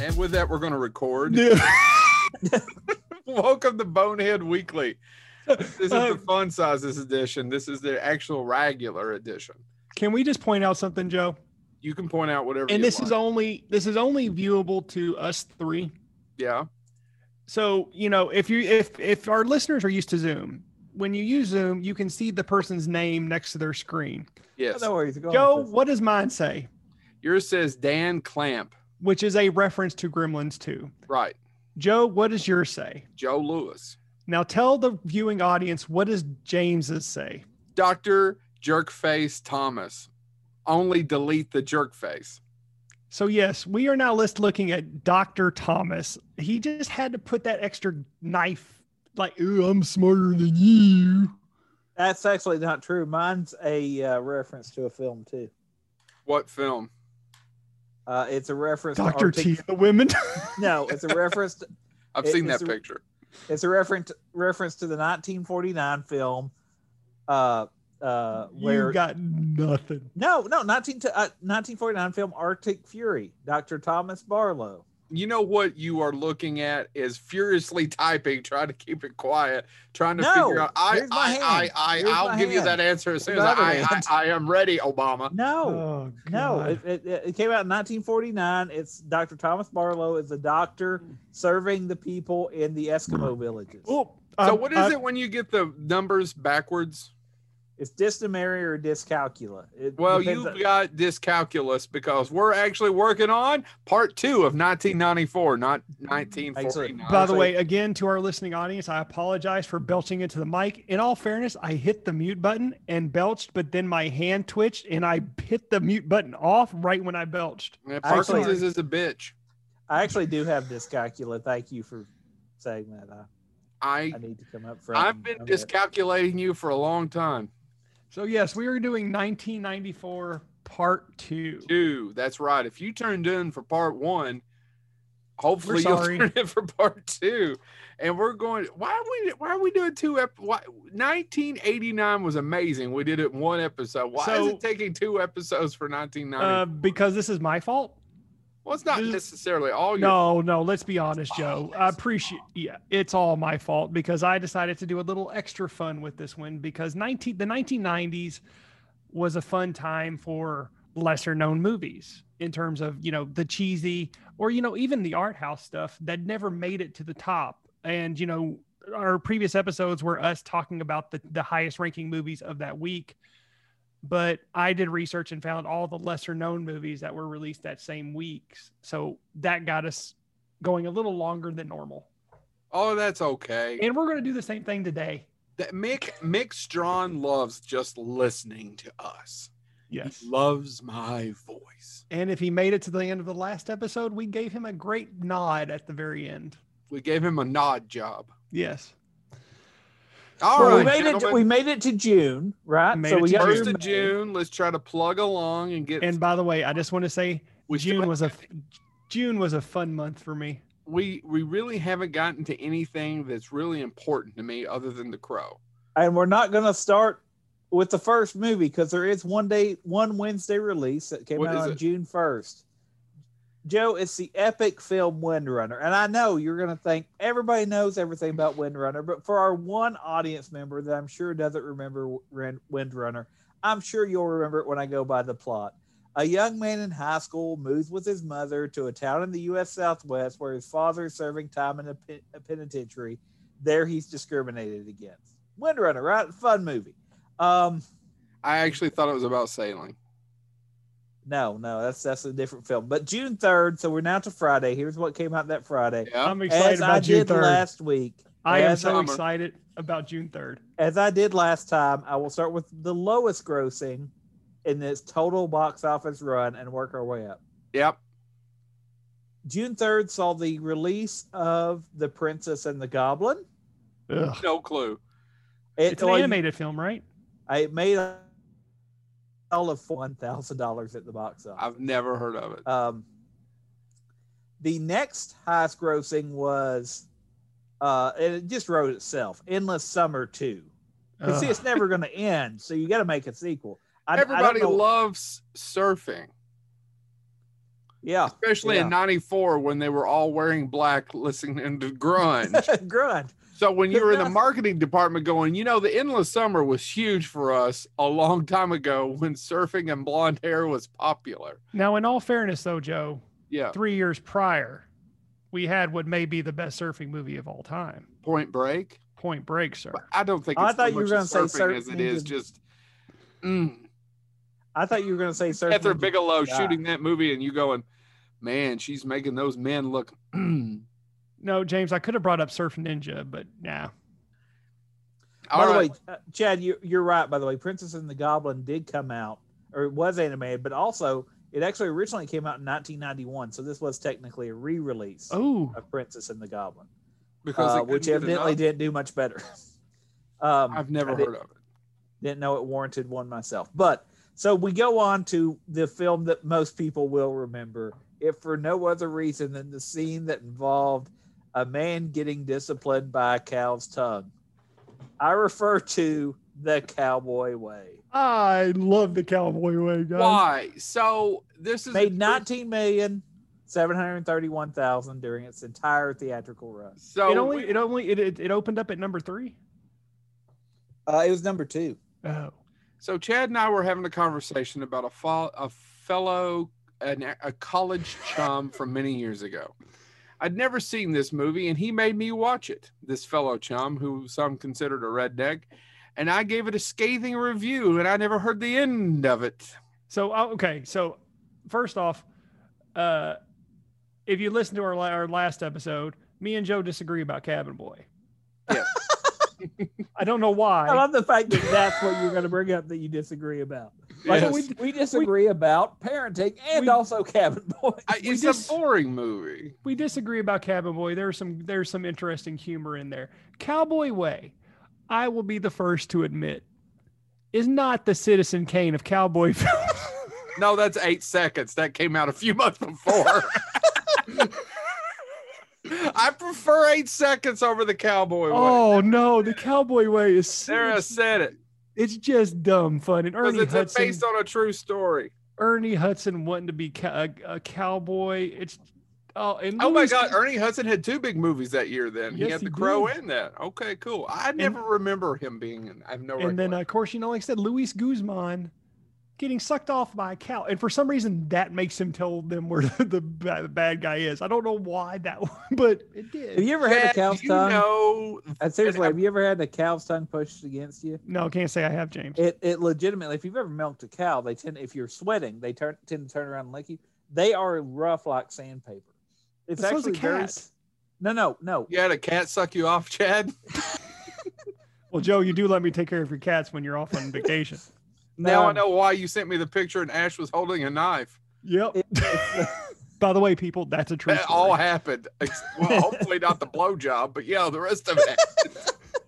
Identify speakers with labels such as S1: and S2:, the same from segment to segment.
S1: And with that, we're going to record.
S2: Dude,
S1: Welcome to Bonehead Weekly. This is the
S2: Um,
S1: fun sizes edition. This is the actual regular edition.
S2: can we just point out something, Joe?
S1: You can point out whatever.
S2: And
S1: you
S2: this is
S1: want.
S2: only this is only viewable to us three.
S1: yeah.
S2: So you know, if you if if our listeners are used to Zoom, when you use Zoom, you can see the person's name next to their screen.
S1: Yes.
S3: I know where he's going.
S2: Joe,
S3: with this.
S2: what does mine say?
S1: Yours says Dan Clamp.
S2: Which is a reference to Gremlins 2.
S1: Right.
S2: Joe, what does yours say?
S1: Joe Lewis.
S2: Now tell the viewing audience what does James's say?
S1: Dr. Jerkface Thomas. Only delete the jerkface.
S2: So yes, we are now list looking at Dr. Thomas. He just had to put that extra knife like, "Ooh, I'm smarter than you."
S3: that's actually not true. Mine's a uh, reference to a film too.
S1: What film?
S3: Uh, it's a reference.
S2: Dr.
S3: to
S2: T
S3: Arctic-
S2: and the women.
S3: No, it's a reference. To,
S1: I've
S3: It
S1: seen
S3: is
S1: that
S3: a-
S1: picture.
S3: it's a reference reference to the 1949 film. Uh, uh, where
S2: you got nothing.
S3: no, no, 19 to, uh, 1949 film Arctic Fury. Dr. Thomas Barlow.
S1: You know what you are looking at is furiously typing, trying to keep it quiet, trying to
S3: No,
S1: figure out. I,
S3: here's my
S1: I,
S3: hand.
S1: I, I,
S3: Here's
S1: I'll
S3: my
S1: give you
S3: hand.
S1: that answer as soon as
S3: The other
S1: I, I,
S3: hand.
S1: I am ready, Obama.
S3: No,
S2: Oh,
S3: no,
S2: God.
S3: it, it, it came out in 1949. It's Dr. Thomas Barlow is a doctor serving the people in the Eskimo villages.
S2: oh,
S1: So
S2: I-
S1: what is
S2: I-
S1: it when you get the numbers backwards?
S3: It's dysmenorrhea or dyscalculia. It
S1: Well,
S3: depends
S1: you've
S3: on-
S1: got dyscalculus because we're actually working on part two of 1994, not 1949.
S2: By
S3: I'll
S2: the
S3: say-
S2: way, again to our listening audience, I apologize for belching into the mic. In all fairness, I hit the mute button and belched, but then my hand twitched and I hit the mute button off right when I belched.
S1: Yeah,
S3: actually-
S1: Parkinson's is a bitch.
S3: I actually do have dyscalculia. Thank you for saying that. I,
S1: I
S3: I need to come up front.
S1: I've
S3: and
S1: been
S3: own that.
S1: discalculating you for a long time.
S2: So yes, we are doing 1994 part two.
S1: Two. That's right. If you turned in for part one, hopefully
S2: We're
S1: you'll
S2: sorry.
S1: turn in for part two. And we're going. Why are we? Why are we doing two? Ep- why, 1989 was amazing. We did it in one episode. Why is
S2: So-
S1: it taking two episodes for 1990?
S2: Uh, because this is my fault.
S1: well, it's not
S2: this-
S1: necessarily all your.
S2: No, no, let's be honest, Joe. I
S1: that's-
S2: appreciate yeah, it's all my fault because I decided to do a little extra fun with this one because 19 the 1990s was a fun time for lesser known movies in terms of, you know, the cheesy or you know even the art house stuff that never made it to the top. And you know, our previous episodes were us talking about the the highest ranking movies of that week. But I did research and found all the lesser known movies that were released that same week. So that got us going a little longer than normal.
S1: Oh, that's okay.
S2: And we're going to do the same thing today.
S1: That Mick Mick Strawn loves just listening to us.
S2: Yes.
S1: He loves my voice.
S2: And if he made it to the end of the last episode, we gave him a great nod at the very end.
S1: We gave him a nod job.
S2: Yes.
S1: All
S3: Well,
S1: right,
S3: we made it.
S1: gentlemen.
S3: To, we made it to June, right?
S2: Made
S3: so
S2: it
S3: we
S2: to
S3: got
S1: first
S3: through
S1: of
S3: May.
S1: June. Let's try to plug along and get.
S2: And by the way, I just want to say
S1: we still-
S2: June was a June was a fun month for me.
S1: we we really haven't gotten to anything that's really important to me other than the crow.
S3: and we're not going to start with the first movie because there is one day, one Wednesday release that came
S1: What
S3: out
S1: is
S3: on
S1: it?
S3: June first. Joe, it's the epic film Windrunner, and I know you're going to think everybody knows everything about Windrunner, but for our one audience member that I'm sure doesn't remember Ren- Windrunner, I'm sure you'll remember it when I go by the plot. A young man in high school moves with his mother to a town in the U.S. Southwest where his father is serving time in a, pen- a penitentiary. There, he's discriminated against. Windrunner, right? Fun movie. Um,
S1: I actually thought it was about sailing.
S3: no, no, that's that's a different film. But June third, so we're now to Friday. Here's what came out that Friday.
S1: Yeah,
S2: I'm excited
S3: as
S2: about
S3: I
S2: June
S3: did
S2: 3rd.
S3: last week,
S2: I am
S3: as
S2: so
S1: I-
S2: excited about June 3rd.
S3: as I did last time, I will start with the lowest grossing in this total box office run and work our way up.
S1: yep.
S3: June third saw the release of The Princess and the Goblin.
S2: Ugh.
S1: No clue.
S3: It,
S2: It's an
S3: well, you-
S2: animated film, right?
S3: I made all of one thousand dollars at the box office.
S1: I've never heard of it.
S3: Um, the next highest grossing was, uh, and it just wrote itself, Endless Summer 2. Because see,
S2: Ugh.
S3: it's never going to end, so you got to make a sequel. I, I don't
S1: Everybody
S3: know-
S1: loves surfing.
S3: Yeah.
S1: especially in
S3: Yeah.
S1: '94 when they were all wearing black, listening to grunge.
S3: Grunt.
S1: so when you were in the marketing department, going, you know, the endless summer was huge for us a long time ago when surfing and blonde hair was popular.
S2: Now, in all fairness, though, Joe,
S1: Yeah,
S2: three years prior, we had what may be the best surfing movie of all time,
S1: Point Break.
S2: Point Break, sir.
S1: But I don't think. It's
S3: I
S1: so
S3: thought you were
S1: much
S3: gonna say
S1: surfing
S3: surf
S1: as it is
S3: ninjas.
S1: just. Mm,
S3: I thought you were going to say Surf
S1: Heather
S3: Ninja.
S1: Bigelow
S3: Yeah.
S1: shooting that movie, and you going, man, she's making those men look. All
S2: No, James, I could have brought up Surf Ninja, but nah.
S3: By the
S1: right.
S3: way, uh, Chad, you, you're right. By the way, Princess and the Goblin did come out, or it was animated, but also it actually originally came out in 1991. So this was technically a re-release
S2: Oh,
S3: of Princess and the Goblin,
S1: because
S3: uh,
S1: it
S3: which
S1: couldn't get
S3: evidently
S1: enough.
S3: didn't do much better. um,
S1: I've never
S3: I did-
S1: heard of it.
S3: didn't know it warranted one myself. But so we go on to the film that most people will remember, if for no other reason than the scene that involved a man getting disciplined by a cow's tongue. I refer to the cowboy way.
S2: I love the Cowboy Way, guys.
S1: Why? So this is a
S3: Made
S1: true-
S3: nineteen million seven hundred thirty-one thousand during its entire theatrical run.
S1: So
S2: it only, it only, it, it, it opened up at number three.
S3: Uh, it was number two.
S2: Oh,
S1: so Chad and I were having a conversation about a fo- a fellow an, a college chum from many years ago. I'd never seen this movie, and he made me watch it. This fellow chum, who some considered a redneck, and I gave it a scathing review, and I never heard the end of it.
S2: so oh, okay. So first off, uh, if you listen to our la- our last episode, me and Joe disagree about Cabin Boy.
S1: Yes.
S2: I don't know
S3: I
S2: why.
S3: love the fact that that's what you're going to bring up that you disagree about. Like,
S1: Yes.
S3: we, we disagree about parenting and
S2: we-
S3: also Cabin Boy.
S1: I,
S2: We
S1: it's
S2: just-
S1: a boring movie.
S2: we disagree about Cabin Boy. There's some there's some interesting humor in there. Cowboy Way, I will be the first to admit, is not the Citizen Kane of cowboy films.
S1: No, that's eight seconds. That came out a few months before. I prefer eight seconds over the cowboy way.
S2: oh no, the Cowboy Way is
S1: there, I
S2: serious.
S1: said it.
S2: it's just dumb fun. And
S1: Because
S2: Ernie
S1: it's a-
S2: Hudson,
S1: based on a true story.
S2: Ernie Hudson wanting to be ca- a, a cowboy. It's oh, and
S1: Oh my
S2: Louis-
S1: God, Ernie Hudson had two big movies that year. Then
S2: Yes,
S1: he had
S2: he
S1: The Crow
S2: did.
S1: in that. Okay, cool. I never remember him being in. I have no.
S2: And then,
S1: recollection.
S2: of course, you know, like I said, Luis Guzman getting sucked off by a cow. And for some reason, that makes him tell them where the, the, ba- the bad guy is. I don't know why that one, but it
S3: Have
S2: did.
S3: you ever had a
S1: Chad,
S3: cow's
S1: you
S3: tongue?
S1: know,
S3: Uh, seriously, have you ever had a cow's tongue pushed against you?
S2: No, can't say I have, James.
S3: It, it legitimately, if you've ever milked a cow, they tend, if you're sweating, they turn, tend to turn around and lick you. They are rough like sandpaper. It's
S2: But so's a
S3: actually very-
S2: cat.
S3: No, no, no.
S1: you had a cat suck you off, Chad.
S2: Well, Joe, you do let me take care of your cats when you're off on vacation.
S1: Now I
S3: Um,
S1: know why you sent me the picture and Ash was holding a knife.
S2: Yep.
S3: It- it's-
S2: By the way, people, that's a true
S1: That all
S2: story.
S1: happened. Ex- Well, hopefully not the blowjob, but yeah, the rest of it.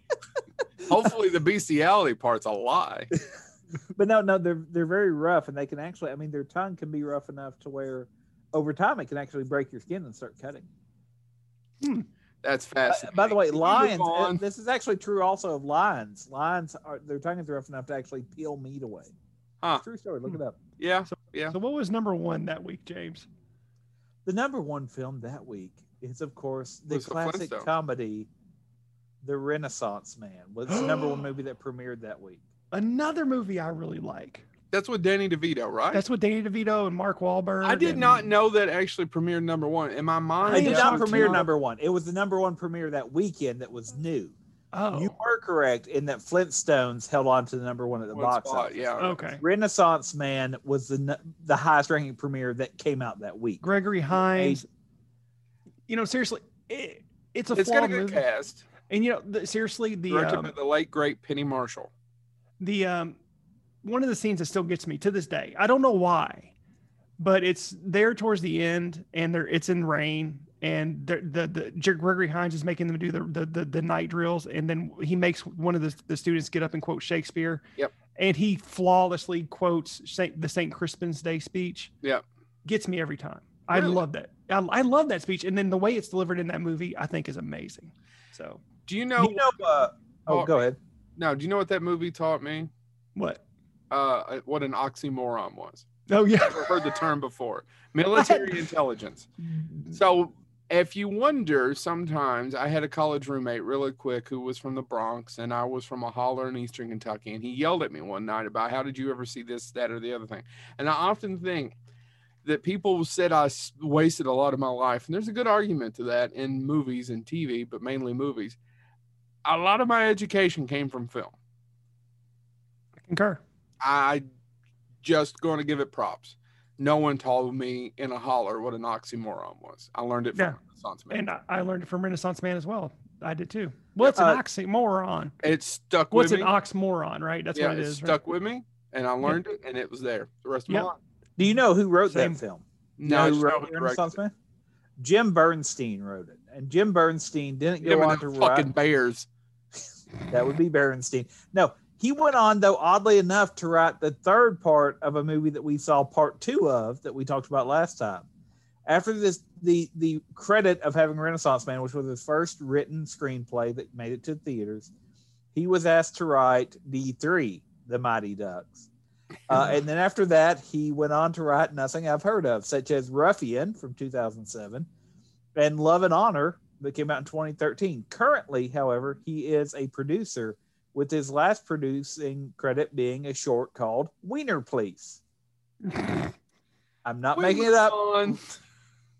S1: hopefully the bestiality part's a lie.
S3: but no, no, they're they're very rough, and they can actually. I mean, their tongue can be rough enough to where, over time, it can actually break your skin and start cutting.
S1: That's
S3: Uh,
S1: fascinating.
S3: by the way,
S1: Can we move
S3: lions. uh,
S1: on?
S3: This is actually true also of lions. Lions are their tongue is rough enough to actually peel meat away.
S1: Huh. Hmm.
S3: True story. Look it up.
S1: Yeah.
S2: So, what was number one that week, James?
S3: The number one film that week is, of course, the
S1: Was the
S3: classic
S1: Flintstones.
S3: comedy, The Renaissance Man. Was the number one movie that premiered that week.
S2: Another movie I really like.
S1: That's with Danny DeVito, right?
S2: That's with Danny DeVito and Mark Wahlberg.
S1: I did
S2: and-
S1: not know that actually premiered number one. In my mind,
S3: It did
S2: know.
S3: not
S1: I was
S3: premiere
S1: not-
S3: number one. It was the number one premiere that weekend that was new.
S2: Oh,
S3: You were correct in that Flintstones held on to the number one at the
S1: one
S3: box
S1: spot,
S3: office.
S1: Yeah.
S2: okay.
S3: Renaissance Man was the n- the highest ranking premiere that came out that week.
S2: Gregory Hines. You know, seriously, it, it's a
S1: It's got
S2: flawed
S1: a good
S2: movie.
S1: cast.
S2: And you know, the, seriously, the
S1: directed by
S2: um,
S1: the late great Penny Marshall.
S2: the um, one of the scenes that still gets me to this day. I don't know why, but it's there towards the end, and there it's in rain, and the the, the Jer- Gregory Hines is making them do the, the the the night drills, and then he makes one of the, the students get up and quote Shakespeare.
S1: Yep.
S2: And he flawlessly quotes Saint, the Saint Crispin's Day speech.
S1: Yep.
S2: Gets me every time. I
S1: Really?
S2: love that. I, I love that speech, and then the way it's delivered in that movie, I think, is amazing. So
S1: Do you
S3: You
S1: know?
S3: know, uh, oh,
S1: Oh.
S3: go ahead.
S1: No. Do you know what that movie taught me?
S2: what?
S1: uh, what an oxymoron was.
S2: Oh yeah.
S1: Never heard the term before. Military intelligence. So if you wonder, sometimes I had a college roommate really quick who was from the Bronx and I was from a holler in Eastern Kentucky. And he yelled at me one night about how did you ever see this, that, or the other thing. And I often think that people said I s- wasted a lot of my life. And there's a good argument to that in movies and TV, but mainly movies. A lot of my education came from film.
S2: I concur.
S1: I just going to give it props. No one told me in a holler what an oxymoron was. I learned it from
S2: Yeah.
S1: Renaissance man.
S2: And I, I learned it from Renaissance Man as well. I did too. What's an
S3: Uh,
S2: oxymoron?
S1: it stuck
S2: What's
S1: with
S2: an
S1: me.
S2: oxymoron, right? That's
S1: yeah,
S2: what it
S1: it
S2: is. right?
S1: stuck with me, and I learned it, and it was there the rest of
S2: Yeah.
S1: my life.
S3: Do you know who wrote
S2: Same.
S3: that film?
S1: No, I
S3: You
S1: just
S3: know who
S1: know
S3: wrote
S1: who directed
S3: Renaissance Man? Jim Bernstein wrote it, and Jim Bernstein didn't
S1: it. Him
S3: go on
S1: and
S3: to
S1: them
S3: write.
S1: fucking bears.
S3: That would be Bernstein. No, he went on though, oddly enough, to write the third part of a movie that we saw part two of that we talked about last time. After this, the the credit of having Renaissance Man, which was his first written screenplay that made it to theaters, he was asked to write D three, The Mighty Ducks. Uh, and then after that, he went on to write nothing I've heard of, such as Ruffian from 2007 and Love and Honor that came out in 2013. Currently, however, he is a producer with his last producing credit being a short called Wiener Please. I'm not making it up.
S1: On.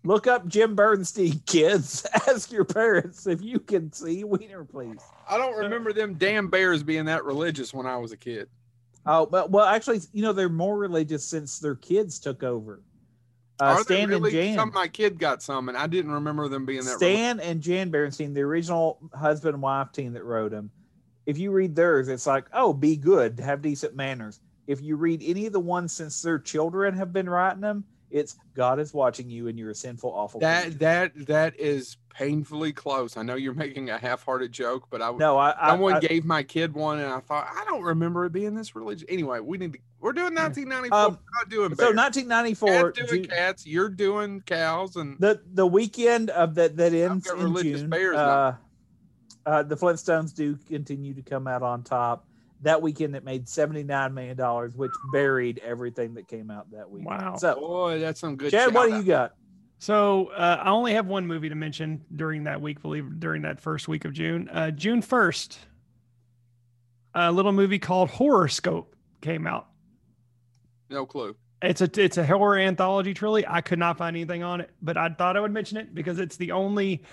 S3: Look up Jim Bernstein, kids. Ask your parents if you can see Wiener Please.
S1: I don't remember them damn bears being that religious when I was a kid.
S3: Oh, but well, actually, you know, they're more religious since their kids took over. Uh,
S1: Are they
S3: Stan
S1: really?
S3: and Jan.
S1: Some my kid got some, and I didn't remember them being that. religious.
S3: Stan and Jan Berenstein, the original husband and wife team that wrote them, if you read theirs, it's like, oh, be good, have decent manners. If you read any of the ones since their children have been writing them, it's God is watching you and you're a sinful, awful. creature."
S1: That that that is painfully close. I know you're making a half-hearted joke, but I
S3: no, I, I,
S1: someone
S3: I
S1: gave my kid one, and I thought I don't remember it being this religious. Anyway, we need to. We're doing 1994.
S3: Um,
S1: we're not doing
S3: so
S1: bears.
S3: 1994.
S1: Dad's doing
S3: Ju-
S1: cats. You're doing cows, and
S3: the the weekend of that that ends
S1: got
S3: in
S1: religious
S3: June.
S1: bears
S3: uh, uh, the Flintstones do continue to come out on top. That weekend, it made 79 million dollars, which buried everything that came out that week.
S2: Wow.
S3: So,
S1: boy, that's some good.
S3: Chad, what do
S1: shout-out.
S3: you got?
S2: So uh, I only have one movie to mention during that week, believe during that first week of June. Uh, June first, a little movie called Horoscope came out.
S1: No clue.
S2: It's a it's a horror anthology trilogy. I could not find anything on it, but I thought I would mention it because it's the only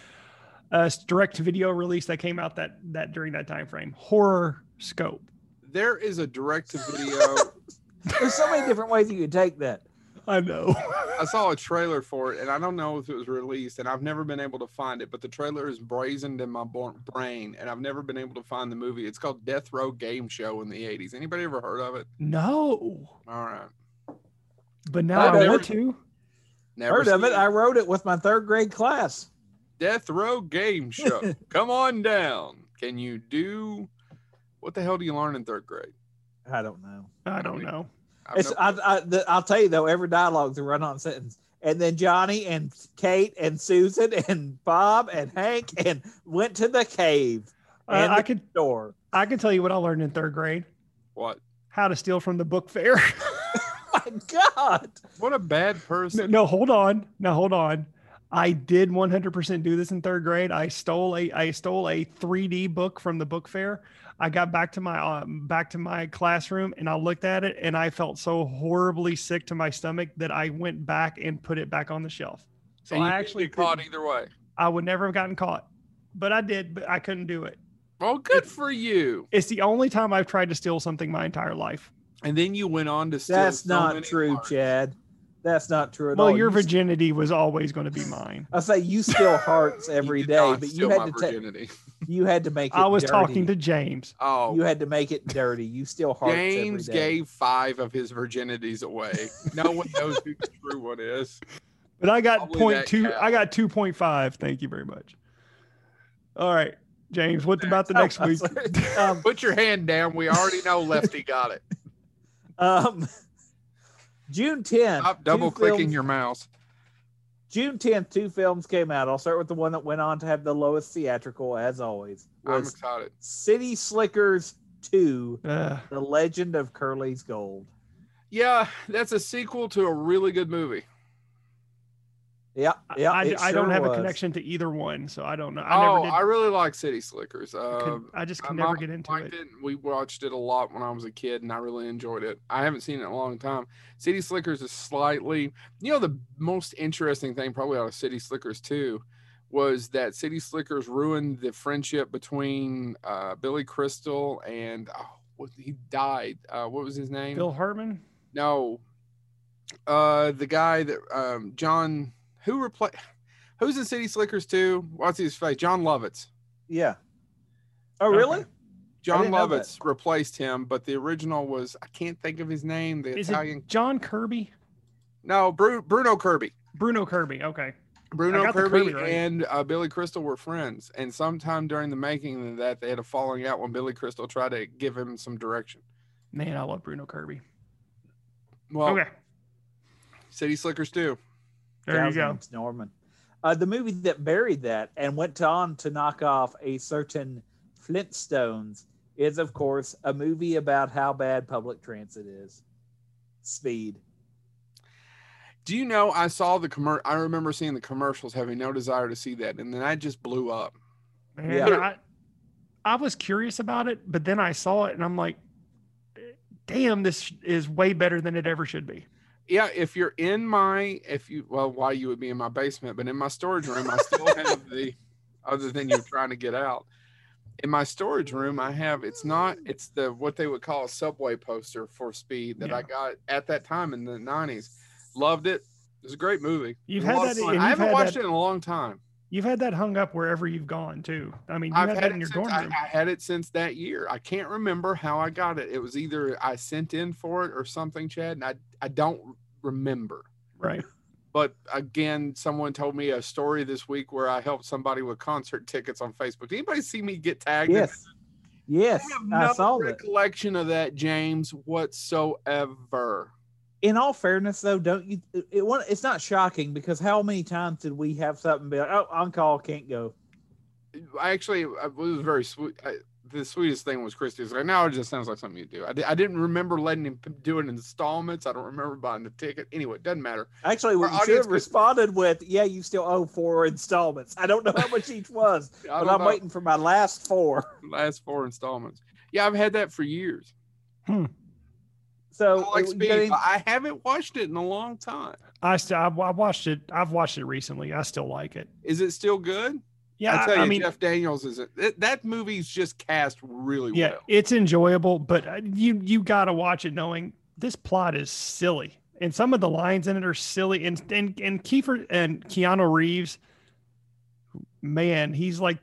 S2: uh, direct video release that came out that that during that time frame. Horoscope.
S1: There is a direct-to-video.
S3: There's so many different ways you could take that.
S2: I know.
S1: I saw a trailer for it, and I don't know if it was released, and I've never been able to find it. But the trailer is brazened in my bor- brain, and I've never been able to find the movie. It's called Death Row Game Show in the '80s. Anybody ever heard of it?
S2: no,
S1: All right,
S2: but now
S3: I've
S2: I
S3: never-
S2: want to.
S1: never
S3: Heard of
S1: seen
S3: it? I wrote it with my third grade class.
S1: Death Row Game Show. Come on down. Can you do? What the hell do you learn in third grade?
S3: I don't know.
S2: I don't know.
S1: I've
S3: It's uh,
S1: never-
S3: I, I, the, I'll tell you though, every dialogue's a run-on sentence. And then Johnny and Kate and Susan and Bob and Hank and went to the cave
S2: Uh,
S3: And
S2: I
S3: the-
S2: could
S3: door.
S2: I can tell you what I learned in third grade:
S1: what?
S2: how to steal from the book fair.
S3: Oh, My God,
S1: What a bad
S2: No,
S1: person.
S2: no, hold on. No, hold on. I did 100% do this in third grade. I stole a I stole a 3D book from the book fair. I got back to my um, back to my classroom and I looked at it and I felt so horribly sick to my stomach that I went back and put it back on the shelf. So
S1: And you
S2: I
S1: didn't
S2: actually
S1: get caught
S2: didn't.
S1: either way.
S2: I would never have gotten caught, but I did. But I couldn't do it.
S1: Well, good for you.
S2: It's the only time I've tried to steal something my entire life.
S1: And then you went on to steal.
S3: that's
S1: so
S3: not
S1: many
S3: true,
S1: hearts.
S3: Chad. That's not true at all.
S2: Well, your
S3: You s-
S2: virginity was always going to be mine.
S3: I say you steal hearts
S1: You
S3: every
S1: did
S3: day,
S1: not
S3: but you
S1: steal
S3: had
S1: my
S3: to take.
S1: virginity.
S3: You had to make. It
S2: I was
S3: dirty.
S2: talking to James.
S1: Oh,
S3: You had to make it dirty. You steal hearts.
S1: James
S3: every day.
S1: gave five of his virginities away. No one knows who the true one is.
S2: But I got
S1: Probably
S2: point
S1: that
S2: two.
S1: cow.
S2: I got two point five. Thank you very much. All right, James. What about the
S3: Oh,
S2: next
S3: I'm
S2: week?
S3: sorry. um,
S1: Put your hand down. We already know Lefty got it.
S3: Um, June 10th.
S1: Stop
S3: two
S1: double clicking
S3: films-
S1: your mouse.
S3: June 10th, two films came out. I'll start with the one that went on to have the lowest theatrical, as always.
S1: I'm
S3: Was
S1: excited.
S3: City Slickers 2
S2: Uh,
S3: The Legend of Curly's Gold.
S1: Yeah, that's a sequel to a really good movie.
S3: Yeah, yeah.
S2: I,
S3: it
S2: I don't
S3: sure
S2: have a
S3: was.
S2: connection to either one, so I don't know. I
S1: oh,
S2: never did.
S1: I really like City Slickers. Uh,
S2: could- I just
S1: my
S2: can never
S1: mom
S2: get into
S1: liked
S2: it.
S1: it. and We watched it a lot when I was a kid, and I really enjoyed it. I haven't seen it in a long time. City Slickers is slightly, you know, the most interesting thing probably out of City Slickers too was that City Slickers ruined the friendship between uh, Billy Crystal and oh, what, he died. Uh, what was his name?
S2: Bill Hartman.
S1: No. Uh the guy that um John who replaced who's in City Slickers too? What's his face? John Lovitz.
S3: Yeah. Oh,
S2: Okay.
S3: really?
S1: John
S3: didn't know that.
S1: Lovitz replaced him, but the original was I can't think of his name, the
S2: Is
S1: Italian
S2: it John Kirby?
S1: No, Bru- Bruno Kirby.
S2: Bruno Kirby. Okay.
S1: Bruno
S2: got the
S1: Kirby,
S2: Kirby right.
S1: and uh, Billy Crystal were friends, and sometime during the making of that, they had a falling out when Billy Crystal tried to give him some direction.
S2: Man, I love Bruno Kirby.
S1: Well,
S2: okay.
S1: City Slickers too.
S2: There you
S3: Guy's
S2: go.
S3: name's Norman. Uh, the movie that buried that and went on to knock off a certain Flintstones is, of course, a movie about how bad public transit is. Speed.
S1: Do you know I saw the commer I remember seeing the commercials, having no desire to see that, and then I just blew up.
S2: Man,
S3: Yeah.
S2: I, I was curious about it, but then I saw it and I'm like, damn, this is way better than it ever should be.
S1: Yeah, if you're in my if you well, why you would be in my basement, but in my storage room, I still have the other than you're trying to get out. In my storage room, I have it's not it's the what they would call a subway poster for speed that I
S2: Yeah.
S1: got at that time in the nineties. Loved it. It was a great movie.
S2: You've
S1: It was a
S2: had
S1: lot of
S2: that-
S1: fun.
S2: and
S1: I
S2: you've
S1: haven't
S2: had
S1: watched
S2: that-
S1: it in a long time.
S2: You've had that hung up wherever you've gone too. I mean, you
S1: I've
S2: had,
S1: had
S2: that in
S1: it
S2: your
S1: since-
S2: dorm
S1: I-
S2: room.
S1: I had it since that year. I can't remember how I got it. It was either I sent in for it or something, Chad, and I I don't remember.
S2: right.
S1: But again, someone told me a story this week where I helped somebody with concert tickets on Facebook. Did anybody see me get tagged? in
S3: Yes. Yes.
S1: I have
S3: I,
S1: no
S3: saw that.
S1: recollection of that, James, whatsoever.
S3: In all fairness, though, don't you? It, it, wa- it's not shocking because how many times did we have something be like, oh, on call, can't go?
S1: I actually, uh, it was very sweet. I, the sweetest thing was Christy was like, "Now it just sounds like something you do." I, di- I didn't remember letting him p- do it in installments. I don't remember buying the ticket. Anyway, it doesn't matter.
S3: Actually,
S1: Our
S3: what you should
S1: audience
S3: have
S1: could-
S3: responded with, yeah, you still owe four installments. I don't know how much each was,
S1: I
S3: but
S1: don't
S3: I'm
S1: know.
S3: waiting for my last four.
S1: last four installments. Yeah, I've had that for years. I
S3: So uh,
S1: like
S3: it-
S1: Speed,
S3: getting-
S1: but I haven't watched it in a long time.
S2: I still, I, I watched it. I've watched it recently. I still like it.
S1: Is it still good?
S2: Yeah.
S1: I tell you,
S2: mean,
S1: Jeff Daniels is it. That, that movie's just cast really
S2: yeah,
S1: well.
S2: it's enjoyable, but uh, you, you got to watch it knowing this plot is silly. And some of the lines in it are silly. And, and, and Kiefer and Keanu Reeves, man, he's like,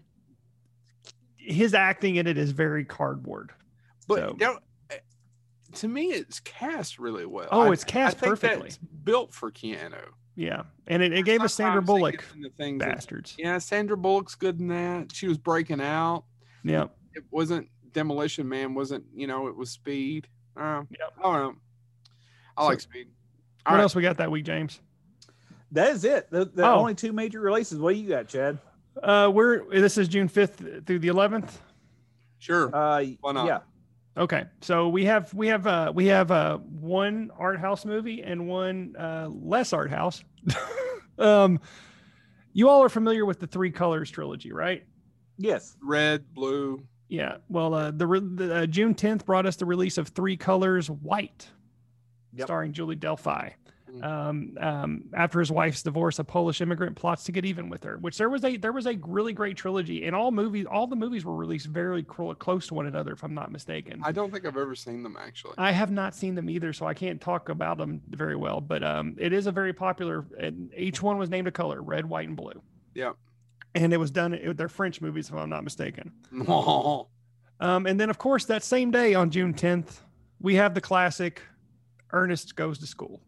S2: his acting in it is very cardboard.
S1: But
S2: So-
S1: don't- to me, it's cast really well.
S2: Oh,
S1: I-
S2: it's cast
S1: I think
S2: perfectly.
S1: That's built for Keanu.
S2: Yeah. And it, it gave us Sandra
S1: Sometimes they
S2: Bullock
S1: get into things that-
S2: bastards.
S1: yeah, Sandra Bullock's good in that. She was breaking out.
S2: Yeah.
S1: It wasn't Demolition Man. Wasn't you know? It was Speed. Uh,
S2: Yep.
S1: I don't know. I
S2: So-
S1: like Speed. All
S2: what
S1: right.
S2: else we got that week, James?
S3: That is it. The, the
S2: Oh.
S3: only two major releases. What do you got, Chad?
S2: Uh, we're this is June fifth through the eleventh.
S1: Sure.
S3: Uh,
S1: Why not?
S3: Yeah.
S2: Okay, so we have we have uh, we have uh, one art house movie and one uh, less art house. um, you all are familiar with the Three Colors trilogy, right?
S3: Yes.
S1: Red, blue,
S2: Yeah. Well, uh, the, re- the uh, June tenth brought us the release of Three Colors White,
S3: Yep.
S2: starring Julie Delphi.
S1: Mm.
S2: Um, um, after his wife's divorce, a Polish immigrant plots to get even with her. Which there was a there was a really great trilogy, and all movies all the movies were released very cl- close to one another, if I'm not mistaken.
S1: I don't think I've ever seen them actually.
S2: I have not seen them either, so I can't talk about them very well. But um, it is a very popular. And each one was named a color: red, white, and blue.
S1: Yep.
S2: And it was done. It, they're French movies, if I'm not mistaken.
S1: No.
S2: Um, and then, of course, that same day on June 10th, we have the classic "Ernest Goes to School."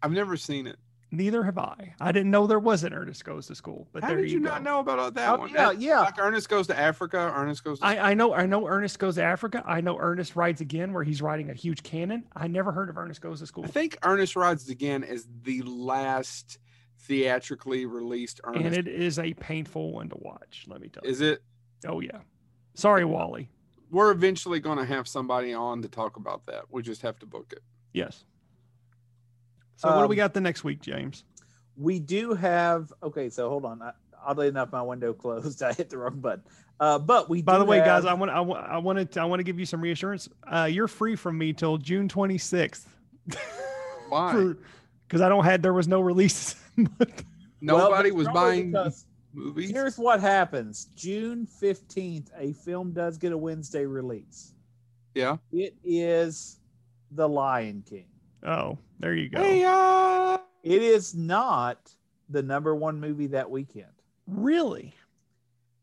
S1: I've never seen it.
S2: Neither have I. I didn't know there was an Ernest Goes to School. But
S1: How
S2: there
S1: did you,
S2: go.
S1: not know about that
S3: Oh,
S1: one?
S3: yeah.
S1: That-
S3: Yeah.
S1: Like Ernest goes to Africa. Ernest goes. To,
S2: I, I know I know Ernest goes to Africa. I know Ernest rides again, where he's riding a huge cannon. I never heard of Ernest goes to school.
S1: I think Ernest rides again is the last theatrically released Ernest.
S2: and it is a painful one to watch. Let me tell you.
S1: is it?
S2: Oh yeah. Sorry, Wally.
S1: we're eventually going to have somebody on to talk about that. We just have to book it.
S2: Yes. So what do we
S3: Um,
S2: got the next week, James?
S3: We do have. Okay, so hold on. I, oddly enough, my window closed. I hit the wrong button. Uh, but we.
S2: By
S3: do
S2: the way, guys,
S3: have-
S2: I want I want I wanted to, I want to give you some reassurance. Uh, you're free from me till June 26th.
S1: Why?
S2: Because I don't had there was no release.
S3: Well,
S1: Nobody
S3: that's
S1: was
S3: probably
S1: buying
S3: because
S1: movies.
S3: Here's what happens: June fifteenth, a film does get a Wednesday release.
S1: Yeah.
S3: It is The Lion King.
S2: oh, there you go.
S1: Hey, uh,
S3: It is not the number one movie that weekend.
S2: Really?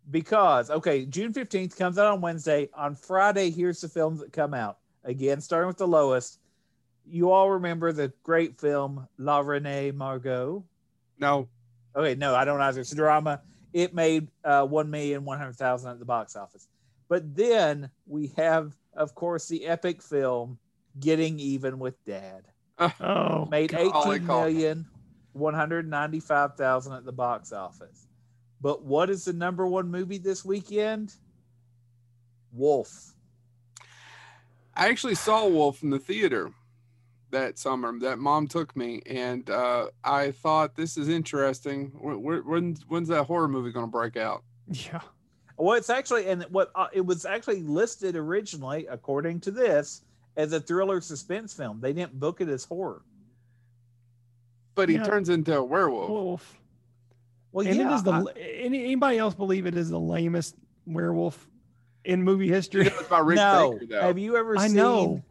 S3: because okay, June fifteenth comes out on Wednesday. On Friday, here's the films that come out. Again, starting with the lowest. You all remember the great film La Renee Margot.
S1: no.
S3: Okay, no, I don't either. It's a drama. It made uh, one million one hundred thousand at the box office. But then we have, of course, the epic film Getting Even with Dad.
S2: Oh,
S3: Made
S1: Golly, Colin.
S3: eighteen million one hundred ninety-five thousand at the box office. But what is the number one movie this weekend? Wolf.
S1: I actually saw Wolf in the theater that summer. That mom took me, and uh, I thought this is interesting. When, when when's that horror movie going to break out?
S2: yeah.
S3: Well, it's actually and what uh, it was actually listed originally, according to this, as a thriller suspense film. They didn't book it as horror.
S1: But he
S2: Yeah.
S1: turns into a werewolf.
S2: Wolf.
S3: Well,
S2: and
S3: yeah,
S2: it is the
S3: I-
S2: any, anybody else believe it is the lamest werewolf in movie
S1: You
S2: history?
S1: know, it's by Rick
S3: no.
S1: Baker, though.
S3: Have you ever?
S2: I
S3: seen,
S2: know.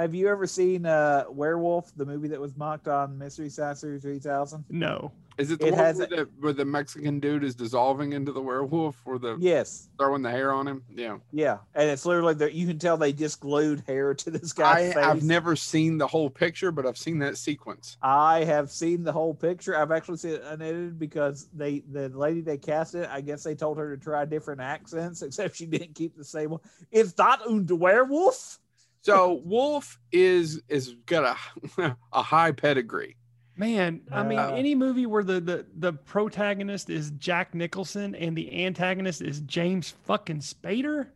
S3: Have you ever seen uh, Werewolf, the movie that was mocked on Mystery Science Theater 3000?
S2: No.
S1: is it the
S3: it
S1: one
S3: has
S1: where,
S3: a-
S1: the, where the Mexican dude is dissolving into the werewolf, or the
S3: Yes.
S1: throwing the hair on him? Yeah,
S3: Yeah, and it's literally there. You can tell they just glued hair to this
S1: I,
S3: guy's face.
S1: I've never seen the whole picture, but I've seen that sequence.
S3: I have seen the whole picture. I've actually seen it unedited because they, the lady they cast it, I guess they told her to try different accents, except she didn't keep the same one. It's not un werewolf.
S1: So Wolf is is got a a high pedigree.
S2: Man, I mean,
S3: Uh,
S2: any movie where the, the the protagonist is Jack Nicholson and the antagonist is James fucking Spader.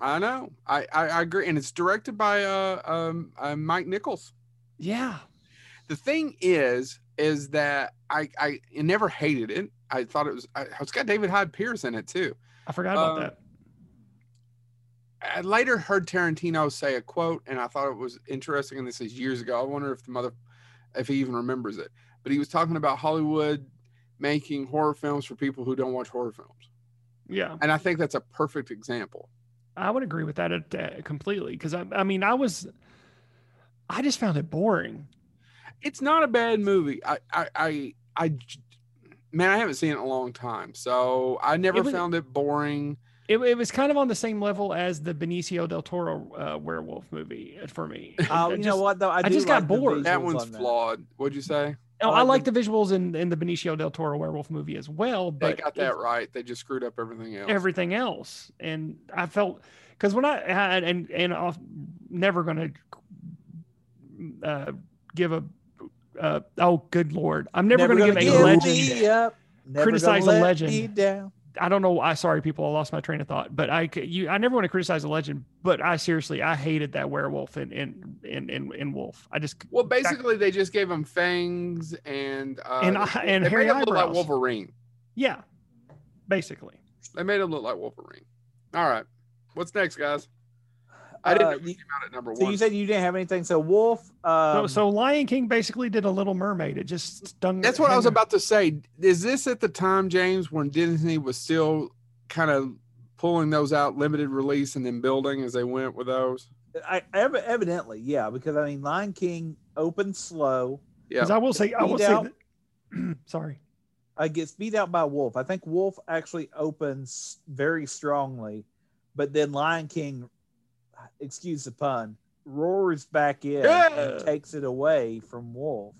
S1: I know. I, I, I agree, and it's directed by uh, um, uh Mike Nichols.
S2: Yeah.
S1: The thing is, is that I I never hated it. I thought it was. I, it's got David Hyde Pierce in it too.
S2: I forgot about
S1: Um,
S2: that.
S1: I later heard Tarantino say a quote, and I thought it was interesting. And this is years ago. I wonder if the mother, if he even remembers it. But he was talking about Hollywood making horror films for people who don't watch horror films,
S2: Yeah.
S1: and I think that's a perfect example.
S2: I would agree with that uh, completely because I, I mean, I was, I just found it boring.
S1: It's not a bad movie. I I I, I j- man, I haven't seen it in a long time, so I never
S2: It was-
S1: found it boring.
S2: It, it was kind of on the same level as the Benicio del Toro uh, werewolf movie uh, for me.
S3: Oh,
S2: I
S3: you know
S2: just-
S3: what though? I,
S2: I
S3: do
S2: just got
S3: like the
S2: bored.
S1: That
S3: visuals
S1: one's
S3: on
S1: flawed. What'd you say?
S2: No,
S3: I
S2: oh, I
S3: like
S2: like the visuals in, in the Benicio del Toro werewolf movie as well,
S1: They
S2: but
S1: got
S2: it's-
S1: that right. They just screwed up everything else.
S2: everything else. And I felt because when I had and and off, never going to uh, give a uh, oh good lord, I'm never, going to give a legend.
S3: Me up. Never
S2: Criticize
S3: gonna
S2: a
S3: let
S2: legend.
S3: me down.
S2: I don't know. I sorry people, I lost my train of thought, but I c- you I never want to criticize a legend, but I seriously I hated that werewolf and and and and, and wolf. I just
S1: Well, basically, they just gave him fangs and uh,
S2: And eye- and
S1: they
S2: hairy
S1: made him look like
S2: eyebrows.
S1: Wolverine.
S2: yeah, basically.
S1: They made him look like Wolverine. All right, what's next, guys? I didn't
S3: Uh,
S1: know we
S3: you-
S1: came out at number
S3: So
S1: one.
S3: you said you didn't have anything. So Wolf. Um,
S2: so, so Lion King basically did a Little Mermaid. It just stung.
S1: That's what I was
S2: hung-
S1: about to say. Is this at the time, James, when Disney was still kind of pulling those out, limited release, and then building as they went with those?
S3: I, ev- evidently, yeah, because I mean, Lion King opened slow.
S2: 'Cause I will say I
S3: Beat
S2: will say
S3: out.
S2: that- sorry.
S3: uh, gets beat out by Wolf. I think Wolf actually opens very strongly, but then Lion King, excuse the pun, roars back in
S1: Yeah.
S3: and takes it away from Wolf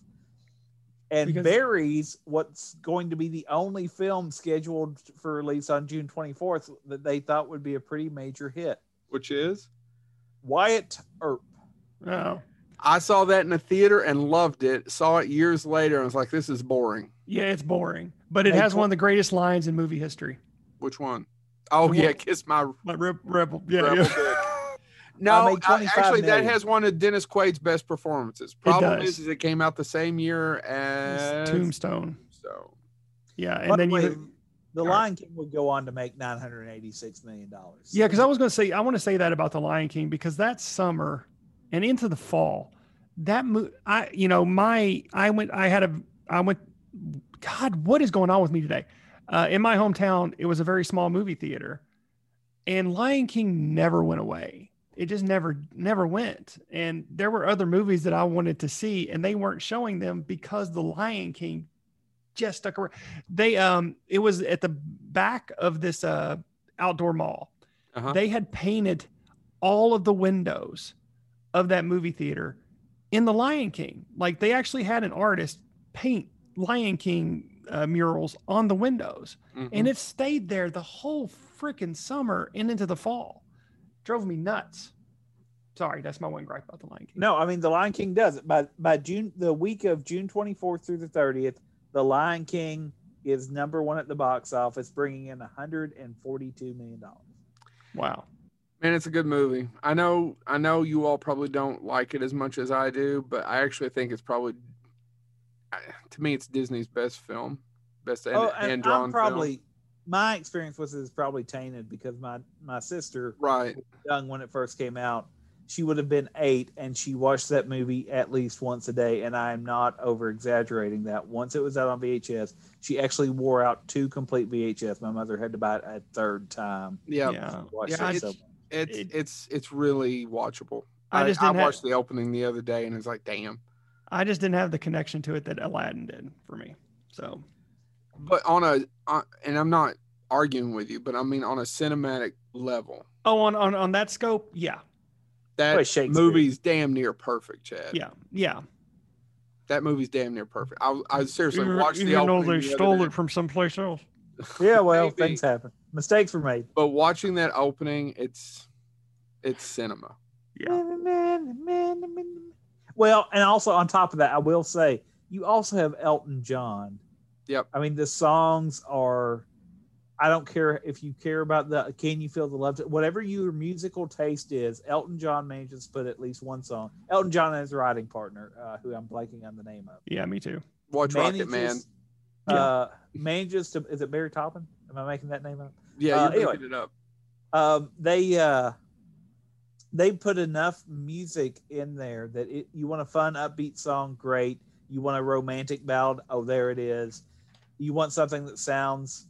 S3: and
S2: Because-
S3: buries what's going to be the only film scheduled for release on June 24th that they thought would be a pretty major hit.
S1: Which is,
S3: Wyatt Earp.
S2: Oh
S1: I saw that in the theater and loved it. Saw it years later and was like, "This is boring."
S2: yeah, it's boring, but it
S3: They
S2: has
S3: pull-
S2: one of the greatest lines in movie history.
S1: Which one? Oh
S2: Yeah.
S1: yeah, kiss my
S2: Like Reb- rebel. Yeah.
S1: Rebel
S2: yeah.
S3: I
S1: No,
S3: made
S1: I-
S3: 25
S1: actually, that
S3: million.
S1: has one of Dennis Quaid's best performances. Problem
S2: does.
S1: is, is it came out the same year as
S2: It's Tombstone.
S1: So
S2: Yeah.
S3: By
S2: And then
S3: the way,
S2: you.
S3: the
S1: All right.
S3: Lion King would go on to make nine hundred eighty-six million dollars.
S2: Yeah, because I was going to say I want to say that about the Lion King because that summer and into the fall, that mo- I you know my I went I had a I went God what is going on with me today? Uh, in my hometown, it was a very small movie theater, and Lion King never went away. It just never never went. And there were other movies that I wanted to see, and they weren't showing them because the Lion King just stuck around. They um it was at the back of this uh outdoor mall
S1: uh-huh.
S2: they had painted all of the windows of that movie theater in the Lion King. Like they actually had an artist paint Lion King uh, murals on the windows,
S1: Mhm.
S2: and it stayed there the whole freaking summer and into the fall. Drove me nuts. Sorry, that's my one gripe about the Lion King.
S3: No, I mean the Lion King does it by by June the week of June twenty fourth through the thirtieth. The Lion King is number one at the box office, bringing in one hundred and forty-two million dollars.
S2: Wow.
S1: man, it's a good movie. I know, I know, you all probably don't like it as much as I do, but I actually think it's probably, I- to me, it's Disney's best film, best and,
S3: Oh,
S1: and,
S3: and
S1: drawn
S3: I'm probably my experience was is probably tainted because my my sister
S1: film. Right,
S3: young when it first came out. She would have been eight, and she watched that movie at least once a day. And I am not over exaggerating that. Once it was out on VHS, she actually wore out two complete VHS. My mother had to buy it a third time.
S1: yeah,
S2: Yeah.
S3: Watched
S1: Yeah,
S3: it
S1: it's-
S3: so
S1: it's
S2: It-
S1: it's it's really watchable.
S2: I
S1: I,
S2: just
S1: I,
S2: didn't have
S1: watched the opening the other day, and it's like, damn.
S2: I just didn't have the connection to it that Aladdin did for me. So
S1: But on a, on, and I'm not arguing with you, but I mean on a cinematic level,
S2: oh on on, on that scope, yeah.
S1: that
S3: Like Shakespeare.
S1: movie's damn near perfect, Chad.
S2: Yeah. Yeah.
S1: That movie's damn near perfect. I, I seriously
S2: even
S1: watched the
S2: even though
S1: opening.
S2: they
S1: the other
S2: stole
S1: day.
S2: it from someplace else.
S3: Yeah, well,
S1: Maybe.
S3: things happen. Mistakes were made.
S1: but watching that opening, it's it's cinema.
S2: Yeah.
S3: Well, and also on top of that, I will say you also have Elton John.
S1: Yep.
S3: I mean, the songs are. I don't care if you care about the "Can You Feel the Love," whatever your musical taste is. Elton John manages to put at least one song. Elton John and his writing partner, uh, who I'm blanking on the name of,
S2: Yeah, me too.
S1: Watch Rocket Man.
S3: Uh, manages to. Is it Barry Toppin? Am I making that name up?
S1: Yeah,
S3: uh,
S1: you're
S3: anyway.
S1: picking it up.
S3: um, they uh, they put enough music in there that it, you want a fun upbeat song great you want a romantic ballad oh there it is you want something that sounds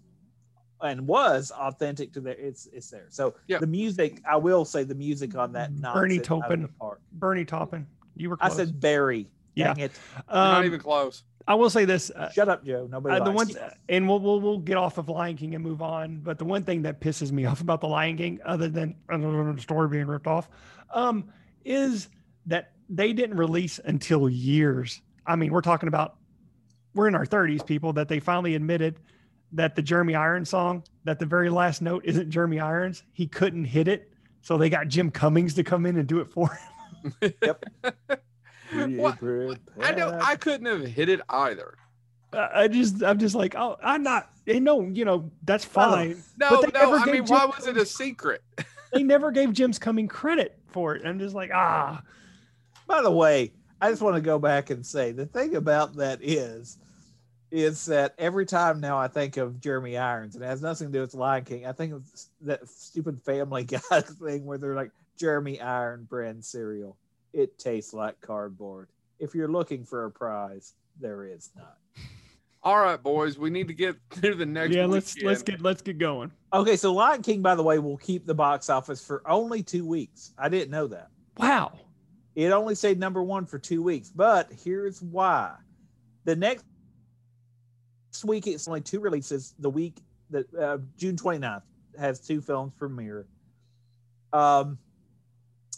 S3: and was authentic to their it's it's there so
S1: Yeah.
S3: the music i will say the music on that knocks
S2: Bernie
S3: it out of
S2: Taupin.
S3: the park.
S2: Bernie Taupin, you were close.
S3: i said barry
S2: Yeah.
S3: Dang it.
S1: You're not
S2: Um,
S1: even close.
S2: I will say this. Uh,
S3: shut up joe nobody
S2: uh, the
S3: likes
S2: one,
S3: you.
S2: and we'll, we'll we'll get off of Lion King and move on. But the one thing that pisses me off about the Lion King, other than other than the story being ripped off, um, is that they didn't release until years. I mean, we're talking about we're in our 30s, people, that they finally admitted that the Jeremy Irons song, that the very last note isn't Jeremy Irons. He couldn't hit it, so they got Jim Cummings to come in and do it for him.
S1: What? I know I couldn't have hit it either.
S2: I I just, I'm just like, oh, I'm not. And no, you know, that's fine.
S1: No,
S2: But they
S1: no.
S2: never
S1: I
S2: gave
S1: mean,
S2: Jim
S1: why was it a
S2: Cummings-
S1: secret?
S2: they never gave Jim's coming credit for it. I'm just like, ah,
S3: By the way, I just want to go back and say the thing about that is, is that every time now I think of Jeremy Irons, and it has nothing to do with Lion King. I think of that stupid Family Guy thing where they're like Jeremy Iron brand cereal. It tastes like cardboard. If you're looking for a prize, there is none.
S1: All right, boys, we need to get through the next.
S2: yeah. Let's let's
S1: weekend.
S2: get let's get going.
S3: Okay, so Lion King, by the way, will keep the box office for only two weeks. I didn't know that.
S2: Wow.
S3: It only stayed number one for two weeks, but here's why. The next next week, it's only two releases. The week that uh, June 29th has two films premiere. Um,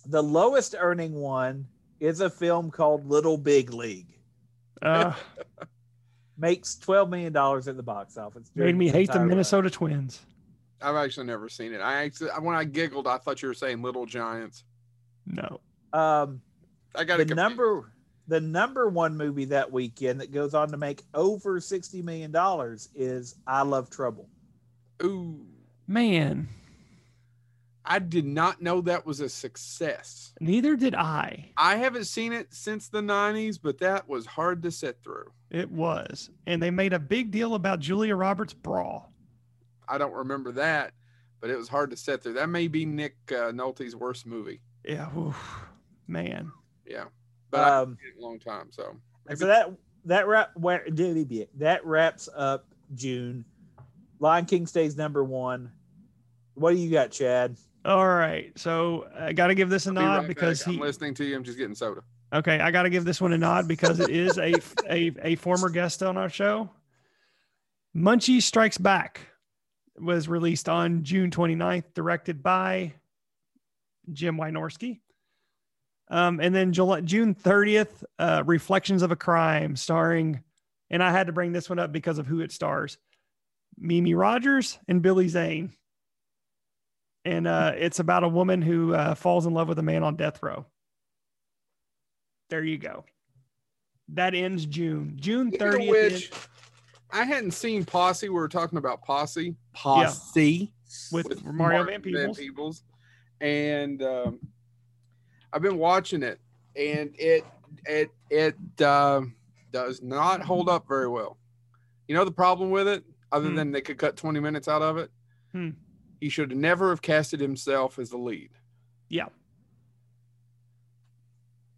S3: the lowest earning one is a film called Little Big League.
S2: Uh,
S3: Makes $12 million at the box office.
S2: made
S3: during
S2: me
S3: its
S2: hate the
S3: entire run.
S2: Minnesota Twins.
S1: I've actually never seen it. I actually when I giggled, I thought you were saying Little Giants.
S2: No.
S3: Um,
S1: I got
S3: the
S1: confused.
S3: number the number one movie that weekend that goes on to make over $60 million is I Love Trouble.
S1: Ooh,
S2: Man,
S1: I did not know that was a success.
S2: neither did I.
S1: I haven't seen it since the 90s, but that was hard to sit through.
S2: It was. And they made a big deal about Julia Roberts' bra.
S1: I don't remember that, but it was hard to sit through. That may be Nick uh, Nolte's worst movie.
S2: Yeah, oof, man.
S1: Yeah. But I've
S3: Um,
S1: seen it a long time. So
S3: so that that wrap where did he be that wraps up June. Lion King stays number one. What do you got, Chad?
S2: All right. So I got to give this a
S1: Be right
S2: nod
S1: back.
S2: because
S1: I'm
S2: he.
S1: listening to you. I'm just getting soda.
S2: Okay, I got to give this one a nod because it is a, a a former guest on our show. Munchie Strikes Back was released on June 29th, directed by Jim Wynorski. Um, and then July, June 30th, uh, Reflections of a Crime, starring, and I had to bring this one up because of who it stars Mimi Rogers and Billy Zane. And uh, it's about a woman who uh, falls in love with a man on death row. There you go. That ends June. June
S1: Speaking of
S2: 30th. is-
S1: which I hadn't seen Posse. We were talking about Posse. Posse
S2: With Mario Van Peebles.
S1: Peebles. And um, I've been watching it, and it it it um does not hold up very well. You know the problem with it, other
S2: Hmm.
S1: than they could cut twenty minutes out of it.
S2: Hmm.
S1: He should never have casted himself as the lead. He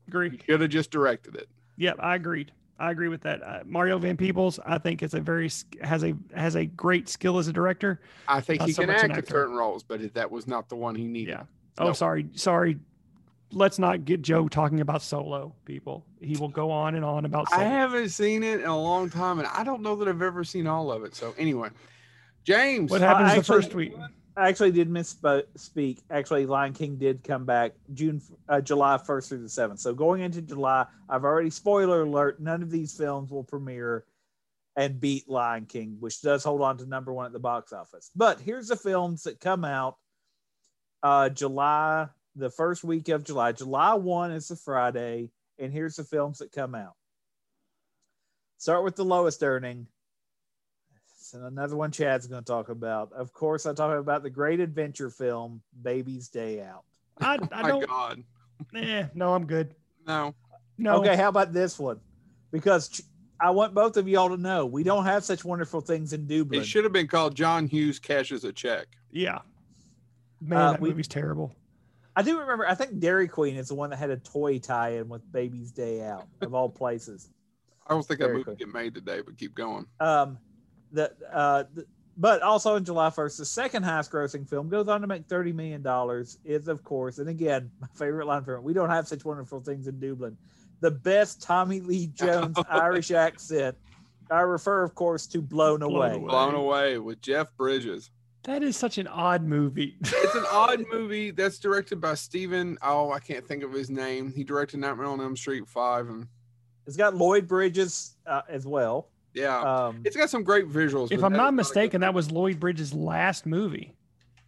S2: Agree.
S1: should have just directed it.
S2: Yep, I agreed. I agree with that. Uh, Mario Van Peebles, I think, is a very s- has a has a great skill as a director.
S1: I think
S2: Not
S1: he
S2: so
S1: can
S2: much an
S1: act in
S2: actor.
S1: certain roles, but that was not the one he needed.
S2: Yeah. Oh,
S1: No.
S2: sorry, sorry. Let's not get Joe talking about Solo, people. He will go on and on about
S1: I
S2: Solo.
S1: haven't seen it in a long time, and I don't know that I've ever seen all of it. So anyway, James,
S2: what happens the
S3: actually-
S2: first week?
S3: I actually did misspeak. Actually, Lion King did come back June, uh, July first through the seventh. So going into July, I've already spoiler alert. None of these films will premiere and beat Lion King, which does hold on to number one at the box office. But here's the films that come out uh, July, the first week of July. July one is a Friday, and here's the films that come out. Start with the lowest earning. So another one Chad's going to talk about. Of course, I talk about the great adventure film Baby's Day Out.
S2: I,
S1: Oh
S2: I
S1: my
S2: don't.
S1: God,
S2: Eh, no, I'm good.
S1: no,
S2: No.
S3: Okay, how about this one? Because Ch- I want both of y'all to know we don't have such wonderful things in Dublin.
S1: it should have been called John Hughes cashes a check. Uh,
S2: Yeah. Man,
S3: Uh,
S2: that
S3: we-
S2: movie's terrible.
S3: I do remember. I think Dairy Queen is the one that had a toy tie-in with Baby's Day Out of all places.
S1: I don't think that
S3: Very
S1: movie
S3: quick.
S1: get made today, but keep going.
S3: Um, the, uh, the, but also on July 1st, the second highest grossing film goes on to make $30 million is, of course, and again, my favorite line from it, we don't have such wonderful things in Dublin. The best Tommy Lee Jones Irish accent. I refer, of course, to Blown,
S2: Blown
S3: Away.
S2: Away.
S1: Blown away with Jeff Bridges.
S2: That is such an odd movie.
S1: It's an odd movie that's directed by Steven. Oh, I can't think of his name. He directed Nightmare on Elm Street Five, and
S3: It's got Lloyd Bridges uh, as well.
S1: yeah,
S3: Um,
S1: it's got some great visuals.
S2: Uh, if
S1: but
S2: I'm
S1: that is
S2: not
S1: a good-
S2: mistaken, that was Lloyd Bridges' last movie.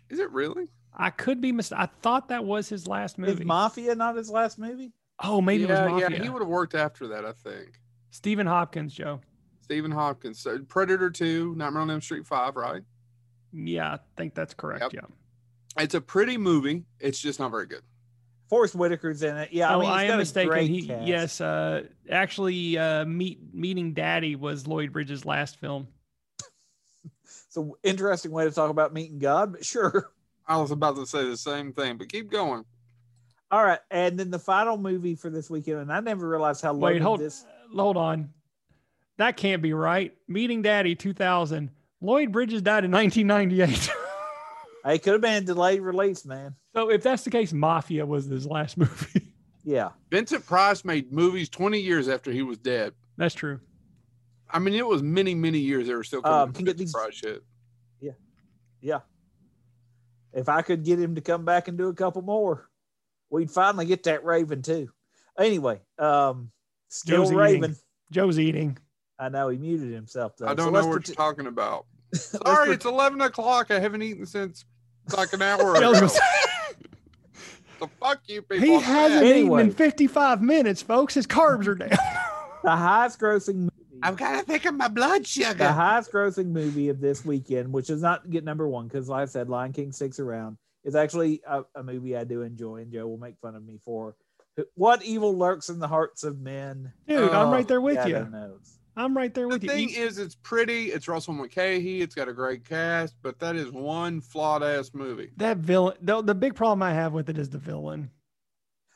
S1: is it really?
S2: I could be mis. I thought that was his last
S3: is
S2: movie.
S3: Mafia not his last movie?
S2: oh, maybe
S1: yeah,
S2: it was Mafia.
S1: yeah. He would have worked after that, I think.
S2: Stephen Hopkins, Joe.
S1: Stephen Hopkins. So Predator Two, Nightmare on Elm Street Five, right?
S2: Yeah, I think that's correct.
S1: Yep.
S2: Yeah.
S1: It's a pretty movie. It's just not very good.
S3: Forrest Whitaker's in it. Yeah,
S2: oh,
S3: I, mean, it's
S2: I
S3: got
S2: am
S3: a
S2: mistaken.
S3: great
S2: He,
S3: cast.
S2: yes, uh, actually, uh, meet meeting Daddy was Lloyd Bridges' last film.
S3: It's an interesting way to talk about meeting God, but sure.
S1: I was about to say the same thing, but keep going.
S3: All right, and then the final movie for this weekend, and I never realized how
S2: Wait,
S3: loaded
S2: hold,
S3: this.
S2: hold on. That can't be right. Meeting Daddy, two thousand. Lloyd Bridges died in nineteen ninety-eight.
S3: It could have been a delayed release, man.
S2: so if that's the case, Mafia was his last movie.
S3: Yeah,
S1: Vincent Price made movies 20 years after he was dead.
S2: that's true.
S1: I mean, it was many, many years they were still coming
S3: Um,
S1: up
S3: can
S1: with
S3: get these-
S1: Vincent Price shit.
S3: if I could get him to come back and do a couple more, we'd finally get that Raven too. Anyway, um, still
S2: Joe's eating.
S3: Raven.
S2: Joe's eating.
S3: I know he muted himself though.
S1: I
S3: So
S1: don't
S3: let's
S1: know what
S3: pret-
S1: you're talking about.
S3: let's
S1: Sorry,
S3: pret-
S1: it's 11 o'clock. I haven't eaten since like an hour
S2: Yeah, I
S1: ago.
S2: was gonna say-
S1: the fuck you people.
S2: he
S1: I'm
S2: hasn't
S1: mad.
S2: eaten
S3: Anyway.
S2: in fifty-five minutes, folks. His carbs are down.
S3: the highest grossing movie
S1: I've got to think of my blood sugar.
S3: The highest grossing movie of this weekend, which is not get number one because, like I said, Lion King sticks around, is actually a, a movie I do enjoy, and Joe will make fun of me for. What evil lurks in the hearts of men?
S2: Dude, I'm
S1: Oh,
S2: right there with
S3: God
S2: you.
S3: knows.
S2: I'm right there
S1: The
S2: with you.
S1: thing
S2: you.
S1: is, it's pretty. It's Russell McKay. It's got a great cast, but that is one flawed ass movie.
S2: that villain, the, the big problem I have with it is the villain.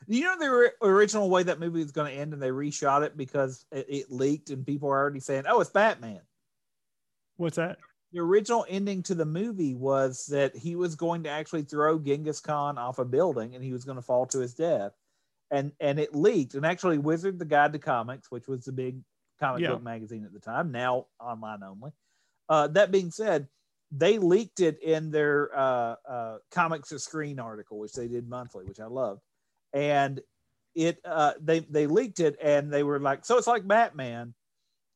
S3: You know the ri- original way that movie was going to end, and they reshot it because it, it leaked, and people are already saying, "Oh, it's Batman."
S2: What's that?
S3: The original ending to the movie was that he was going to actually throw Genghis Khan off a building, and he was going to fall to his death, and and it leaked. And actually, Wizard, the Guide to Comics, which was the big comic
S2: Yeah.
S3: book magazine at the time, now online only. Uh, that being said, they leaked it in their uh, uh, comics to screen article, which they did monthly, which I loved, and it uh, they they leaked it, and they were like, so it's like Batman,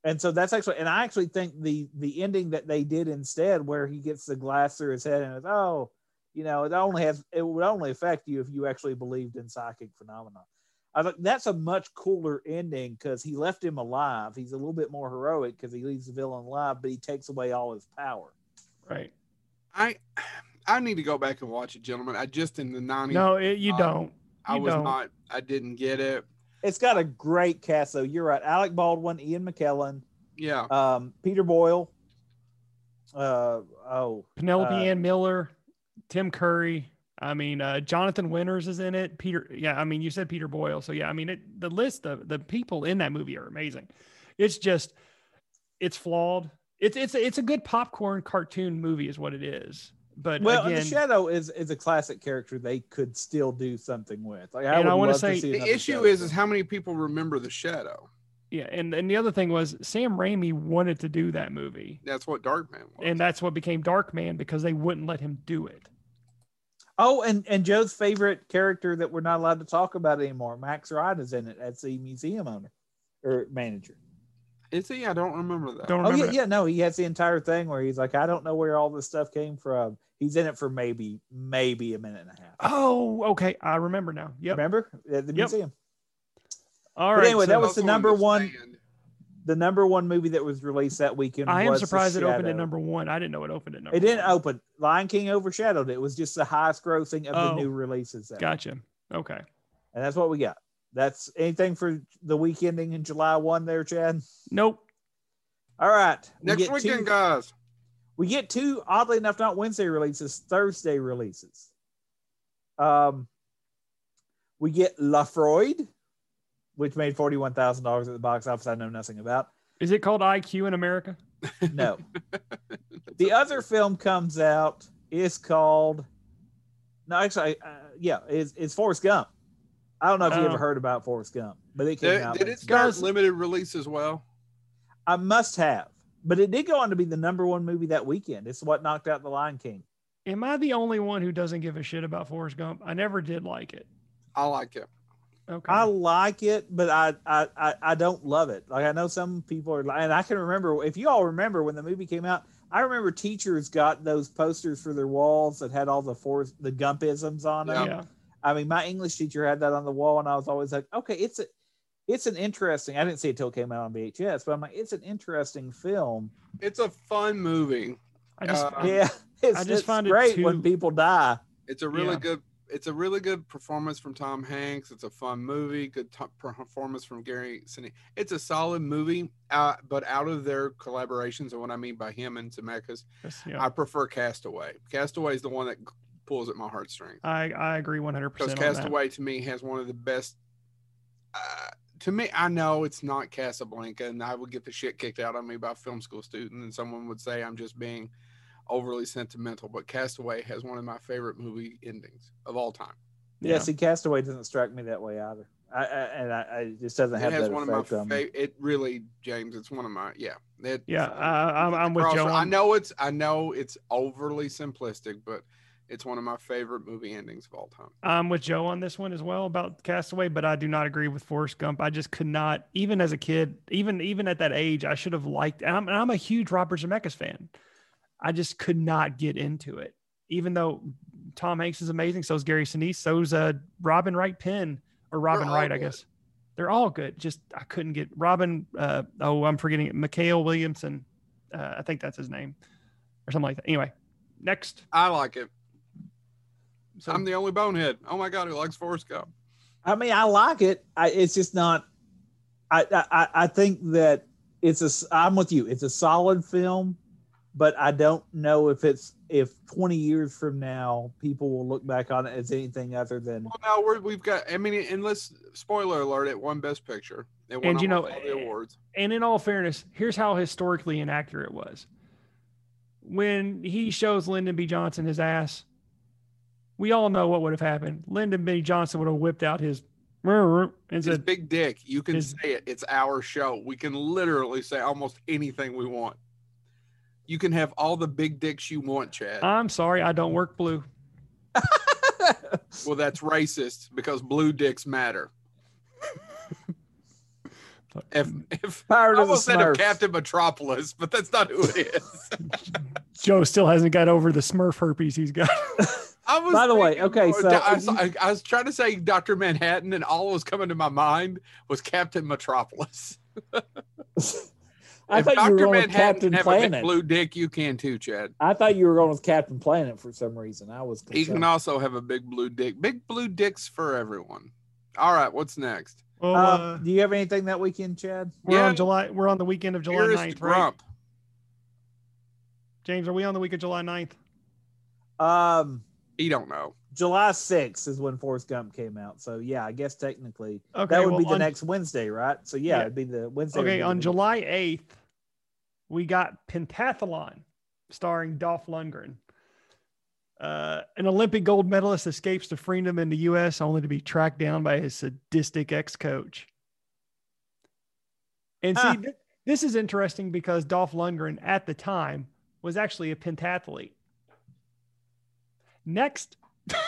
S3: and so that's actually, and I actually think the the ending that they did instead, where he gets the glass through his head, and it's oh, you know, it only has it would only affect you if you actually believed in psychic phenomena. I think that's a much cooler ending because he left him alive. He's a little bit more heroic because he leaves the villain alive, but he takes away all his power.
S2: Right.
S1: I I need to go back and watch it, gentlemen. I just in the 90s,
S2: No, it, you
S1: uh,
S2: don't.
S1: I
S2: you
S1: was
S2: don't.
S1: not. I didn't get it.
S3: It's got a great cast, though. You're right. Alec Baldwin, Ian McKellen,
S1: Yeah,
S3: um, Peter Boyle. Uh, oh,
S2: Penelope
S3: uh,
S2: Ann Miller, Tim Curry. I mean, uh, Jonathan Winters is in it. Peter, yeah. I mean, you said Peter Boyle, so yeah. I mean, it, the list of the people in that movie are amazing. It's just, it's flawed. It's it's it's a good popcorn cartoon movie, is what it is. But
S3: well, and
S2: again,
S3: the Shadow is is a classic character they could still do something with. Like, I
S2: And I
S3: would
S2: wanna
S3: love
S2: say-
S3: to see
S1: the
S3: another
S1: issue
S3: Shadow
S1: is is
S3: film.
S1: how many people remember the shadow.
S2: yeah. And and the other thing was Sam Raimi wanted to do that movie,
S1: That's what Darkman was.
S2: and that's what became Dark Man because they wouldn't let him do it.
S3: oh, and and Joe's favorite character that we're not allowed to talk about anymore, Max Rod, is in it as the museum owner or manager.
S1: is he? I don't remember that.
S2: Don't
S3: Oh
S2: remember.
S3: yeah,
S2: that.
S3: yeah, no, he has the entire thing where he's like, I don't know where all this stuff came from. He's in it for maybe, maybe a minute and a half.
S2: Oh, okay. I remember now. Yep.
S3: Remember at the
S2: Yep.
S3: museum?
S2: All
S3: But
S2: right.
S3: anyway, that
S2: so-
S3: was the
S1: Also
S3: number one-
S1: understand-
S3: The number one movie that was released that weekend.
S2: I am
S3: was The
S2: surprised it opened
S3: Shadow.
S2: at number one. I didn't know it opened at number.
S3: It didn't
S2: one.
S3: open. Lion King overshadowed it. It was just the highest grossing of
S2: Oh.
S3: the new releases. That
S2: Gotcha. Okay.
S3: and that's what we got. That's anything for the week ending in July one there, Chad.
S2: Nope.
S3: All right. we
S1: Next
S3: get
S1: weekend,
S3: two-
S1: guys.
S3: we get two oddly enough not wednesday releases thursday releases um we get la freud which made $41000 at the box office i know nothing about
S2: Is it called IQ in America?
S3: no the other film comes out is called no actually uh, yeah is is forrest gump i don't know if you
S2: Oh.
S3: ever heard about forrest gump but it came
S1: Did,
S3: out
S1: did it
S3: last
S1: start
S2: Guys-
S1: limited release as well?
S3: I must have. But it did go on to be the number one movie that weekend. It's what knocked out The Lion King.
S2: Am I the only one who doesn't give a shit about Forrest Gump? I never did like it.
S1: I like it.
S2: Okay.
S3: I like it, but I, I I I don't love it. Like I know some people are, like- and I can remember if you all remember when the movie came out. I remember teachers got those posters for their walls that had all the four the Gumpisms on them.
S2: yeah.
S3: I mean, my English teacher had that on the wall, and I was always like, okay, it's a, it's an interesting. I didn't see it till it came out on VHS, but I'm like, it's an interesting film.
S1: It's a fun movie.
S2: I just
S1: Uh,
S3: yeah, it's,
S2: I just
S3: it's
S2: find it
S3: great
S2: too-
S3: when people die.
S1: It's a really
S2: Yeah.
S1: good. It's a really good performance from Tom Hanks. It's a fun movie. Good to- performance from Gary Sinise. It's a solid movie, uh, but out of their collaborations and what I mean by him and Zemeckis,
S2: that's- yeah.
S1: I prefer Castaway. Castaway is the one that g- pulls at my heartstrings
S2: I, I agree 100
S1: because
S2: percent on that.
S1: Castaway to me has one of the best. Uh, to me, I know it's not Casablanca, and I would get the shit kicked out of me by a film school student, and someone would say I'm just being overly sentimental. But Castaway has one of my favorite movie endings of all time.
S3: Yeah,
S2: Yeah.
S3: see, Castaway doesn't strike me that way either. I, I and I, I it just doesn't
S1: It
S3: have
S1: has
S3: that
S1: one of my
S3: effect on me.
S1: favorite. It really, James. It's one of my yeah. It,
S2: Yeah. I, I'm,
S1: it's uh,
S2: I'm with
S1: across-
S2: Joe.
S1: I
S2: on-
S1: know it's I know it's overly simplistic, but it's one of my favorite movie endings of all time.
S2: I'm with Joe on this one as well about Castaway, but I do not agree with Forrest Gump. I just could not, even as a kid, even even at that age, I should have liked. And I'm, and I'm a huge Robert Zemeckis fan. I just could not get into it, even though Tom Hanks is amazing. So is Gary Sinise. So's uh, Robin Wright Penn or Robin
S1: all
S2: Wright, I
S1: good.
S2: guess. They're all good. Just I couldn't get Robin. Uh, oh, I'm forgetting it. Mikhail Williamson. Uh, I think that's his name, or something like that. Anyway, next.
S1: I like it.
S2: So
S1: I'm the only bonehead. Oh my god, who likes Forrest Gump?
S3: I mean, I like it. I, it's just not. I, I I- I think that it's a. s- I'm with you. It's a solid film, but I don't know if it's if 20 years from now people will look back on it as anything other than.
S1: Well, now we're, we've got. I mean, and let's spoiler alert: it won Best Picture. It won
S2: And you
S1: almost
S2: know,
S1: all the awards.
S2: and in all fairness, here's how historically inaccurate it was. When he shows Lyndon B. Johnson his ass, we all know what would have happened. Lyndon B. Johnson would have whipped out his and
S1: It's
S2: said,
S1: big dick. You can
S2: is-
S1: say it. It's our show. We can literally say almost anything we want. You can have all the big dicks you want, Chad.
S2: I'm sorry, I don't work blue.
S1: well, that's racist because blue dicks matter. if if
S3: Power
S1: I
S3: to the
S1: almost said of
S3: Smurfs.
S1: Captain Metropolis, but that's not who it is.
S2: Joe still hasn't got over the smurf herpes he's got.
S1: I was
S3: By the way,
S1: thinking
S3: okay,
S1: more-
S3: so-
S1: I, was, I, I was trying to say Dr. Manhattan, and all that was coming to my mind was Captain Metropolis.
S3: I
S1: if
S3: thought
S1: Dr.
S3: you were going with
S1: Manhattan
S3: Captain
S1: can have a big
S3: Planet.
S1: blue dick, you can too, Chad.
S3: I thought you were going with Captain Planet for some reason. I was.
S1: He can
S3: concerned.
S1: also have a big blue dick. Big blue dicks for everyone. All right, what's next?
S2: Well, uh,
S3: Um, do you have anything that weekend, Chad?
S2: we're
S1: yeah.
S2: on July. We're on the weekend of July
S1: Dearest
S2: 9th, right?
S1: Grump.
S2: James, are we on the week of July 9th?
S3: Um,
S1: He don't know.
S3: July 6th is when Forrest Gump came out. So yeah, I guess technically
S2: Okay,
S3: that would
S2: well,
S3: be the
S2: on-
S3: next Wednesday, right? So yeah,
S2: Yeah.
S3: it'd be the Wednesday. would be
S2: Okay,
S3: the
S2: on
S3: week.
S2: July 8th, we got Pentathlon starring Dolph Lundgren. Uh, an Olympic gold medalist escapes to freedom in the U.S. only to be tracked down by his sadistic ex coach. And see,
S1: Ah.
S3: Huh.
S2: th- this is interesting because Dolph Lundgren at the time was actually a pentathlete. Next,
S1: Dolph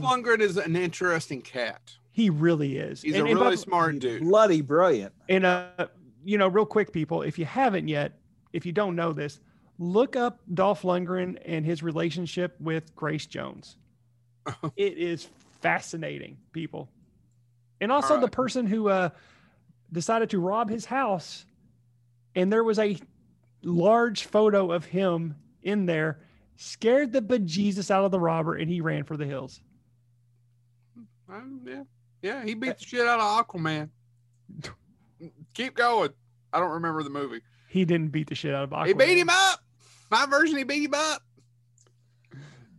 S3: Um,
S1: Lundgren is an interesting cat.
S2: he really is.
S1: He's
S2: And-
S1: a
S2: and by
S1: really
S2: the-
S1: smart dude.
S3: bloody brilliant.
S2: And uh, you know, real quick, people, if you haven't yet, if you don't know this, look up Dolph Lundgren and his relationship with Grace Jones. it is fascinating, people. And also
S1: All
S2: the
S1: right.
S2: person who uh, decided to rob his house, and there was a large photo of him in there, scared the bejesus out of the robber, and he ran for the hills.
S1: Um, yeah, yeah, he beat the shit out of Aquaman. Keep going. I don't remember the movie.
S2: He didn't beat the shit out of Aquaman.
S1: He beat him up. My version, he beat him up.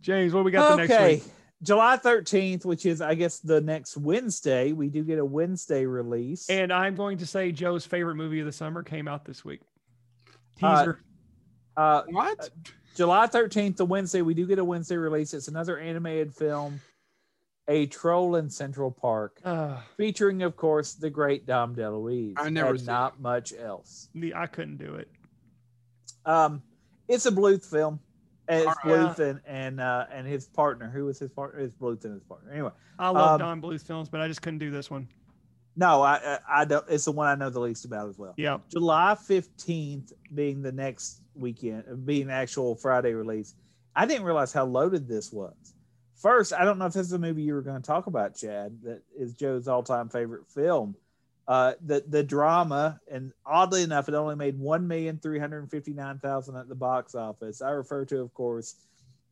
S2: James, what do we got the next week?
S3: July 13th, which is, I guess, the next Wednesday. We do get a Wednesday release.
S2: And I'm going to say Joe's favorite movie of the summer came out this week.
S3: Uh,
S2: Teaser.
S3: uh,
S1: What?
S3: July 13th, the Wednesday, we do get a Wednesday release. It's another animated film, A Troll in Central Park,
S2: Uh,
S3: featuring, of course, the great Dom DeLuise.
S1: I never
S3: and
S1: seen
S3: not much else.
S2: the- I couldn't do it.
S3: Um, it's a Bluth film. And it's
S1: All
S2: right.
S3: Bluth and and, uh, and his partner. Who was his partner? It's Bluth and his partner. Anyway,
S2: I love Don
S3: Um,
S2: Bluth films, but I just couldn't do this one.
S3: no, I, I I don't. It's the one I know the least about as well.
S2: Yeah.
S3: July 15th being the next weekend, being the actual Friday release, I didn't realize how loaded this was. First, I don't know if this is a movie you were going to talk about, Chad, that is Joe's all time favorite film. Uh, the, the drama, and oddly enough, it only made 1,359,000 at the box office. I refer to, of course,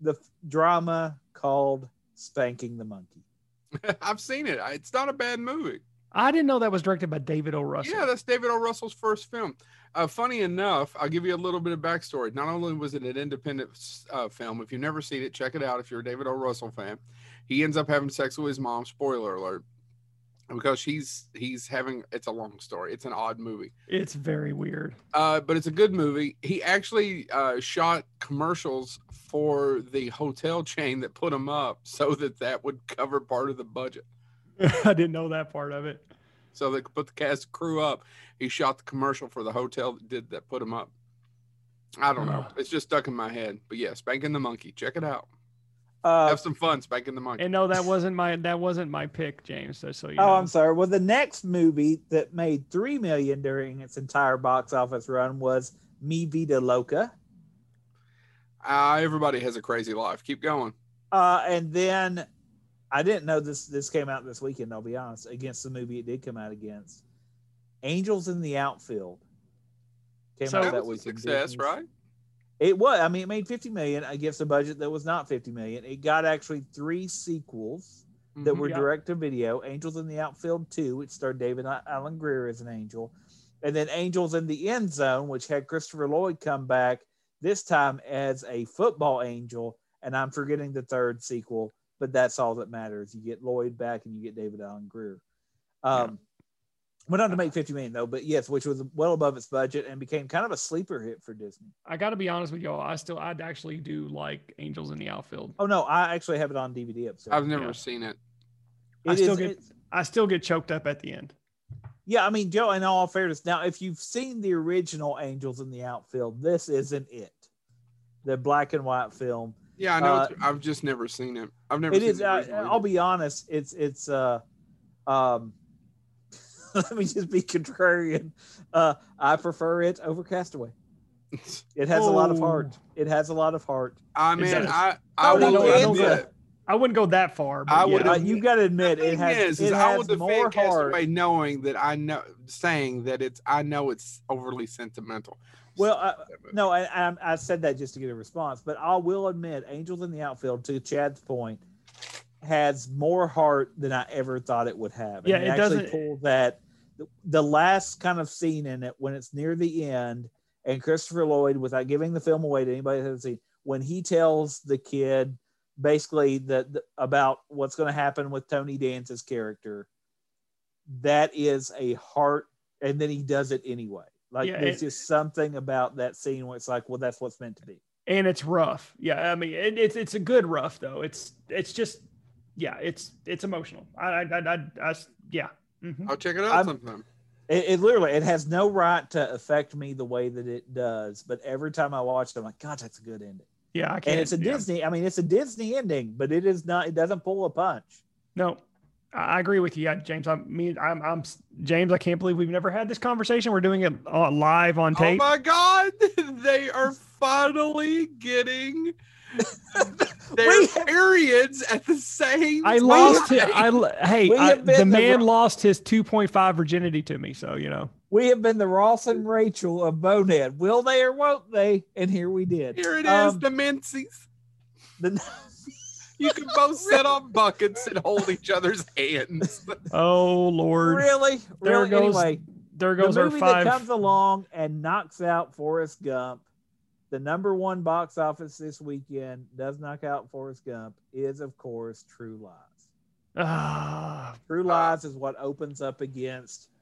S3: the f- drama called Spanking the Monkey.
S1: I've seen it. I- It's not a bad movie.
S2: I didn't know that was directed by David O. Russell.
S1: Yeah, that's David O. Russell's first film. Uh, funny enough, I'll give you a little bit of backstory. Not only was it an independent uh, film, if you've never seen it, check it out. If you're a David O. Russell fan, he ends up having sex with his mom. Spoiler alert, because she's he's having. It's a long story. It's an odd movie.
S2: It's very weird.
S1: uh, but it's a good movie. He actually uh, shot commercials for the hotel chain that put him up, so that that would cover part of the budget,
S2: I didn't know that part of it.
S1: so they could put the cast and crew up. He shot the commercial for the hotel that did that put him up. I don't know.
S2: Ah.
S1: It's just stuck in my head. But yeah, spanking the monkey. Check it out.
S3: Uh,
S1: Have some fun spanking the monkey.
S2: And no, that wasn't my that wasn't my pick, James. So, so you
S3: Oh,
S2: know.
S3: I'm sorry. Well, the next movie that made three million during its entire box office run was Mi Vida Loca,
S1: Uh, everybody has a crazy life. Keep going.
S3: uh, and then I didn't know this this came out this weekend. I'll be honest. Against the movie it did come out against, Angels in the Outfield. Came
S2: So-
S1: That,
S2: That
S1: was a
S3: weekend,
S1: success,
S3: didn't it?
S1: right?
S3: It was. I mean, it made fifty million against a budget that was not fifty million. It got actually three sequels that
S1: Mhm.
S3: were
S2: Mm-hmm. Yeah.
S3: direct to video. Angels in the Outfield Two, which starred David A- Alan Greer as an angel, and then Angels in the End Zone, which had Christopher Lloyd come back this time as a football angel. And I'm forgetting the third sequel, but that's all that matters. You get Lloyd back and you get David Alan Greer. Um, Went on to make 50 million though, but yes, which was well above its budget and became kind of a sleeper hit for Disney.
S2: I got to be honest with y'all. I still, I'd actually do like Angels in the Outfield.
S3: Oh no, I actually have it on DVD up. So
S1: I've never
S2: Yeah.
S1: seen it.
S2: I
S3: It
S2: still
S3: is-
S2: get-
S3: it's-
S2: I still get choked up at the end.
S3: yeah, I mean, Joe, in all fairness, now if you've seen the original Angels in the Outfield, this isn't it. The black and white film.
S1: Yeah, I know.
S3: Uh,
S1: it's- I've just never seen it. I've never
S3: It
S1: seen
S3: is.
S1: the
S3: I,
S1: original either.
S3: I'll be honest. It's it's. uh um Let me just be contrarian. Uh I prefer it over Castaway. It has a lot of
S2: Oh.
S3: heart. It has a lot of heart.
S1: I
S2: It
S1: mean,
S2: does.
S1: I I
S3: Oh,
S1: will
S2: no, I don't
S1: admit.
S2: I wouldn't go that far. But
S1: I
S2: yeah.
S1: would-
S3: Uh, you got to admit, it
S1: thing
S3: has.
S1: is, is
S3: it
S1: I will
S3: has more
S1: defend
S3: heart.
S1: Castaway knowing that I know, saying that it's, I know it's overly sentimental.
S3: Well, uh, No, I, I, I said that just to get a response, but I will admit, Angels in the Outfield, to Chad's point, has more heart than I ever thought it would have.
S2: Yeah,
S3: it,
S2: it
S3: actually
S2: doesn't-
S3: pulls that the, the last kind of scene in it when it's near the end, and Christopher Lloyd, without giving the film away to anybody that hasn't seen, when he tells the kid basically that the, about what's going to happen with Tony Dance's character, that is a heart and then he does it anyway. Like
S2: Yeah,
S3: there's
S2: it-
S3: just something about that scene where it's like, well, that's what's meant to be.
S2: and it's rough. Yeah, I mean, it, it's it's a good rough though. It's it's just yeah, it's it's emotional. I I I, I, I s- yeah. Mhm.
S1: I'll check it out
S3: I'm-
S1: sometime.
S3: It, it literally it has no right to affect me the way that it does. But every time I watch it, I'm like, God, that's a good ending.
S2: Yeah, I can't.
S3: And it's a
S2: yeah.
S3: Disney. I mean, it's a Disney ending, but it is not. It doesn't pull a punch.
S2: No, I I agree with you, yeah, James. I mean, I'm, I'm James. I can't believe we've never had this conversation. We're doing it uh, live on
S1: Oh
S2: tape.
S1: my God, they are finally getting their
S3: We-
S1: periods at the same
S2: I
S1: time.
S2: lost. It. I l- hey,
S3: We
S2: I-
S3: have been
S2: the
S3: the
S2: man
S3: ro-
S2: lost his 2.5 virginity to me. So you know,
S3: We have been the Ross and Rachel of Bonehead. Will they or won't they? And here we did.
S1: Here it is,
S3: Um,
S1: the Menzies.
S3: The-
S1: You can both sit on buckets and hold each other's hands.
S2: oh lord,
S3: really,
S2: There
S3: really.
S2: goes
S3: anyway,
S2: there
S3: the
S2: goes our
S3: movie that comes
S2: five.
S3: along and knocks out Forrest Gump, the number one box office this weekend, does knock out Forrest Gump, is of course True Lies.
S2: Ah,
S3: True Lies is what opens up against.
S1: Uh,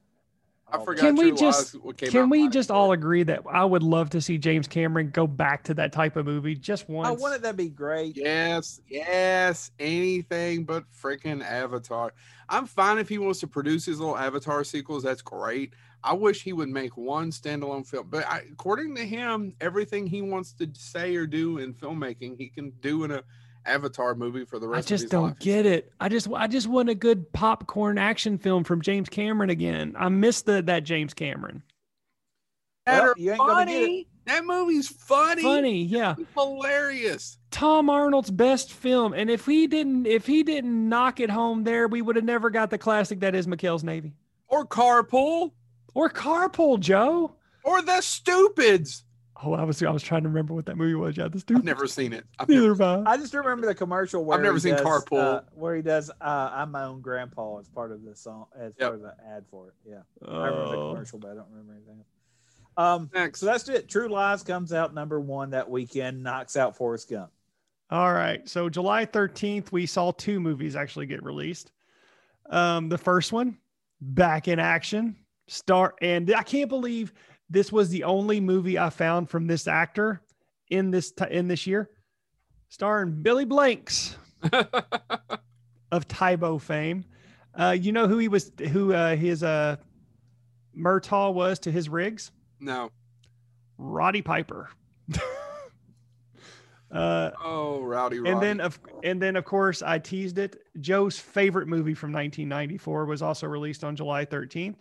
S3: Oh
S1: I forgot.
S2: Can we
S1: True Lies
S2: just-
S1: came
S2: Can
S1: out
S2: we
S1: last
S2: just
S1: year.
S2: all agree that I would love to see James Cameron go back to that type of movie just once?
S3: I wanted that'd be great.
S1: Yes, yes, anything but freaking Avatar. I'm fine if he wants to produce his little Avatar sequels. That's great. I wish he would make one standalone film, but I, according to him, everything he wants to say or do in filmmaking, he can do in a Avatar movie for the
S2: I
S1: rest.
S2: just
S1: of his
S2: don't
S1: life.
S2: get it. I just I just want a good popcorn action film from James Cameron again. I miss the, that James Cameron.
S3: Well,
S1: Better
S3: you ain't gonna get it.
S2: Funny,
S1: That movie's funny,
S2: funny, yeah.
S1: hilarious.
S2: Tom Arnold's best film, and if he didn't if he didn't knock it home there, we would have never got the classic that is McHale's Navy
S1: Or Carpool,
S2: or Carpool Joe.
S1: or The Stupids.
S2: Oh, I was I was trying to remember what that movie was. Yeah, this
S1: I've
S2: dude.
S1: never seen it. I've
S2: Neither
S1: never,
S2: of us.
S3: I just remember the commercial where
S1: never
S3: he
S1: seen
S3: does,
S1: Carpool.
S3: uh, where he does uh, "I'm my own grandpa" as part of the song, as
S1: Yep.
S3: part of the ad for it. Yeah, I remember the
S2: Oh.
S3: commercial, but I don't remember anything. else. Um,
S1: next.
S3: So that's it. True Lies comes out number one that weekend, knocks out Forrest Gump.
S2: All right. So July 13th, we saw two movies actually get released. Um, the first one, Back in Action, star, and I can't believe this was the only movie I found from this actor in this ti- in this year, starring Billy Blanks of Tybo fame. Uh, you know who he was, who uh, his uh, Murtaugh was to his rigs.
S1: no.
S2: Roddy Piper. uh,
S1: Oh, Rowdy. Roddy.
S2: and then of and then of course I teased it. Joe's favorite movie from 1994 was also released on July 13th.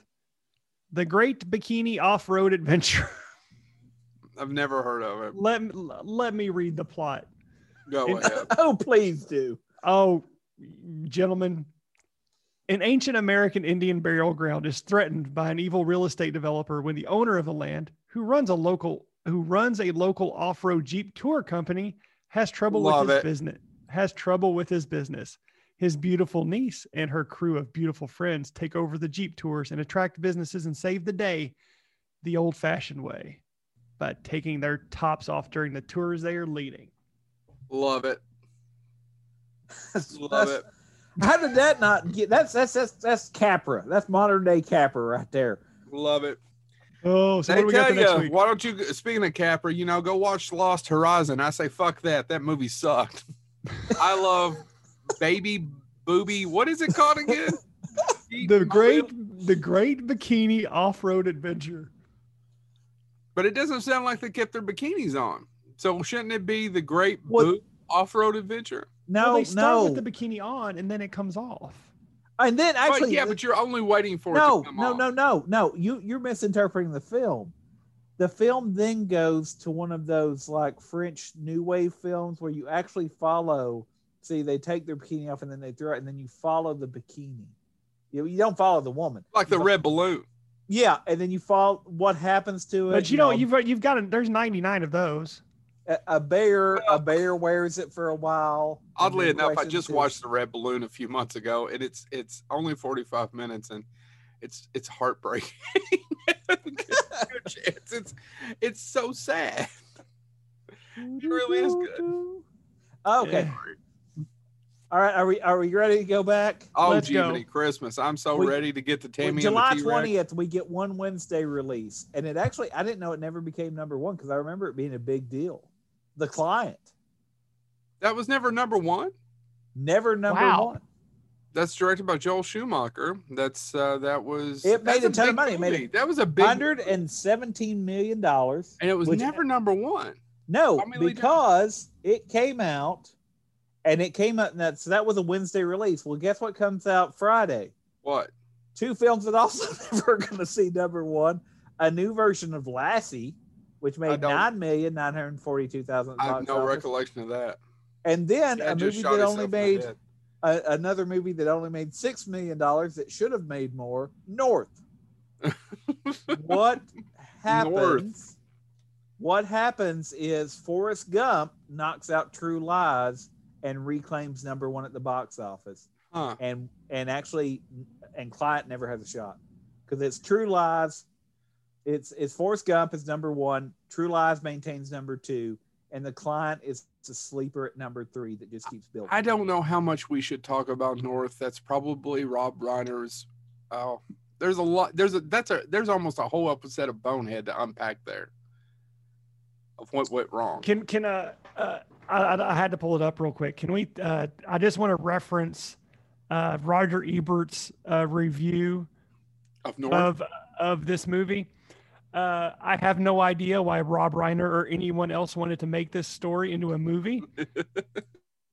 S2: The Great Bikini Off-Road Adventure.
S1: I've never heard of it.
S2: let me- let me read the plot.
S1: Go
S2: And-
S1: ahead.
S3: Oh, please do.
S2: Oh, gentlemen, an ancient American Indian burial ground is threatened by an evil real estate developer when the owner of the land, who runs a local who runs a local off-road Jeep tour company, has trouble
S1: Love
S2: with his
S1: it.
S2: business. Has trouble with his business. His beautiful niece and her crew of beautiful friends take over the Jeep tours and attract businesses and save the day the old-fashioned way by taking their tops off during the tours they are leading.
S1: Love it.
S3: That's-
S1: Love it.
S3: How did that not get? That's that's that's that's Capra. That's modern day Capra right there.
S1: Love it.
S2: Oh, so what
S1: they
S2: do we got
S1: tell
S2: for next
S1: you,
S2: week?
S1: why don't you, speaking of Capra, you know, go watch Lost Horizon. I say, fuck that. That movie sucked. I love Baby Booby. What is it called again?
S2: The great, the great bikini off-road adventure.
S1: But it doesn't sound like they kept their bikinis on. So shouldn't it be the great
S3: What-
S1: boot off road adventure?
S3: No,
S2: well, they start
S3: no,
S2: with the bikini on and then it comes off.
S3: and then
S1: But
S3: actually,
S1: yeah, but you're only waiting for it
S3: no,
S1: to come
S3: no,
S1: off.
S3: no, no, no. You you're misinterpreting the film. The film then goes to one of those like French New Wave films where you actually follow. See, they take their bikini off and then they throw it, and then you follow the bikini. You, you don't follow the woman.
S1: Like the red balloon.
S3: Yeah, and then you follow what happens to it.
S2: But you know,
S3: know,
S2: you've you've got a, there's 99 of those.
S3: a, a bear a bear wears it for a while and
S1: Oddly
S3: then
S1: enough, I
S3: races
S1: just
S3: to-
S1: watched the red balloon a few months ago, and it's it's only 45 minutes, and it's it's heartbreaking. it's, it's it's so sad. It really is good.
S3: Oh, okay
S2: Yeah.
S3: all right are we are we ready to go back
S1: Oh,
S2: Let's go.
S1: Jiminy Christmas! I'm so
S3: We-
S1: ready to get to
S3: Well,
S1: Tammy
S3: july
S1: and the T-Rex.
S3: 20th we get one wednesday release and it actually i didn't know it never became number one because i remember it being a big deal the client
S1: That was never number one.
S3: never number
S2: Wow.
S3: one
S1: That's directed by Joel Schumacher. That's uh, that was
S3: It made
S1: that's
S3: a ton
S1: big
S3: of money. It made
S1: movie. that was a big
S3: 117 million dollars
S1: and it was
S3: which-
S1: never number one.
S3: No,
S1: Tommy Lee Jones.
S3: because it came out and it came out. and That, so that was a Wednesday release. Well, guess what comes out Friday?
S1: What?
S3: Two films that also never going to see number one a new version of Lassie, which made
S1: don't-
S3: $9,942,000.
S1: I have
S3: box
S1: no
S3: office.
S1: recollection of that.
S3: And then
S1: Dad
S3: a
S1: just
S3: movie
S1: shot
S3: that
S1: himself
S3: only
S1: in the
S3: made
S1: head.
S3: a, another movie that only made $6 million that should have made more North. what happens? What happens is Forrest Gump knocks out True Lies and reclaims number one at the box office,
S1: Huh.
S3: and and actually, and Client never has a shot because it's True Lies. It's it's Forrest Gump is number one. True Lies maintains number two, and the Client is the sleeper at number three that just keeps building.
S1: I don't know how much we should talk about North. That's probably Rob Reiner's. Oh, there's a lot. There's a that's a there's almost a whole episode of Bonehead to unpack there. Of what went wrong.
S2: Can can uh, uh I, I I had to pull it up real quick. Can we? Uh, I just want to reference uh, Roger Ebert's uh, review
S1: Of North.
S2: of of this movie. Uh, I have no idea why Rob Reiner or anyone else wanted to make this story into a movie.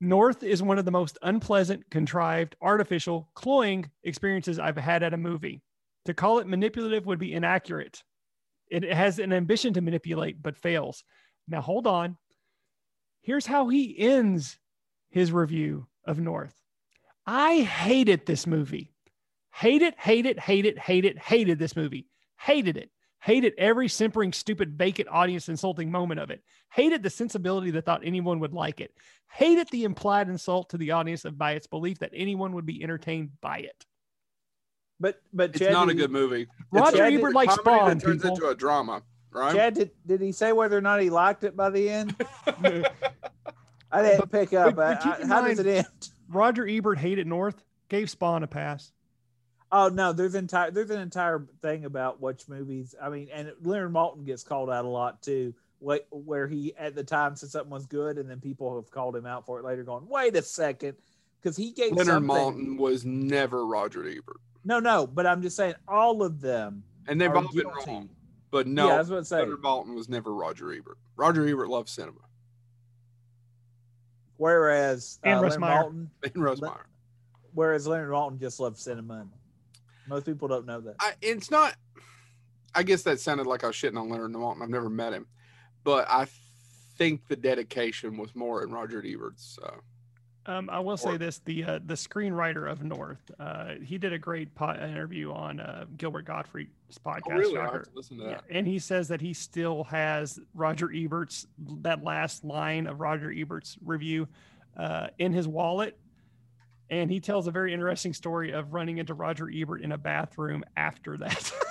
S2: North is one of the most unpleasant, contrived, artificial, cloying experiences I've had at a movie. To call it manipulative would be inaccurate. It has an ambition to manipulate, but fails. Now, hold on. Here's how he ends his review of North I hated this movie. Hate it, hate it, hate it, hate it, hated this movie. Hated it. Hated every simpering, stupid, vacant, audience insulting moment of it. Hated the sensibility that thought anyone would like it. Hated the implied insult to the audience of by its belief that anyone would be entertained by it.
S3: but but
S1: it's
S3: Chad,
S1: not a
S3: did he-
S1: good movie.
S2: Roger
S1: it's a-
S2: Ebert
S1: it's a
S2: likes
S1: comedy
S2: Spawn,
S1: That turns
S2: people.
S1: into a drama, right?
S3: Chad did, did he say whether or not he liked it by the end? I didn't pick
S2: but-
S3: up.
S2: but
S3: I-
S2: keep
S3: I-
S2: in
S3: how does it
S2: mind-
S3: end?
S2: Roger Ebert hated North, gave Spawn a pass.
S3: Oh no, there's entire there's an entire thing about which movies. I mean, and Leonard Malton gets called out a lot too. Wait, where he at the time said something was good, and then people have called him out for it later, going, "Wait a second, because he gave
S1: Leonard
S3: something-
S1: Maltin was never Roger Ebert,
S3: No, no, but I'm just saying all of them.
S1: and they've
S3: are
S1: all been
S3: guilty.
S1: wrong. But
S3: No,
S1: no,
S3: yeah, that's what I'm saying.
S1: Leonard Maltin was never Roger Ebert. Roger Ebert loved cinema
S3: Whereas uh,
S2: And Russ
S3: Leonard
S2: Meyer.
S3: Malton,
S1: and Rosemeyer.
S3: whereas Leonard Malton just loved cinema. and Most people don't know that.
S1: I, it's not. I guess that sounded like I was shitting on Leonard Maltin. I've never met him, but I think the dedication was more in Roger Ebert's. Uh,
S2: Um, I will say this: the uh, the screenwriter of North, uh, he did a great po- interview on uh, Gilbert Gottfried's podcast.
S1: Oh, really?
S2: I
S1: I
S2: heard.
S1: have to listen to that.
S2: Yeah, and he says that he still has Roger Ebert's that last line of Roger Ebert's review uh, in his wallet, and he tells a very interesting story of running into Roger Ebert in a bathroom after that.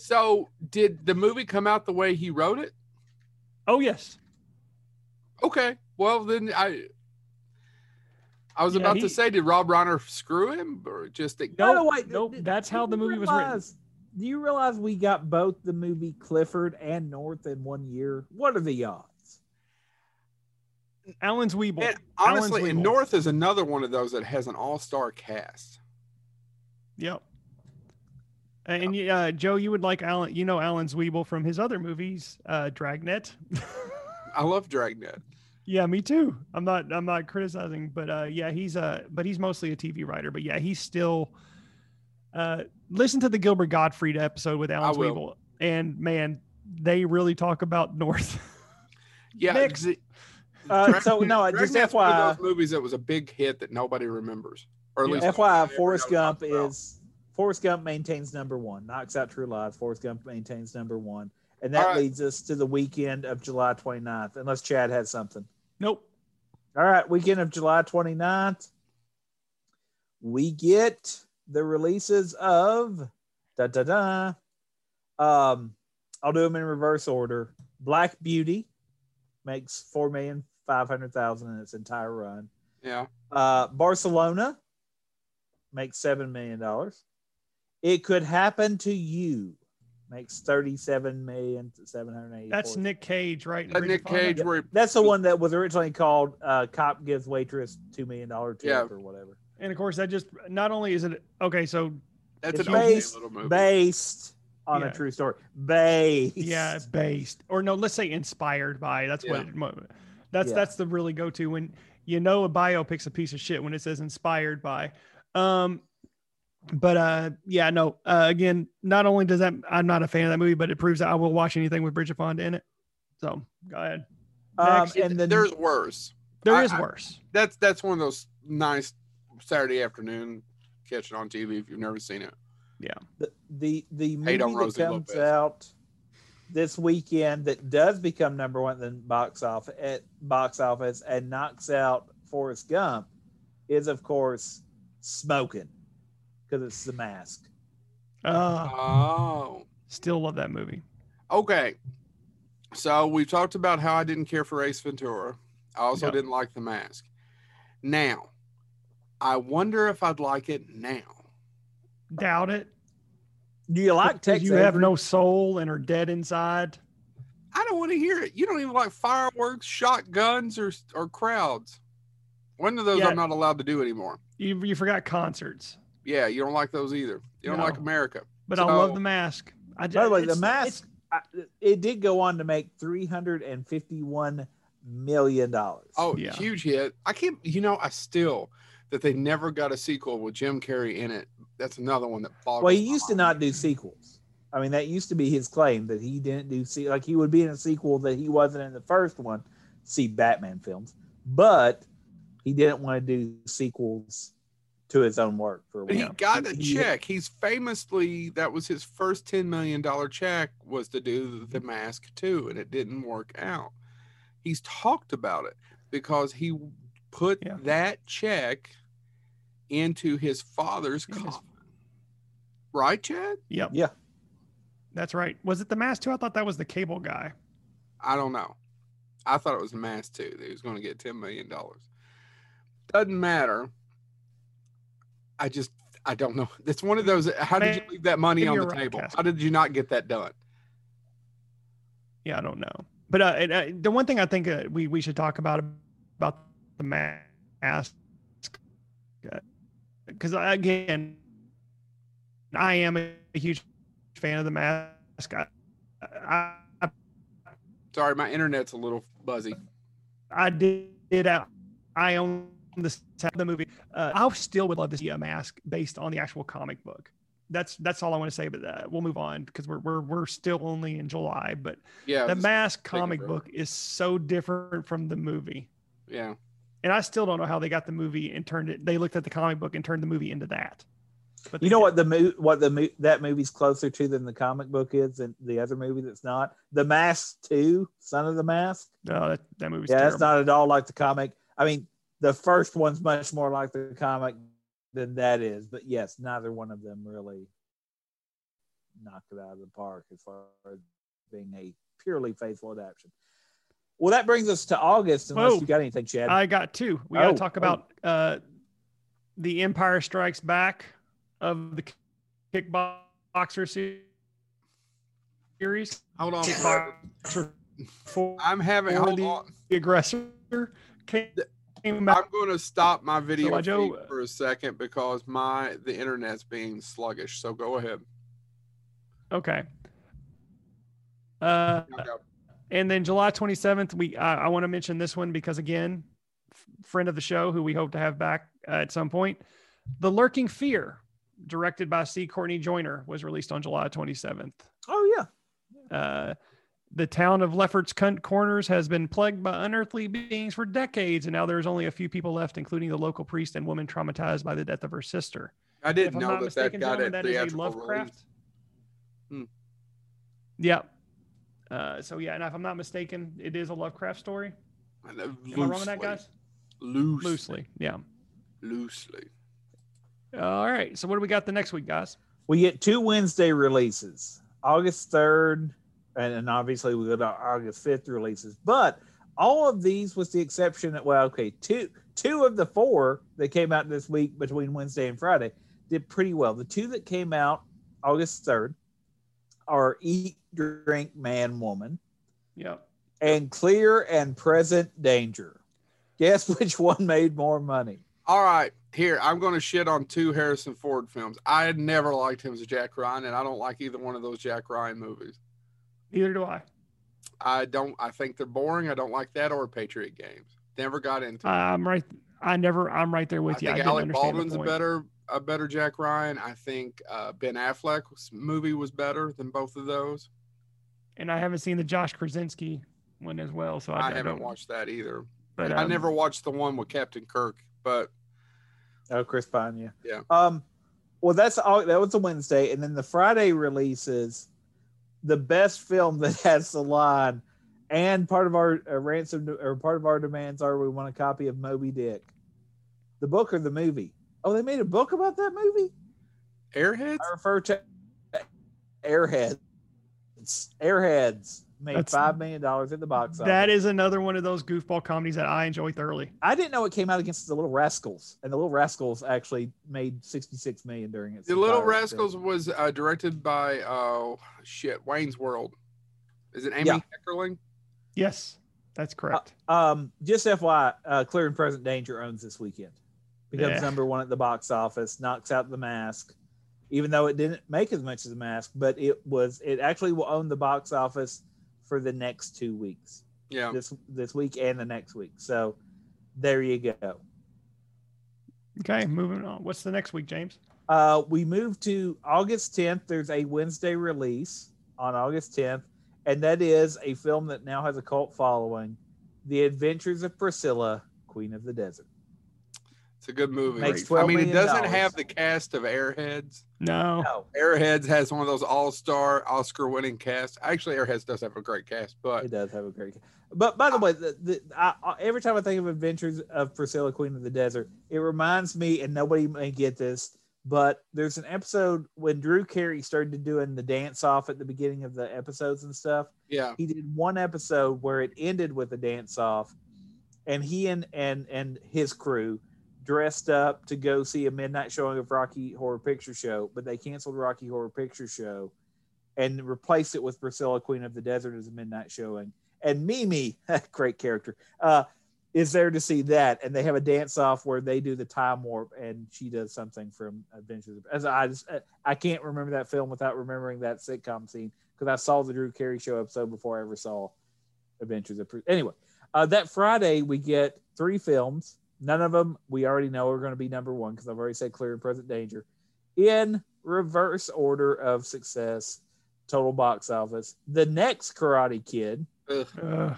S1: So, did the movie come out the way he wrote it?
S2: oh yes,
S1: Okay. Well, then I. I was
S2: Yeah,
S1: about
S2: he-
S1: to say, did Rob Reiner screw him, or just
S2: no,
S3: By the way,
S2: nope.
S3: did-
S2: That's
S3: did
S2: how the
S3: you
S2: movie was written.
S3: realize- Do you realize we got both the movie Clifford and North in one year? What are the odds?
S2: Alan's Weeble.
S1: And honestly,
S2: Weeble.
S1: and North is another one of those that has an all-star cast.
S2: Yep. And uh, Joe, you would like Alan. You know Alan Zweebel from his other movies, uh, Dragnet.
S1: I love Dragnet.
S2: yeah, me too. I'm not. I'm not criticizing, but uh, yeah, he's uh, but he's mostly a TV writer. But yeah, he's still. Uh, listen to the Gilbert Gottfried episode with Alan
S1: I will.
S2: Zweebel, and man, they really talk about North.
S1: Yeah,
S2: Mixed.
S1: Z-
S3: Uh, so
S1: Dragnet-
S3: no, I just
S1: Dragnet's one of
S3: FYI,
S1: those movies that was a big hit that nobody remembers, or at
S2: Yeah.
S1: least
S3: FYI,
S1: nobody
S3: Forrest
S1: ever knows
S3: Gump
S1: about.
S3: is Forrest Gump maintains number one, knocks out True Lies. Forrest Gump maintains number one, and that
S1: All right.
S3: leads us to the weekend of July 29th. Unless Chad had something.
S2: nope.
S3: All right, weekend of July 29th, we get the releases of da da da. Um, I'll do them in reverse order. Black Beauty makes four million five hundred thousand in its entire run.
S1: Yeah,
S3: Uh, Barcelona makes seven million dollars. It could happen to you makes thirty-seven million seven hundred eighty.
S2: That's Nick Cage, right?
S1: that
S2: Ridge
S1: Nick
S2: Fonda?
S1: Cage where he-
S3: That's the one that was originally called uh, "Cop Gives Waitress Two Million Dollar Tip"
S1: Yeah.
S3: or whatever.
S2: And of course, that just not only is it okay. So
S1: that's
S3: It's
S1: an okay
S3: based-
S1: little movie.
S3: Based on
S2: Yeah.
S3: a true story. Based.
S2: yeah it's based or no let's say inspired by that's what it, mo- that's
S3: Yeah.
S2: that's the really go-to when you know a biopic's a piece of shit when it says inspired by um but uh yeah no uh, again not only does that i'm not a fan of that movie but it proves that i will watch anything with bridget fonda in it so go ahead
S3: Um,
S2: Next.
S3: and then
S1: There's worse.
S2: there
S1: I-
S2: is
S1: I-
S2: worse
S1: That's that's one of those nice Saturday afternoon catch it on TV if you've never seen it.
S3: the the, the movie
S1: Hate on
S3: that
S1: Rosie
S3: comes
S1: Lopez.
S3: out this weekend that does become number one in box office at box office and knocks out Forrest Gump is of course smoking because it's the mask.
S2: uh
S1: Oh.
S2: still love that movie
S1: Okay. So we've talked about how I didn't care for Ace Ventura. I also
S2: Yeah.
S1: didn't like the mask. Now, I wonder if I'd like it now.
S2: doubt it
S3: Do you like
S2: 'Cause
S3: Texas?
S2: you have no soul and are dead inside
S1: I don't want to hear it. You don't even like fireworks, shotguns, or or crowds. One of those
S2: Yeah.
S1: I'm not allowed to do anymore.
S2: you, you forgot concerts
S1: Yeah, you don't like those either. You don't
S2: No.
S1: like America.
S2: but i love
S1: So-
S2: the mask I,
S3: By the way, the
S2: it's-
S3: mask I, it did go on to make three hundred and fifty-one million dollars.
S1: Oh,
S2: Yeah.
S1: huge hit. I can't, you know, I still that they never got a sequel with Jim Carrey in it. That's another one that boggles
S3: well, he
S1: my
S3: used to
S1: mind.
S3: not do sequels. I mean, that used to be his claim that he didn't do se- like he would be in a sequel that he wasn't in the first one. See Batman films, but he didn't want to do sequels to his own work for a
S1: But
S3: while.
S1: he got a
S3: He-
S1: check. He's famously that was his first ten million dollar check was to do the mask too, and it didn't work out. He's talked about it because he put
S2: Yeah.
S1: that check into his father's
S2: In his-
S1: coffin. Right, Chad?
S2: Yep.
S3: Yeah.
S2: That's right. Was it the mask too? I thought that was the cable guy.
S1: I don't know. I thought it was a mask too. That he was going to get ten million dollars. Doesn't matter. I just I don't know. It's one of those. How did you leave that money
S2: Maybe
S1: on
S2: you're
S1: the
S2: right,
S1: table?
S2: Casper.
S1: How did you not get that done?
S2: Yeah, I don't know. But uh, and, uh, the one thing I think uh, we we should talk about about the mask, because again, I am a huge fan of the mask. I, I, I
S1: Sorry, my internet's a little buzzy.
S2: I did. did, uh, I own the set of the movie. Uh, I still would love to see a mask based on the actual comic book. That's that's all I want to say. But uh, we'll move on because we're we're we're still only in July. But
S1: Yeah,
S2: the
S1: this-
S2: mask
S1: taking
S2: comic
S1: forever.
S2: book is so different from the movie.
S1: yeah.
S2: And I still don't know how they got the movie and turned it. They looked at the comic book and turned the movie into that. But
S3: You
S2: they
S3: know
S2: did.
S3: what the mo- what the mo- that movie's closer to than the comic book is, and the other movie that's not the Mask Two, Son of the Mask.
S2: No, Oh, that, that movie's
S3: yeah,
S2: terrible.
S3: that's not at all like the comic. I mean, the first one's much more like the comic than that is. But yes, neither one of them really knocked it out of the park as far as being a purely faithful adaptation. Well, that brings us to August. Unless
S2: Whoa.
S3: you got anything, Chad.
S2: Oh, I got two. We got
S3: Oh,
S2: to talk
S3: oh.
S2: about uh, the Empire Strikes Back of the Kickboxer se- series.
S1: Hold on. Fred.
S2: Kickboxer for
S1: I'm having.
S2: Or
S1: Hold
S2: the-
S1: on.
S2: the aggressor came, came out.
S1: I'm going to stop my video
S2: I do-
S1: feed for a second because my the internet's being sluggish. So go ahead.
S2: Okay. Uh, And then July 27th, we I I want to mention this one because again, f- friend of the show who we hope to have back uh, at some point, The Lurking Fear, directed by C. Courtney Joyner, was released on July 27th.
S3: oh yeah,
S2: Uh, the town of Lefferts Cunt Corners has been plagued by unearthly beings for decades, and now there's only a few people left, including the local priest and woman traumatized by the death of her sister.
S1: I
S2: If
S1: didn't
S2: I'm
S1: know
S2: not
S1: that
S2: mistaken,
S1: that got
S2: gentlemen,
S1: it
S2: that is a
S1: theatrical
S2: Lovecraft.
S1: release. Hmm.
S2: Yeah. Uh, so yeah, and if I'm not mistaken, it is a Lovecraft story.
S1: And, uh,
S2: Am
S1: Loosely,
S2: I wrong on that, guys?
S1: Loosely,
S2: Loosely, yeah.
S1: loosely.
S2: All right. So what do we got the next week, guys?
S3: we get two Wednesday releases, August third, and, and obviously we got our August fifth releases. But all of these, with the exception that well, okay, two two of the four that came out this week between Wednesday and Friday did pretty well. The two that came out August third are Eat, Drink, Man, Woman,
S2: Yep.
S3: and Clear and Present Danger. Guess which one made more money?
S1: All right, here I'm going to shit on two Harrison Ford films. I had never liked him as Jack Ryan, and I don't like either one of those Jack Ryan movies.
S2: Neither do I.
S1: I don't. I think they're boring. I don't like that or Patriot Games. Never got into. it.
S2: I'm right. I never. I'm right there with
S1: I
S2: you. I
S1: think
S2: didn't
S1: Alec
S2: understand the
S1: Baldwin's a
S2: point.
S1: better a better Jack Ryan. I think uh, Ben Affleck's movie was better than both of those.
S2: and I haven't seen the Josh Krasinski one as well. So
S1: I,
S2: I, I
S1: haven't
S2: don't-
S1: watched that either.
S2: But,
S1: I
S2: um,
S1: never watched the one with Captain Kirk, but
S3: Oh, Chris Pine, yeah.
S1: Yeah.
S3: Um, well, that's all. That was a Wednesday, and then the Friday releases the best film that has the line, and part of our uh, ransom or part of our demands are we want a copy of Moby Dick, the book or the movie. Oh, they made a book about that movie.
S1: Airheads.
S3: I refer to Airheads. Airheads made
S2: That's-
S3: five million dollars at the box office.
S2: That is another one of those goofball comedies that I enjoy thoroughly.
S3: I didn't know it came out against the Little Rascals, and the Little Rascals actually made sixty-six million during its.
S1: The Little
S3: entire
S1: Rascals was uh, directed by oh shit Wayne's World. Is it Amy
S3: Yeah.
S1: Heckerling?
S2: Yes, that's correct.
S3: Um, just FYI, uh, Clear and Present Danger owns this weekend. Becomes
S2: Yeah.
S3: number one at the box office, knocks out the mask, even though it didn't make as much as the mask, but it was it actually will own the box office for the next two weeks.
S1: Yeah.
S3: This this week and the next week. So there you go.
S2: okay, moving on. What's the next week, James?
S3: Uh, we move to August 10th. There's a Wednesday release on August 10th, and that is a film that now has a cult following, The Adventures of Priscilla, Queen of the Desert.
S1: It's a good movie.
S3: Makes
S1: I
S3: $12
S1: mean, it
S3: million
S1: doesn't have the cast of Airheads.
S2: No.
S3: No,
S1: Airheads has one of those all-star Oscar-winning casts. Actually, Airheads does have a great cast, but
S3: It does have a great. But by the way, the, the, I, I, every time I think of Adventures of Priscilla, Queen of the Desert, it reminds me, and nobody may get this, but there's an episode when Drew Carey started doing the dance off at the beginning of the episodes and stuff.
S1: yeah,
S3: He did one episode where it ended with a dance off, and he and and and his crew dressed up to go see a midnight showing of Rocky Horror Picture Show, but they canceled Rocky Horror Picture Show and replaced it with Priscilla Queen of the Desert as a midnight showing. And Mimi, great character, uh, is there to see that, and they have a dance off where they do the time warp, and she does something from Adventures. Of, as I just, I can't remember that film without remembering that sitcom scene because I saw the Drew Carey show episode before I ever saw Adventures of Pru- Anyway, uh, that Friday we get three films. None of them we already know are going to be number one because I've already said Clear and Present Danger in reverse order of success, total box office. The next Karate Kid,
S1: Ugh.
S2: Ugh.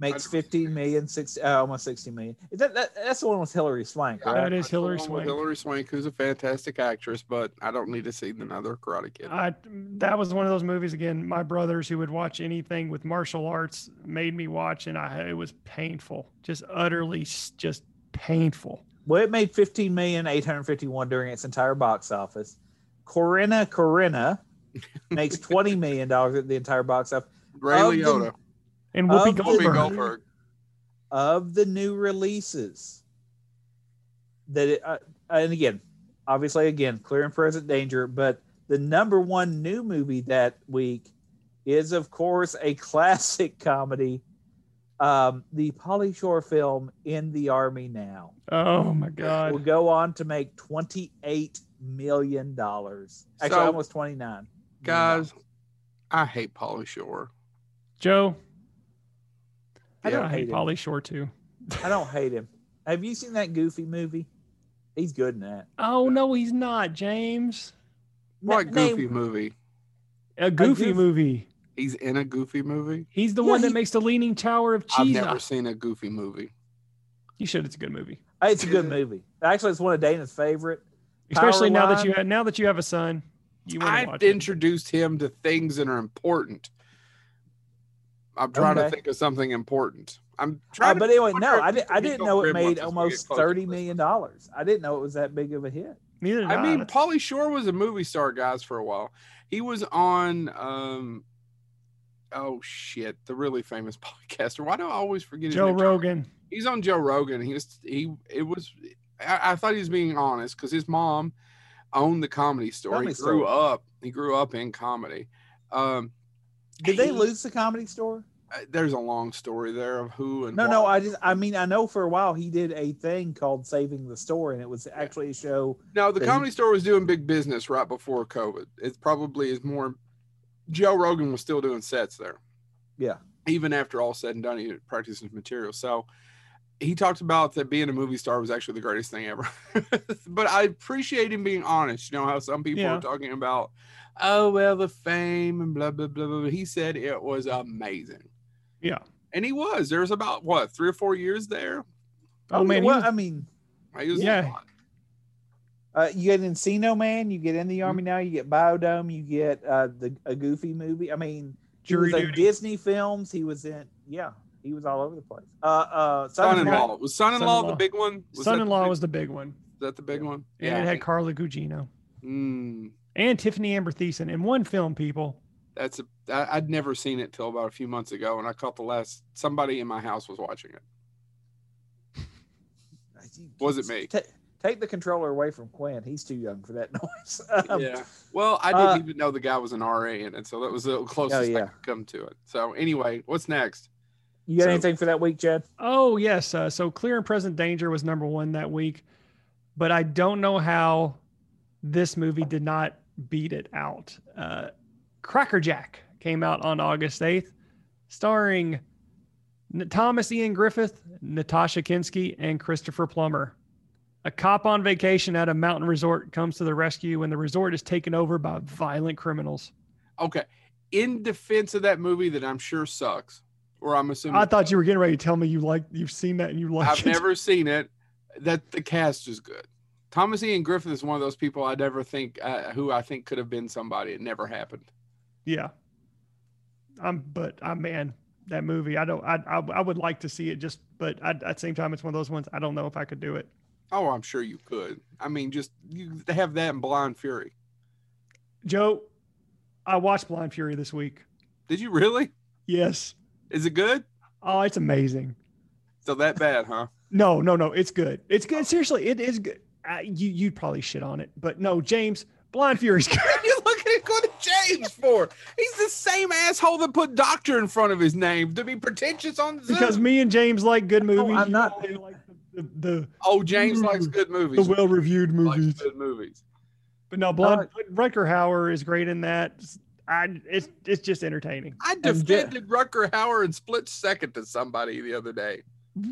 S3: makes 15 million, 60, uh, almost 60 million. Is that, that that's the one with Hillary Swank,
S1: Yeah,
S2: That
S3: right?
S2: is
S1: that's the one
S2: Hillary
S1: with
S2: Swank.
S1: Hillary Swank, who's a fantastic actress, but I don't need to see another Karate Kid.
S2: I, that was one of those movies again. My brothers who would watch anything with martial arts made me watch, and I it was painful, just utterly, s- just painful.
S3: Well, it made 15 million 851 during its entire box office. Corinna Corinna makes 20 million dollars at the entire box office.
S1: Ray
S3: Of the-
S1: Liotta,
S2: And Whoopi
S3: Of the-
S1: Uh, Whoopi
S2: Goldberg.
S1: Goldberg.
S3: of the new releases that it, uh, and again obviously again clear and present danger but the number one new movie that week is of course a classic comedy um, the polly shore film in the army now
S2: Oh my
S3: will
S2: god!
S3: go on to make 28 million dollars actually
S1: So-
S3: almost 29 million.
S1: Guys, I hate Polly Shore.
S2: Joe,
S3: i don't
S2: I
S3: hate
S2: hate
S3: him
S2: Polly Shore too.
S3: i don't hate him have you seen that goofy movie he's good in that
S2: Oh no, he's not James.
S1: What a
S3: Na-
S1: goofy
S3: name-
S1: movie?
S2: A goofy
S3: goof-
S2: movie.
S1: He's in a goofy movie.
S2: He's the
S3: Yeah,
S2: one that
S3: he-
S2: makes the Leaning Tower of
S1: I've
S2: Cheese.
S1: never seen a goofy movie.
S2: You should. It's a good movie,
S3: Uh, It's a good movie. Actually, it's one of Dana's favorite. Uh,
S2: especially now that
S3: Line.
S2: you have, now that you have a son. You want to
S1: I've
S2: watch it.
S1: introduced him to things that are important. I'm trying to
S3: Okay.
S1: think of something important. I'm
S3: Uh,
S1: trying.
S3: but
S1: to,
S3: anyway,
S1: wonder
S3: no,
S1: if
S3: I, di- I
S1: Whoopi
S3: didn't know it
S1: Goldberg wants us
S3: made
S1: to
S3: almost
S1: get close to
S3: thirty
S1: this.
S3: million dollars. I didn't know it was that big of a hit.
S2: Neither did
S1: I
S2: I.
S1: mean,
S2: That's-
S1: Pauly Shore was a movie star, guys, for a while. He was on, um, oh shit, the really famous podcaster. Why do I always forget? his
S2: Joe
S1: name?
S2: Rogan.
S1: He's on Joe Rogan. He was he. It was. I, I thought he was being honest because his mom owned the comedy store.
S3: Comedy
S1: he grew
S3: Store.
S1: up. He grew up in comedy. Um,
S3: Did they
S1: he-
S3: lose the Comedy Store?
S1: uh, There's a long story there of who and
S3: No, no.
S1: why.
S3: I just, I mean, I know for a while he did a thing called Saving the Store, and it was actually a show.
S1: No, the
S3: They-
S1: comedy store was doing big business right before COVID. It probably is more. Joe Rogan was still doing sets there.
S3: Yeah.
S1: Even after all said and done, he practiced his material. So he talked about that being a movie star was actually the greatest thing ever. but I appreciate him being honest. You know how some people
S2: Yeah.
S1: are talking about, oh, well, the fame and blah, blah, blah, blah. blah." He said it was amazing.
S2: Yeah.
S1: And he was. There was about, what, three or four years there?
S2: Oh man, he
S3: well,
S2: was-
S3: I mean,
S1: He was
S2: Yeah.
S3: uh, you get Encino Man, you get In the
S1: Mm-hmm.
S3: Army Now, you get Biodome, you get uh, the a Goofy movie. I mean, he
S2: jury
S3: was in
S2: duty.
S3: Disney films. He was in, yeah, he was all over the place. Uh, uh,
S1: Son in
S3: Son-in-Law.
S1: law. Was son in law the
S2: Son-in-law.
S1: big one? Was that the
S2: Son-in-law
S1: big-
S2: was the big one,
S1: Is that the big one?
S2: and it had Carla Gugino
S1: Mm,
S2: and Tiffany Amber Thiessen in one film. People,
S1: that's a. I, I'd never seen it till about a few months ago, and I caught the last. Somebody in my house was watching it. Was it me?
S3: Ta- take the controller away from Quinn. He's too young for that noise. Um,
S1: yeah. Well, I didn't
S3: uh,
S1: even know the guy was an RA in it, so that was the closest I
S3: oh, yeah.
S1: could come to it. So anyway, what's next?
S3: You got
S1: So-
S3: anything for that week, Chad?
S2: Oh yes, uh, so Clear and Present Danger was number one that week, but I don't know how this movie did not beat it out. Uh, Crackerjack came out on August eighth, starring N- Thomas Ian Griffith, Natasha Kinsky, and Christopher Plummer. A cop on vacation at a mountain resort comes to the rescue when the resort is taken over by violent criminals.
S1: Okay. In defense of that movie that I'm sure sucks, or I'm assuming
S2: I thought you were getting ready to tell me you like you've seen that and you like
S1: I've
S2: it.
S1: never seen it. That the cast is good. Thomas Ian Griffith is one of those people I never think uh, who I think could have been somebody. It never happened.
S2: Yeah. I'm, but I, man, that movie, I don't, I, I, I would like to see it just, but I, at the same time, it's one of those ones I don't know if I could do it.
S1: Oh, I'm sure you could. I mean, just you have that in Blind Fury.
S2: Joe, I watched Blind Fury this week.
S1: Did you really?
S2: Yes.
S1: Is it good?
S2: Oh, it's amazing.
S1: So that bad, huh?
S2: No, no, no. It's good. It's good. Seriously, it is good. I, you, you'd probably shit on it, but no, James, Blind Fury's good.
S1: What are you looking at going to James for? He's the same asshole that put Doctor in front of his name to be pretentious on Zoom.
S2: because me and James like good movies.
S3: I'm
S2: You
S3: not-
S2: and I like the, the,
S1: oh, James likes good
S2: Mm. the, the
S1: movies.
S2: well reviewed movies.
S1: Likes good movies.
S2: But no, Blood Rutger Hauer is great in that. I it's it's just entertaining.
S1: I
S3: And J-
S1: defended Rucker Hauer in split second to somebody the other day.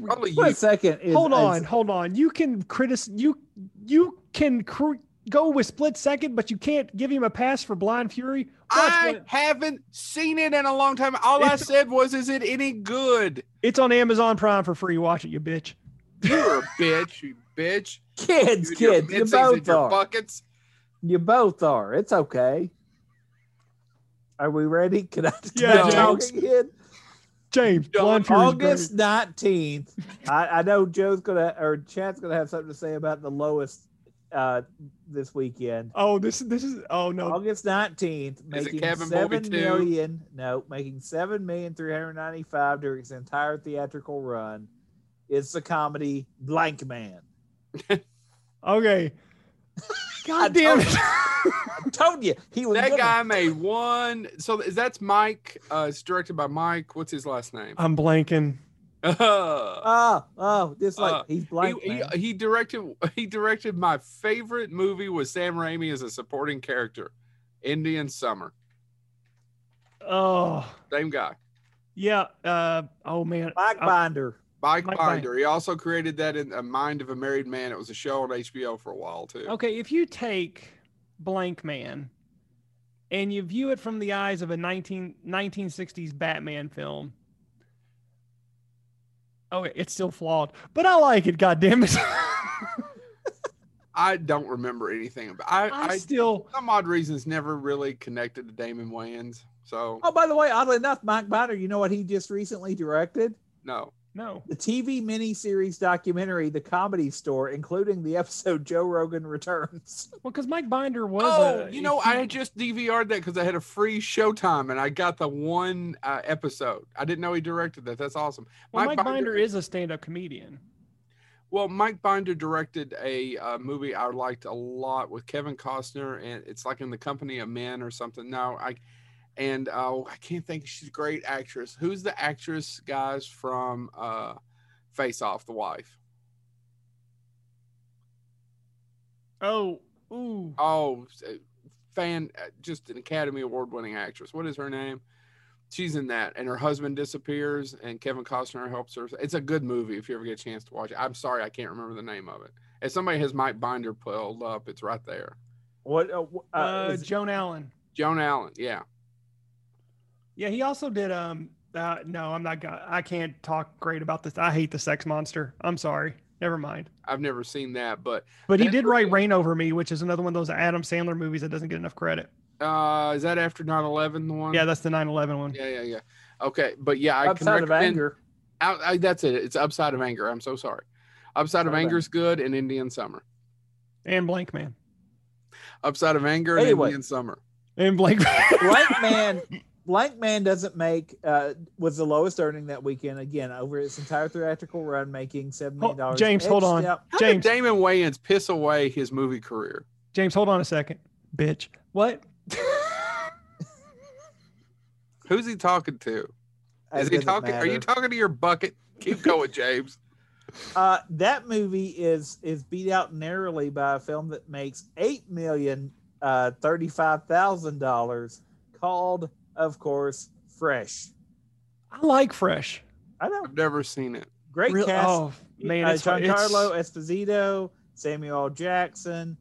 S1: Probably you.
S3: One second. Is,
S2: hold
S3: is-
S2: on, hold on. You can critic you you can cr- go with split second, but you can't give him a pass for Blind Fury. Watch
S1: I
S2: Blind-
S1: haven't seen it in a long time. All I
S2: It's-
S1: said was, "Is it any good?"
S2: It's on Amazon Prime for free. Watch it, you bitch.
S1: You're a bitch, you bitch.
S3: Kids,
S1: You and your
S3: kids, you
S1: mittens and
S3: both
S1: your
S3: are.
S1: buckets.
S3: You both are. It's okay. Are we ready? Can I
S2: Yeah,
S3: can I talk
S2: James.
S3: again?
S2: James, Blind Fury.
S3: August nineteenth. I, I know Joe's gonna or Chad's gonna have something to say about the lowest uh, this weekend.
S2: Oh, this this is oh no.
S3: August nineteenth, making
S1: Kevin Bobby
S3: seven
S1: too?
S3: million. No, making seven million three hundred ninety-five during its entire theatrical run. It's the comedy Blank Man.
S2: Okay.
S3: I
S2: God damn
S3: told
S2: it.
S3: I told you he was
S1: That
S3: gonna-
S1: guy made one. So th- that's Mike. Uh, it's directed by Mike. What's his last name?
S2: I'm blanking.
S1: Uh,
S3: Oh, oh, just like
S1: Uh,
S3: he's blank.
S1: he,
S3: man.
S1: he, he directed. He directed my favorite movie with Sam Raimi as a supporting character, Indian Summer.
S2: Oh
S1: Same guy,
S2: yeah. Uh oh man.
S3: Mike
S2: Uh,
S3: Binder.
S1: Mike,
S2: Mike
S1: Binder. He also created that in A Mind of a Married Man. It was a show on HBO for a while too.
S2: Okay, if you take Blank Man and you view it from the eyes of a 19, 1960s Batman film, okay, it's still flawed, but I like it, God damn it!
S1: I don't remember anything about. I, I,
S2: I still,
S1: some odd reasons never really connected to Damon Wayans. So
S3: Oh, by the way, oddly enough, Mike Binder. You know what he just recently directed?
S1: no.
S2: no.
S3: The TV miniseries documentary, The Comedy Store, including the episode Joe Rogan Returns.
S2: Well, because Mike Binder was.
S1: oh,
S2: a-
S1: you know,
S2: he-
S1: I had just DVR'd that because I had a free Showtime and I got the one uh, episode. I didn't know he directed that. That's awesome.
S2: well,
S1: Mike
S2: Mike,
S1: Binder-
S2: Binder, is a stand-up comedian.
S1: Well, Mike Binder directed a uh, movie I liked a lot with Kevin Costner, and it's like in the Company of Men or something. No, I and oh, I can't think. She's a great actress. Who's the actress, guys, from uh, Face Off? The wife.
S2: Oh, ooh,
S1: Oh, s- fan, uh, just an Academy Award winning actress. What is her name? She's in that, and her husband disappears, and Kevin Costner helps her. It's a good movie if you ever get a chance to watch it. I'm sorry, I can't remember the name of it. If somebody has Mike Binder pulled up, it's right there.
S3: What? Uh,
S2: uh,
S3: uh, is-
S2: Joan Allen.
S1: Joan Allen, yeah.
S2: Yeah, he also did. Um, uh, no, I'm not gonna. I can't talk great about this. I hate the sex monster. I'm sorry. Never mind.
S1: I've never seen that, but
S2: But he
S1: That's
S2: did
S1: what-
S2: write Rain Over Me, which is another one of those Adam Sandler movies that doesn't get enough credit.
S1: uh is that after 9-11 the one?
S2: Yeah, that's the 9 11 one.
S1: yeah, yeah, yeah. Okay, but yeah, I
S3: Upside
S1: can
S3: of
S1: recommend.
S3: Anger.
S1: Out, I, that's it. It's upside of anger. I'm so sorry. Upside
S3: Upside of
S1: of anger is good, and Indian Summer.
S2: And Blank Man.
S1: Upside of anger and
S3: Anyway.
S1: Indian Summer.
S2: And Blank
S3: Blank Man. Blank Man doesn't make uh, was the lowest earning that weekend again over its entire theatrical run, making seven million dollars.
S2: James, hold on.
S1: How
S2: James,
S1: did Damon Wayans piss away his movie career?
S2: James, hold on a second. Bitch. What?
S1: Who's he talking to? Is he talking? Are you talking to your bucket? Keep going, James.
S3: Uh, that movie is is beat out narrowly by a film that makes eight million uh, thirty five thousand dollars, called, of course, Fresh.
S2: I like Fresh.
S3: I know,
S1: I've never seen it.
S3: great
S2: Real-
S3: cast.
S2: Oh, man.
S3: uh,
S2: It's, hard- it's-
S3: Giancarlo Esposito, Samuel L. Jackson.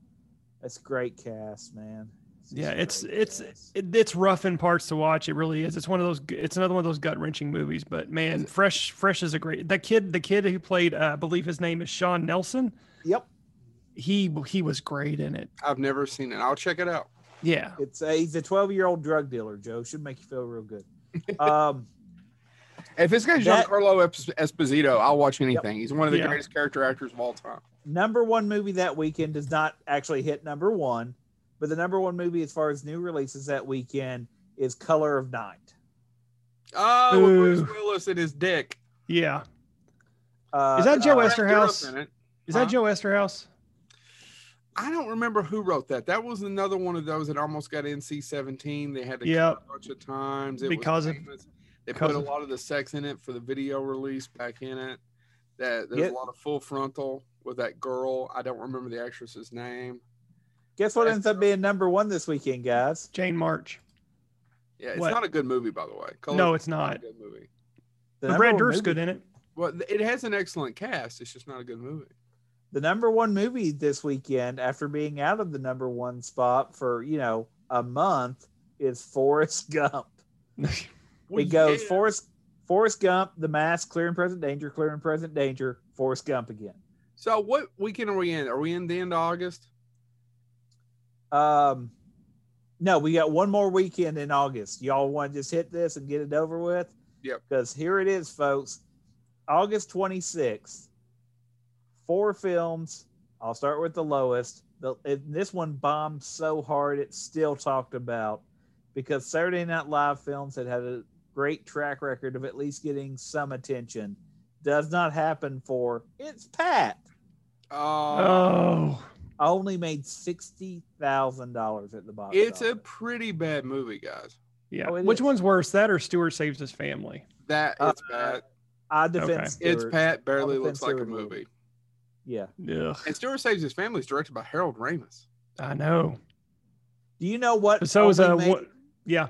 S3: That's a great cast, man. It's just
S2: Yeah, it's-
S3: great
S2: it's-
S3: cast.
S2: it- it's rough in parts to watch. It really is. It's one of those. It's another one of those gut wrenching movies. But man, Fresh, Fresh is a great. That kid, the kid who played, uh, I believe his name is Sean Nelson.
S3: yep.
S2: He he was great in it.
S1: I've never seen it. I'll check it out.
S2: Yeah.
S3: It's a, he's a twelve year old drug dealer. Joe should make you feel real good. Um,
S1: If it's got
S3: That-
S1: Giancarlo Esp- Esposito, I'll watch anything. He's one of the
S2: Yeah.
S1: greatest character actors of all time.
S3: number one movie that weekend does not actually hit number one, but the number one movie as far as new releases that weekend is Color of Night.
S1: Oh, with
S2: Ooh.
S1: Bruce Willis and his dick.
S2: Yeah.
S3: Uh,
S2: Is that Joe
S3: uh,
S2: West- Westerhouse.
S1: Europe in it.
S2: Is
S1: Huh?
S2: that Joe Esterhouse?
S1: I don't remember who wrote that. That was another one of those that almost got NC seventeen. They had to cut
S2: Yep.
S1: a bunch of times It was
S2: Because of-
S1: famous. they
S2: because
S1: put a
S2: of-
S1: lot of the sex in it for the video release back in it. That there's
S3: Yeah.
S1: a lot of full frontal with that girl. I don't remember the actress's name.
S3: Guess what ends up being number one this weekend, guys?
S2: Jane March.
S1: Yeah, it's
S2: What?
S1: not a good movie, by the way. Colors
S2: No, it's
S1: a
S2: not.
S1: good movie.
S3: The
S2: But
S3: number
S2: Brad
S3: one
S2: Dourif's
S3: movie-
S2: good in it.
S1: Well, th- it has an excellent cast. It's just not a good movie.
S3: the number one movie this weekend after being out of the number one spot for you know a month is Forrest Gump.
S1: Well,
S3: it goes
S1: yeah.
S3: Forrest Forrest Gump, The Mask, Clear and Present Danger, Clear and Present Danger, Forrest Gump again.
S1: So what weekend are we in? Are we in the end of August?
S3: Um, no, we got one more weekend in August. Y'all want to just hit this and get it over with?
S1: Yep.
S3: Because here it is, folks. August 26th, four films. I'll start with the lowest. The, it, this one bombed so hard it's still talked about because Saturday Night Live films had had a great track record of at least getting some attention. Does not happen for It's Pat
S1: Uh,
S2: Oh,
S3: only made sixty thousand dollars at the box.
S1: it's a
S3: office.
S1: pretty bad movie, guys.
S2: yeah.
S3: Oh, it
S2: Which
S3: is.
S2: one's worse, that or Stewart saves his family?
S1: That
S3: Uh,
S1: it's bad.
S3: I defend
S2: Okay.
S1: It's
S3: Stewart.
S1: Pat barely
S3: Jonathan
S1: looks like a
S3: Stewart
S1: movie.
S3: movie. Yeah.
S2: Ugh,
S1: And Stewart Saves His Family is directed by Harold Ramis.
S2: I know.
S3: Do you know what?
S2: But so is
S3: only
S2: a
S3: made-
S2: what? Yeah,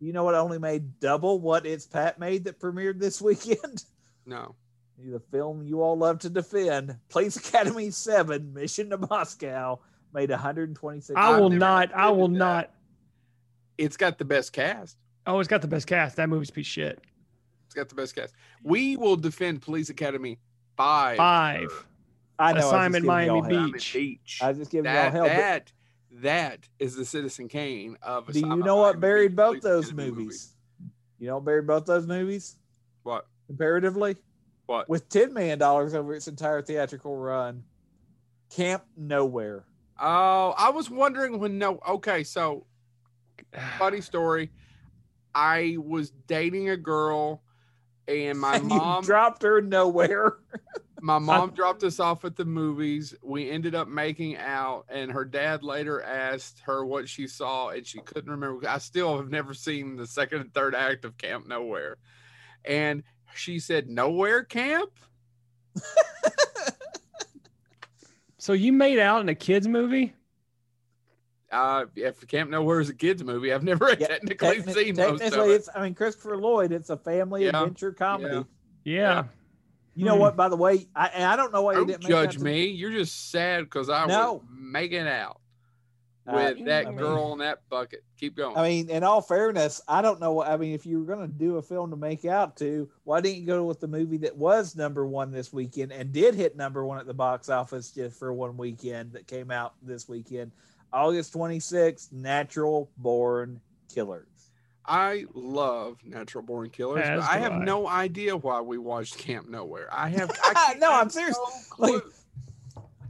S3: You know what only made double what it's Pat made that premiered this weekend?
S1: No.
S3: the film you all love to defend, Police Academy Seven: Mission to Moscow, made one hundred twenty-six.
S2: I will
S1: never
S2: not. I will
S1: considered that.
S2: not.
S1: It's got the best cast.
S2: Oh, it's got the best cast. That movie's a piece of shit.
S1: It's got the best cast. We will defend Police Academy five.
S2: Five.
S3: I know.
S2: Assignment
S3: I was just giving y'all
S2: Miami
S3: hell.
S1: Diamond
S2: Beach.
S1: Beach.
S3: I was just giving
S1: That,
S3: y'all hell. but
S1: that, that is the Citizen Kane of
S3: do you
S1: Assignment
S3: know what
S1: Miami
S3: buried
S1: Beach,
S3: both
S1: Police
S3: those
S1: Academy movie.
S3: movies? You know what buried both those movies
S1: What?
S3: comparatively?
S1: What?
S3: with ten million dollars over its entire theatrical run. Camp Nowhere.
S1: Oh, I was wondering when no okay, so funny story. I was dating a girl and my
S3: And
S1: mom
S3: you dropped her nowhere.
S1: my mom dropped us off at the movies. We ended up making out, and her dad later asked her what she saw, and she couldn't remember. I still have never seen the second and third act of Camp Nowhere. And she said, Nowhere Camp?
S2: So you made out in a kids movie?
S1: Uh, if Camp Nowhere is a kids movie, I've never
S3: Yeah,
S1: technically
S3: Techni-
S1: seen most of
S3: technically,
S1: it.
S3: it's I mean Christopher Lloyd. It's a family
S1: Yeah.
S3: adventure comedy.
S1: Yeah.
S2: Yeah.
S3: You know
S2: Hmm.
S3: what? By the way, I and I don't know why you
S1: Don't
S3: didn't make
S1: judge
S3: that to-
S1: me. You're just sad because I was
S3: No.
S1: making out
S3: Uh,
S1: with that
S3: I mean-
S1: girl in that bucket. Keep going.
S3: I mean, in all fairness, I don't know. what- I mean, if you were going to do a film to make out to, why didn't you go with the movie that was number one this weekend and did hit number one at the box office just for one weekend that came out this weekend, August 26th, Natural Born Killers.
S1: I love Natural Born Killers,
S2: As
S1: but I
S2: do
S1: have
S2: I.
S1: no idea why we watched Camp Nowhere. I have I can't-
S3: No,
S1: I have
S3: I'm serious.
S1: no clue.
S3: Like,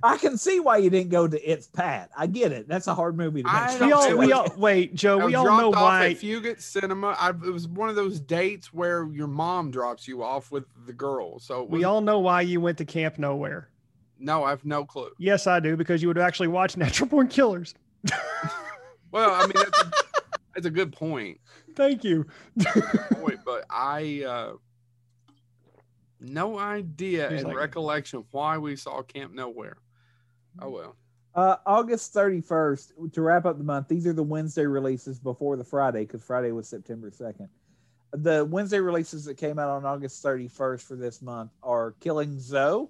S3: I can see why you didn't go to It's Pat. I get it. That's a hard movie to make.
S1: I
S3: sure
S1: don't
S2: We
S3: you
S2: all,
S1: do
S3: watch.
S2: we
S1: it.
S2: all, wait, Joe,
S1: I
S2: we
S1: was
S2: all
S1: dropped
S2: know
S1: off
S2: why.
S1: At Fugit Cinema. I, it was one of those dates where your mom drops you off with the girl. So it
S2: We
S1: was-
S2: all know why you went to Camp Nowhere.
S1: no, I have no clue.
S2: Yes, I do, because you would actually watch Natural Born Killers.
S1: Well, I mean that's a, that's a good point,
S2: Thank you.
S1: point, but I uh, no idea
S2: He's
S1: and
S2: like-
S1: recollection why we saw Camp Nowhere. Oh well.
S3: Uh, August 31st, to wrap up the month, these are the Wednesday releases before the Friday, because Friday was September 2nd. The Wednesday releases that came out on August 31st for this month are Killing Zoe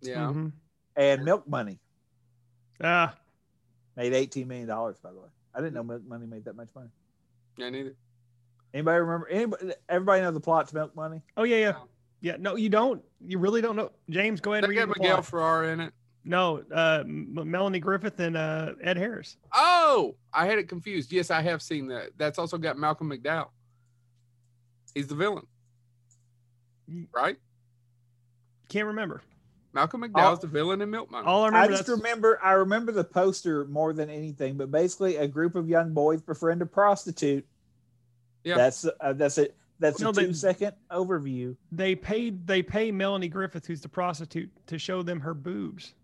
S1: Yeah.
S2: Mhm.
S3: and Milk Money.
S2: Ah,
S3: Made $18 million, by the way. I didn't know Milk Money made that much money.
S1: I neither.
S3: Anybody remember? Anybody, everybody know the plot to Milk Money?
S2: oh, yeah,
S1: Um,
S2: yeah. Yeah, no, you don't. You really don't know. James, go ahead
S1: Did
S2: and
S1: I
S2: read
S1: get
S2: the
S1: Miguel
S2: plot.
S1: Ferrar in it?
S2: No, uh, M- Melanie Griffith and uh, Ed Harris.
S1: Oh, I had it confused. Yes, I have seen that. That's also got Malcolm McDowell. He's the villain, right?
S2: Can't remember.
S1: Malcolm McDowell's the villain in Milk Money.
S2: All I
S3: I
S2: remember.
S3: just
S2: that's-
S3: remember I remember the poster more than anything, but basically a group of young boys befriend a prostitute.
S1: Yeah.
S3: That's uh, that's it. That's
S2: No,
S3: a
S2: they-
S3: two second overview.
S2: they paid. They pay Melanie Griffith, who's the prostitute, to show them her boobs,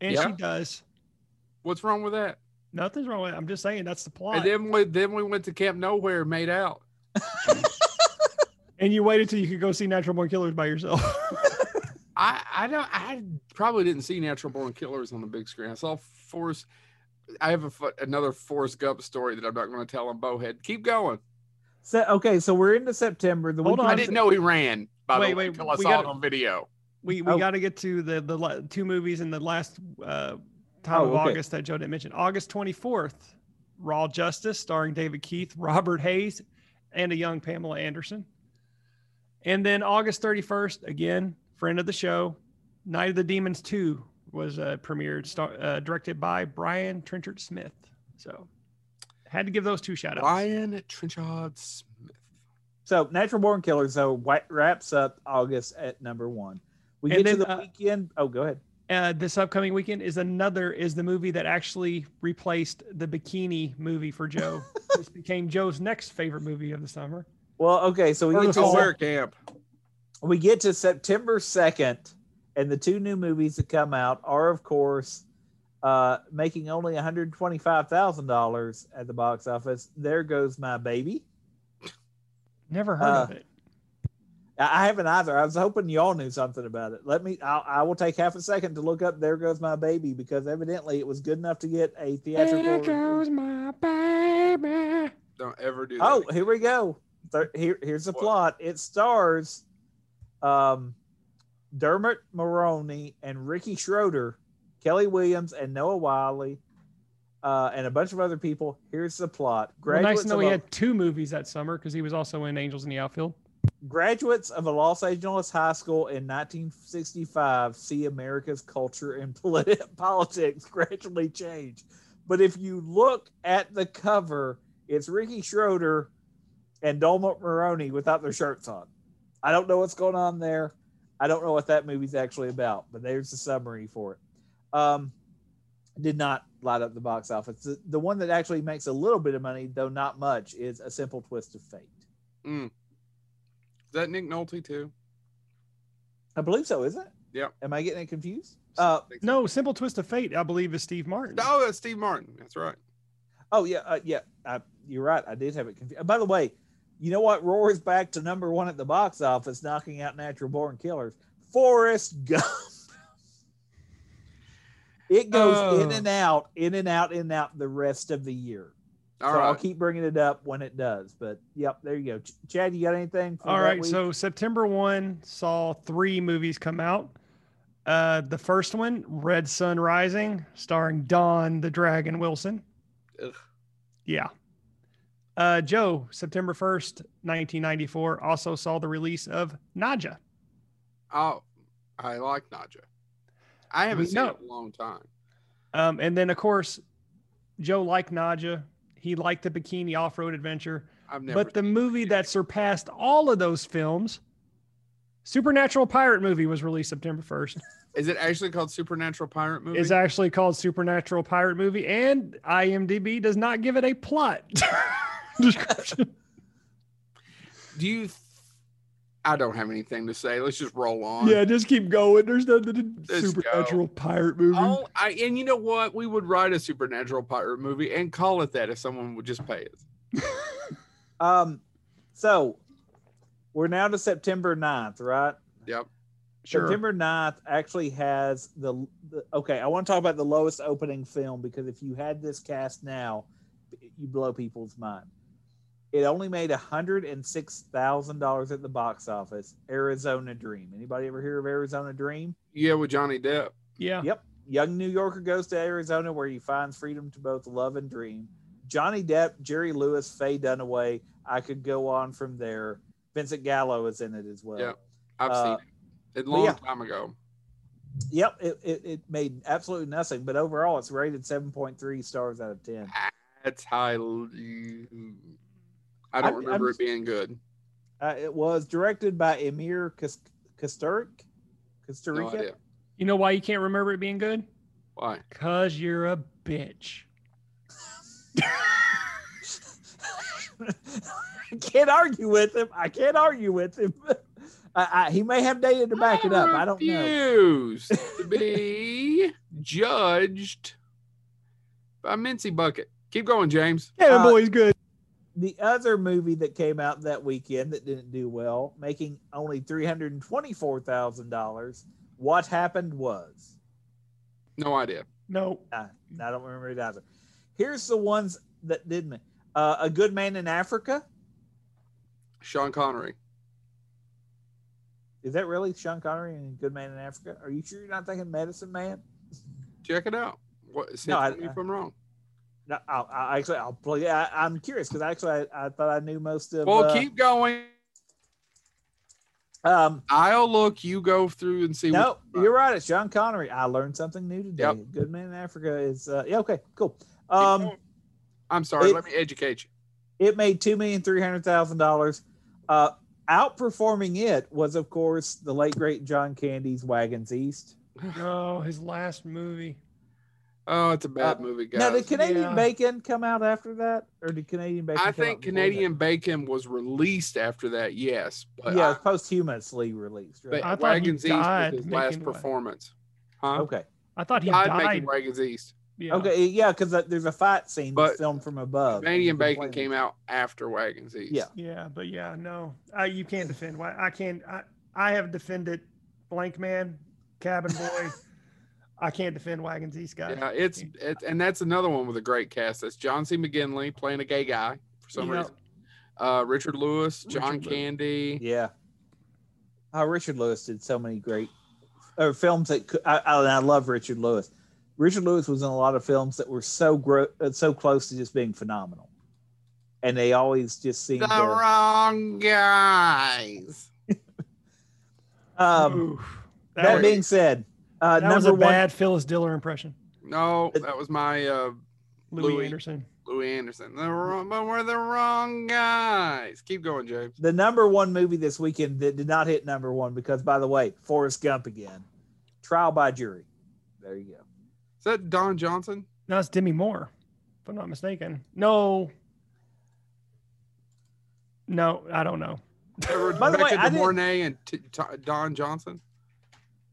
S2: and
S1: Yeah.
S2: she does.
S1: What's wrong with that?
S2: Nothing's wrong with it. I'm just saying that's the plot.
S1: And
S2: And,
S1: then we then we went to Camp Nowhere, and made out.
S2: you waited till you could go see Natural Born Killers by yourself.
S1: I I don't I probably didn't see Natural Born Killers on the big screen. I saw Force. I have a, fu- another Forrest Gump story that I'm not going to tell on Bowhead. Keep going.
S3: So okay, so we're into September. The
S2: Hold on.
S3: weekend-
S1: I didn't know he ran. By
S2: Wait,
S1: the way,
S2: wait,
S1: until I
S2: we
S1: saw
S2: gotta-
S1: it on video.
S2: We we
S3: Oh.
S2: got to get to the the la- two movies in the last uh, time
S3: Oh,
S2: of
S3: okay.
S2: August that Joe didn't mention. August twenty fourth, Raw Justice, starring David Keith, Robert Hayes, and a young Pamela Anderson. And then August thirty first, again friend of the show, Night of the Demons two was uh, premiered, star, uh, directed by Brian Trenchard Smith. So had to give those two shout outs.
S1: Ryan Trenchard Smith.
S3: So, Natural Born Killers though wi- wraps up August at number one. We
S2: And
S3: get to
S2: then,
S3: the
S2: uh,
S3: weekend. Oh, go ahead.
S2: uh, this upcoming weekend is another is the movie that actually replaced the bikini movie for Joe. this became Joe's next favorite movie of the summer.
S3: Well, okay. So we
S2: Or
S3: get
S2: the
S3: to
S1: To
S2: fall.
S1: Ware Camp.
S3: we get to September 2nd, and the two new movies that come out are, of course, uh, making only $125,000 at the box office. There goes my baby.
S2: Never heard of it.
S3: I I haven't either. I was hoping y'all knew something about it. Let me, I'll, I will take half a second to look up There Goes My Baby because evidently it was good enough to get a theatrical. release.
S2: my baby.
S1: Don't ever do that.
S3: Oh, here we go. Thir- Here, here's the
S1: What?
S3: plot. It stars um, Dermot Maroney and Ricky Schroeder, Kelly Williams and Noah Wiley, uh, and a bunch of other people. Here's the plot.
S2: Well, nice
S3: Graduates,
S2: to know
S3: of
S2: he
S3: a,
S2: had two movies that summer because he was also in Angels in the Outfield.
S3: graduates of a Los Angeles high school in 1965 see America's culture and polit- politics gradually change. But if you look at the cover, it's Ricky Schroeder and Dolmont Maroney without their shirts on. I don't know what's going on there. I don't know what that movie's actually about, but there's the summary for it. Um, did not light up the box office. The, the one that actually makes a little bit of money, though not much, is A Simple Twist of Fate.
S1: Is that Nick Nolte too?
S3: I believe so, is it?
S1: Yep.
S3: Am I getting it confused? Uh,
S1: Thanks.
S2: No, Simple Twist of Fate, I believe, is Steve Martin.
S1: Oh, that's Steve Martin. That's right.
S3: oh yeah, uh, yeah. I, you're right. I did have it confused. By the way, you know what? Roar's back to number one at the box office, knocking out Natural Born Killers. Forrest Gump. it goes in
S1: Oh.
S3: and out, in and out, in and out the rest of the year.
S1: All
S3: so I'll
S1: right.
S3: keep bringing it up when it does. But yep, there you go. Ch- Chad, you got anything? For
S2: All
S3: that
S2: right.
S3: week?
S2: So September 1 saw three movies come out. Uh, the first one, Red Sun Rising, starring Don the Dragon Wilson.
S1: Ugh.
S2: Yeah. Uh, Joe, September 1st, 1994, also saw the release of Naja.
S1: Oh, I like Naja. I haven't
S2: We
S1: seen
S2: know.
S1: it in a long time.
S2: Um, and then, of course, Joe liked Naja. He liked the Bikini Off Road Adventure.
S1: I've never.
S2: But the movie that surpassed all of those films, Supernatural Pirate Movie, was released September 1st.
S1: is it actually called Supernatural Pirate Movie?
S2: is actually called Supernatural Pirate Movie, and IMDb does not give it a plot description.
S1: Do you? Th- I don't have anything to say. Let's just roll on.
S2: yeah, just keep going. There's nothing in
S1: Let's
S2: Supernatural Pirate Movie.
S1: Oh, I, and you know what? We would write a supernatural pirate movie and call it that if someone would just pay us.
S3: um, so we're now to September 9th, right?
S1: Yep.
S2: sure.
S3: September 9th actually has the, the okay. I want to talk about the lowest opening film because if you had this cast now, you blow people's mind. It only made hundred and six thousand dollars at the box office. Arizona Dream. Anybody ever hear of Arizona Dream?
S1: Yeah, with Johnny Depp.
S2: yeah.
S3: Yep. Young New Yorker goes to Arizona where he finds freedom to both love and dream. Johnny Depp, Jerry Lewis, Faye Dunaway. I could go on from there. Vincent Gallo is in it as well.
S1: Yep. I've
S3: Uh,
S1: seen it a long
S3: yeah.
S1: time ago.
S3: Yep, it, it, it made absolutely nothing, but overall it's rated 7.3 stars out of 10.
S1: That's how I, I don't
S3: I'm-
S1: remember
S3: I'm-
S1: it being good.
S3: Uh, it was directed by Emir Kas- Kasturic, Costa
S1: No
S3: Rica.
S1: idea.
S2: You know why you can't remember it being good?
S1: Why?
S2: Cause you're a bitch.
S3: I can't argue with him. I can't argue with him. I, I, he may have data to back it up. I don't know.
S1: refuse to be judged by Mincy Bucket. Keep going, James.
S2: Yeah,
S3: that Uh,
S2: boy's good.
S3: The other movie that came out that weekend that didn't do well, making only $324,000, What Happened Was.
S1: No idea.
S2: No.
S3: Uh, I don't remember it either. Here's the ones that did me. Uh, a Good Man in Africa.
S1: Sean Connery.
S3: Is that really Sean Connery in Good Man in Africa? Are you sure you're not thinking Medicine Man?
S1: Check it out. What, see
S3: No,
S1: if
S3: I-
S1: I, if I'm wrong.
S3: No, I, I actually, I'll play. I, I'm curious because actually, I, I thought I knew most of.
S1: Well,
S3: uh,
S1: keep going.
S3: Um,
S1: I'll look. You go through and see.
S3: no,
S1: what-
S3: you're right. It's Sean Connery. I learned something new today.
S1: Yep.
S3: Good Man in Africa is. Uh, yeah, okay, cool.
S1: Keep
S3: Um,
S1: going. I'm sorry.
S3: it-
S1: let me educate you.
S3: It made two million three hundred thousand dollars. Uh, outperforming it was, of course, the late great John Candy's Wagons East.
S2: Oh, his last movie.
S1: Oh, it's a bad
S3: Uh,
S1: movie, guys.
S3: Now, did Canadian
S2: Yeah.
S3: Bacon come out after that, or did Canadian Bacon?
S1: I
S3: come
S1: think
S3: out before that?
S1: Canadian Bacon was released after that. Yes, but
S3: yeah,
S1: yeah,
S3: it's posthumously released. Right?
S1: I,
S2: I thought
S1: but uh,
S2: he
S1: Wagons East was
S2: died
S1: his last
S2: making one.
S1: performance. Huh?
S3: okay,
S2: I thought he
S1: Died,
S2: died.
S1: making Wagons East.
S2: Yeah.
S3: okay, yeah, because there's a fight scene
S1: But
S3: filmed from above.
S1: Canadian Bacon came out after Wagons East.
S3: Yeah.
S2: Yeah, but yeah, no, I, you can't defend. Why I can't. I, I have defended Blank Man, Cabin Boy. I can't defend Wagons East guy.
S1: Yeah, it's it, and that's another one with a great cast. That's John C. McGinley playing a gay guy for some
S2: Yep.
S1: reason. Uh, Richard Lewis, John
S2: Richard Lewis.
S1: Candy.
S3: Yeah. Oh, Richard Lewis did so many great or films that cou- I, I, I love Richard Lewis. Richard Lewis was in a lot of films that were so gro- uh, so close to just being phenomenal, and they always just seemed.
S1: The
S3: To,
S1: wrong guys.
S3: um,
S2: Oof. that,
S3: that
S2: was,
S3: being said, uh,
S2: that was
S3: number
S2: a
S3: one,
S2: bad Phyllis Diller impression.
S1: No, that was my uh,
S2: Louis,
S1: Louis.
S2: Anderson.
S1: Louis Anderson. The wrong, but we're the wrong guys. Keep going, James.
S3: the number one movie this weekend that did not hit number one because, by the way, Forrest Gump again, Trial by Jury. There you go.
S1: Is that Don Johnson?
S2: No, it's Demi Moore, if I'm not mistaken. No. No, I don't know.
S3: By the way,
S1: Rebecca
S3: I
S1: De
S3: didn't-
S1: Mornay and T- T- Don Johnson.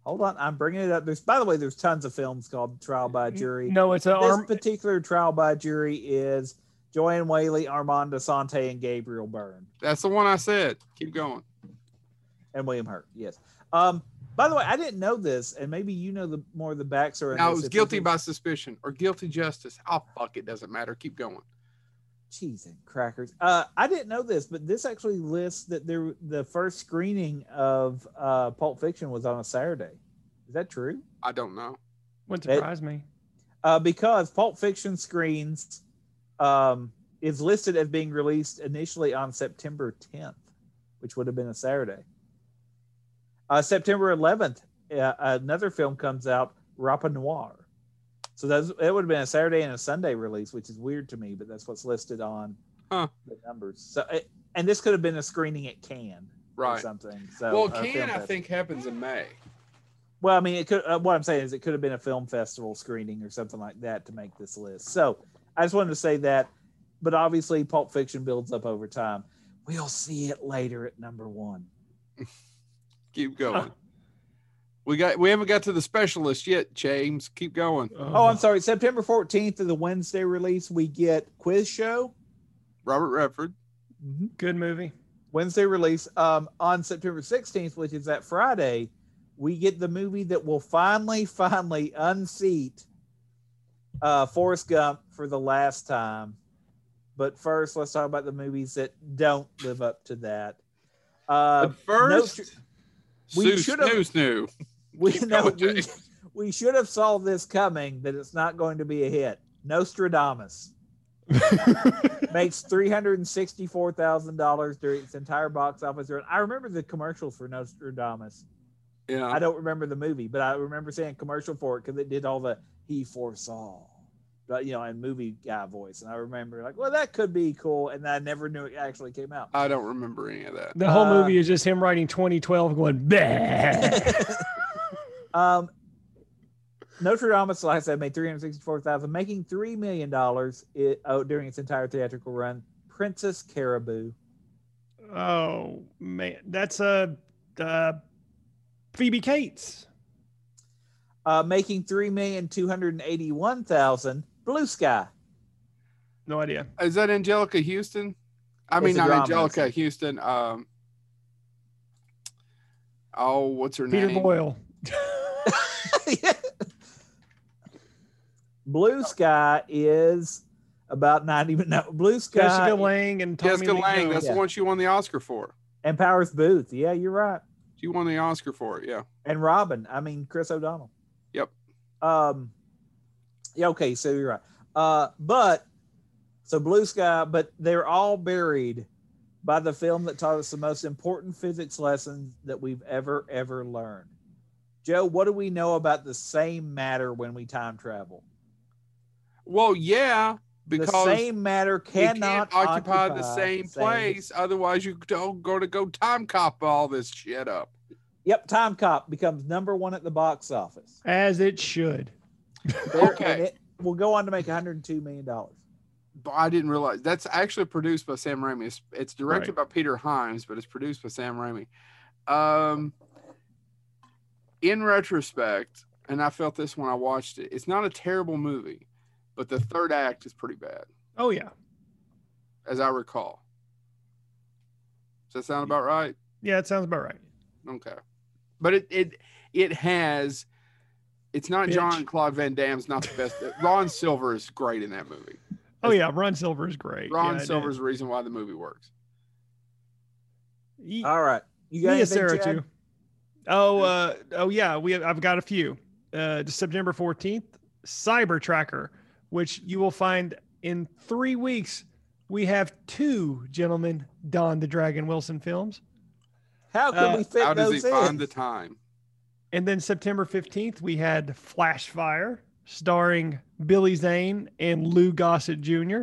S3: Hold on, I'm bringing it up. There's, by the way, there's tons of films called Trial by Jury.
S2: No, it's a
S3: this
S2: arm.
S3: particular trial by jury is Joanne Whaley, Armand Asante, and Gabriel Byrne
S1: That's the one I said. Keep going.
S3: and William Hurt. Yes. Um, by the way, I didn't know this, and maybe you know the more of the backstory. on
S1: Now it
S3: this,
S1: was
S3: if this
S1: guilty
S3: is-
S1: by suspicion or guilty justice. Oh fuck, it doesn't matter. Keep going.
S3: cheese and crackers. Uh, I didn't know this, but this actually lists that there the first screening of uh, Pulp Fiction was on a Saturday. Is that true?
S1: I don't know.
S2: Wouldn't surprise me.
S3: uh, because Pulp Fiction screens um, is listed as being released initially on September 10th, which would have been a Saturday. Uh, September 11th, uh, another film comes out, Rapa Noir. So that's, that would have been a Saturday and a Sunday release, which is weird to me, but that's what's listed on
S1: Huh.
S3: the numbers. So, it, and this could have been a screening at Cannes or
S1: Right.
S3: something. So
S1: Well,
S3: or a
S1: can
S3: film
S1: I
S3: festival.
S1: think happens in May.
S3: Well, I mean, it could. Uh, what I'm saying is, it could have been a film festival screening or something like that to make this list. So, I just wanted to say that. But obviously, Pulp Fiction builds up over time. We'll see it later at number one.
S1: Keep going. we got we haven't got to the specialist yet, James. Keep going.
S3: Oh,
S2: Uh-huh.
S3: I'm sorry. September 14th is the Wednesday release. We get Quiz Show.
S1: Robert Redford.
S2: Good movie.
S3: Wednesday release. Um, on September 16th, which is that Friday, we get the movie that will finally, finally unseat uh, Forrest Gump for the last time. But first, let's talk about the movies that don't live up to that. Uh,
S1: the first
S3: no- we
S1: we should
S3: should've-
S1: have knew.
S3: we,
S1: Keep
S3: no,
S1: going,
S3: we,
S1: Jay.
S3: we should have saw this coming that it's not going to be a hit. Nostradamus makes three hundred and sixty-four thousand dollars during its entire box office run. I remember the commercials for Nostradamus.
S1: Yeah.
S3: I don't remember the movie, but I remember seeing a commercial for it because it did all the he foresaw, but you know, and movie guy voice. And I remember like, well, that could be cool, and I never knew it actually came out.
S1: I don't remember any of that.
S2: The whole
S3: Uh,
S2: movie is just him writing 2012 going, "Bleh."
S3: um, Notre Dame, like I said, made three hundred sixty-four thousand, making three million dollars oh, during its entire theatrical run. Princess Caribou.
S2: oh, man. That's a uh, Phoebe Cates.
S3: uh, making three million two hundred eighty-one thousand. Blue Sky.
S2: No idea.
S1: Is that Angelica Houston? I
S3: It's
S1: mean,
S3: a
S1: not
S3: drama,
S1: Angelica
S3: isn't it?
S1: Houston. Um, oh, what's her
S2: Peter
S1: name?
S2: Boyle.
S3: Blue Sky is about ninety. but No, Blue Sky
S2: Jessica Lang and Tommy
S1: Jessica
S2: Lee
S1: Lang.
S2: Jones.
S1: That's
S3: Yeah.
S1: the one she won the Oscar for.
S3: and Powers Booth. Yeah, you're right.
S1: She won the Oscar for it. Yeah.
S3: and Robin. I mean Chris O'Donnell.
S1: Yep.
S3: Um. Yeah. Okay. So you're right. Uh. But so Blue Sky. But they're all buried by the film that taught us the most important physics lesson that we've ever ever learned. Joe, what do we know about the same matter when we time travel?
S1: Well, yeah, because
S3: the same matter
S1: we can't
S3: cannot
S1: occupy, the same place. Otherwise, you don't go to go time cop all this shit up.
S3: Yep, Time Cop becomes number one at the box office.
S2: as it should.
S3: There-
S1: Okay.
S3: and it will go on to make 102 million dollars.
S1: But I didn't realize that's actually produced by Sam Raimi. It's, it's directed by Peter Himes, but it's produced by Sam Raimi. Um, in retrospect, and I felt this when I watched it, it's not a terrible movie, but the third act is pretty bad,
S2: Oh yeah,
S1: as I recall. Does that sound about right?
S2: yeah. It sounds about right.
S1: Okay. But it it it has it's not
S2: Bitch.
S1: John Claude Van Damme's not the best. Ron Silver is great in that movie.
S2: Oh yeah, Ron Silver is great.
S1: Ron
S2: yeah, it
S1: Silver's the reason why the movie works.
S2: is. He-
S3: All right. Uh, You got
S2: me and
S3: anything,
S2: Sarah
S3: Chad?
S2: too. Oh, uh, oh yeah, we have, I've got a few. Uh, September fourteenth, Cyber Tracker, which you will find in three weeks. We have two gentlemen Don the Dragon Wilson films,
S3: How can
S2: Uh,
S3: we fit
S1: How does he
S3: those in?
S1: find the time?
S2: and then September fifteenth we had Flash Fire, starring Billy Zane and Lou Gossett Jr.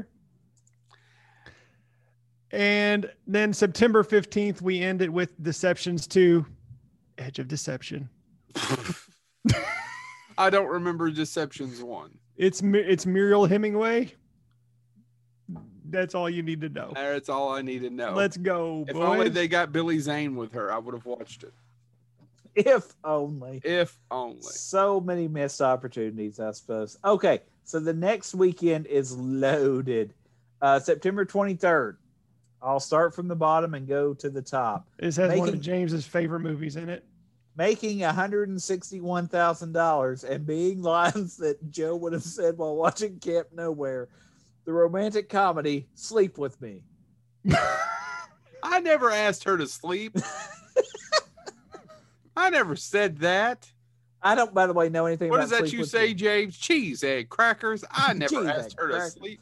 S2: And then September fifteenth we end it with Deceptions Two, Edge of Deception.
S1: I don't remember Deceptions one.
S2: It's Mu- it's Muriel Hemingway. That's all you need to know.
S1: That's all I need to know.
S2: Let's go,
S1: if
S2: boys.
S1: only they got Billy Zane with her, I would have watched it.
S3: If only.
S1: If only.
S3: So many missed opportunities, I suppose. Okay, so the next weekend is loaded. Uh, September 23rd. I'll start from the bottom and go to the top.
S2: this has one of
S3: making-
S2: James's favorite movies in it.
S3: Making $161,000 and being lines that Joe would have said while watching Camp Nowhere, the romantic comedy Sleep With Me.
S1: I never asked her to sleep. I never said that.
S3: I don't, by the way, know anything
S1: What
S3: about
S1: is that
S3: Sleep
S1: you
S3: With
S1: say,
S3: Me.
S1: James? Cheese egg crackers. I never
S3: Cheese,
S1: asked
S3: egg,
S1: her to
S3: crackers.
S1: sleep.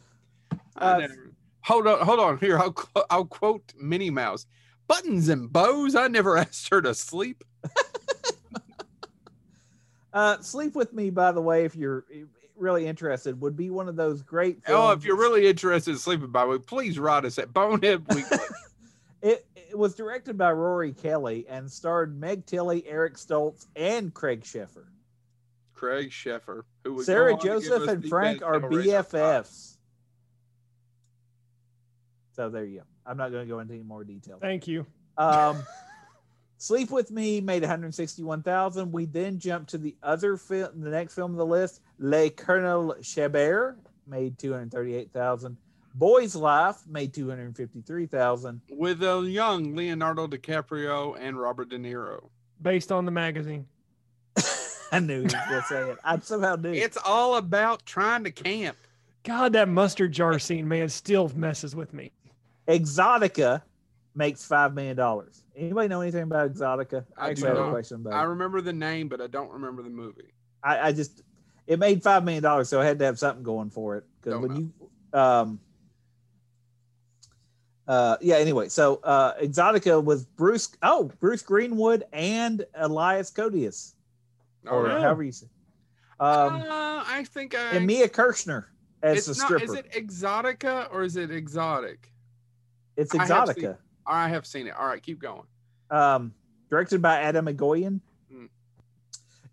S3: Uh,
S1: I never. Hold on, hold on. Here, I'll qu- I'll quote Minnie Mouse. Buttons and bows. I never asked her to sleep.
S3: Uh, Sleep with Me, by the way, if you're eh, really interested, would be one of those great. Films.
S1: Oh, if you're really interested in sleeping by me, please write us at Bonehead Weekly.
S3: it, it was directed by Rory Kelly and starred Meg Tilly, Eric Stoltz, and Craig Sheffer.
S1: Craig Sheffer, who was
S3: Sarah Joseph and Frank are BFFs. So there you go. I'm not going to go into any more detail.
S2: Thank you.
S3: Um, Sleep with Me made 161,000. We then jumped to the other film, the next film on the list, Le Colonel Chabert made 238,000. Boy's Life made 253,000.
S1: with a young Leonardo DiCaprio and Robert De Niro.
S2: Based on the magazine.
S3: I knew you were going to say it. I somehow knew.
S1: It's all about trying to camp.
S2: God, that mustard jar scene, man, still messes with me.
S3: Exotica makes $5 million. Anybody know anything about Exotica?
S1: I do
S3: actually have a
S1: not.
S3: question about
S1: I
S3: it.
S1: remember the name, but I don't remember the movie.
S3: I, I just it made five million dollars, so I had to have something going for it. Because
S1: Don't
S3: when you um uh yeah, anyway, so uh Exotica was Bruce oh Bruce Greenwood and Elias Codius.
S1: All
S3: Or
S1: right.
S3: however you say um
S1: uh, I think I.
S3: and Mia Kirshner as
S1: it's
S3: the
S1: not.
S3: stripper.
S1: Is it Exotica or is it Exotic?
S3: it's
S1: I have
S3: Exotica.
S1: I have seen it. All right, keep going.
S3: um, directed by Adam Agoyan.
S1: Hmm.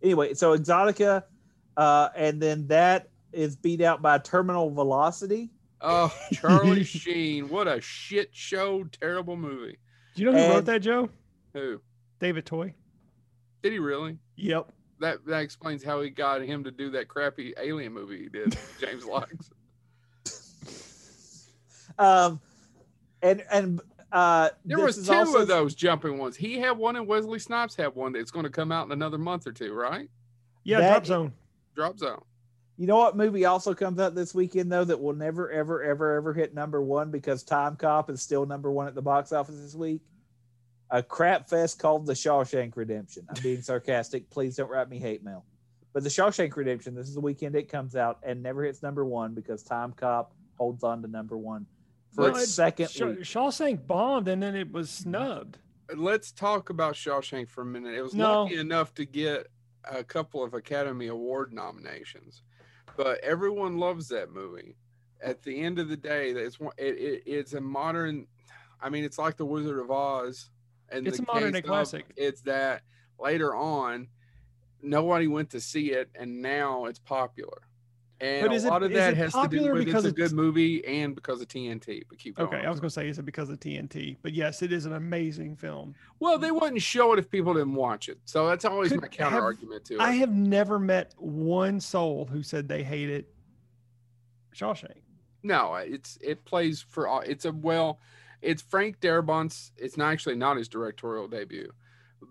S3: Anyway, so Exotica, uh, and then that is beat out by Terminal Velocity.
S1: Oh, Charlie Sheen! What a shit show! Terrible movie.
S2: Do you know who wrote
S3: And-
S2: that, Joe?
S1: Who
S2: David Toy.
S1: did he really?
S2: Yep.
S1: That that explains how he got him to do that crappy alien movie he did. James Locks.
S3: Um, and and uh,
S1: There
S3: this
S1: was
S3: is
S1: two
S3: also-
S1: of those jumping ones. He had one, and Wesley Snipes had one that's going to come out in another month or two, right?
S2: Yeah,
S3: That-
S2: Drop Zone.
S1: Drop Zone.
S3: You know what movie also comes out this weekend though that will never ever ever ever hit number one because Time Cop is still number one at the box office this week. a crap fest called The Shawshank Redemption. I'm being sarcastic. Please don't write me hate mail. But The Shawshank Redemption, this is the weekend it comes out and never hits number one because Time Cop holds on to number one for
S2: Well, it-
S3: its second
S2: Shaw-
S3: week.
S2: Shawshank bombed and then it was snubbed.
S1: Let's talk about Shawshank for a minute. It was
S2: No.
S1: lucky enough to get a couple of Academy Award nominations, but everyone loves that movie. At the end of the day, it's one. It, it, it's a modern. I mean, it's like The Wizard of Oz. And
S2: It's a modern day classic.
S1: It's that later on, nobody went to see it, and now it's popular. And
S2: But is
S1: a
S2: it-
S1: lot of
S2: is
S1: that
S2: it
S1: has to do
S2: popular
S1: with it's
S2: because
S1: a
S2: it's-
S1: good movie and because of TNT. But
S3: Oh.
S1: keep going.
S2: Okay, I was gonna say is it because of TNT, but yes, it is an amazing film.
S1: Well, they wouldn't show it if people didn't watch it. So that's always
S2: Could
S1: my
S2: have-
S1: counter argument to it.
S2: I have never met one soul who said they hated Shawshank.
S1: no, it's it plays for all. It's a well, it's Frank Darabont's. It's not actually not his directorial debut,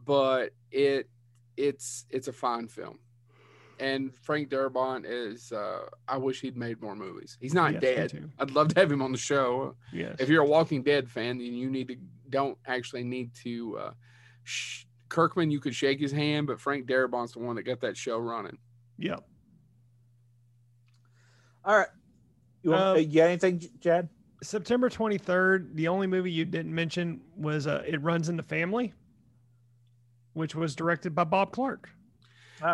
S1: but it it's it's a fine film. And Frank Darabont is. Uh, I wish he'd made more movies. He's not
S2: Yes, me
S1: dead.
S2: too.
S1: I'd love to have him on the show.
S2: Yes.
S1: If you're a Walking Dead fan, then you need to don't actually need to. Uh, sh- Kirkman, you could shake his hand, but Frank Darabont's the one that got that show running.
S2: yep.
S3: All right. You, want,
S2: Um,
S3: uh, you got anything, J- Chad?
S2: September 23rd, the only movie you didn't mention was uh, It Runs in the Family, which was directed by Bob Clark.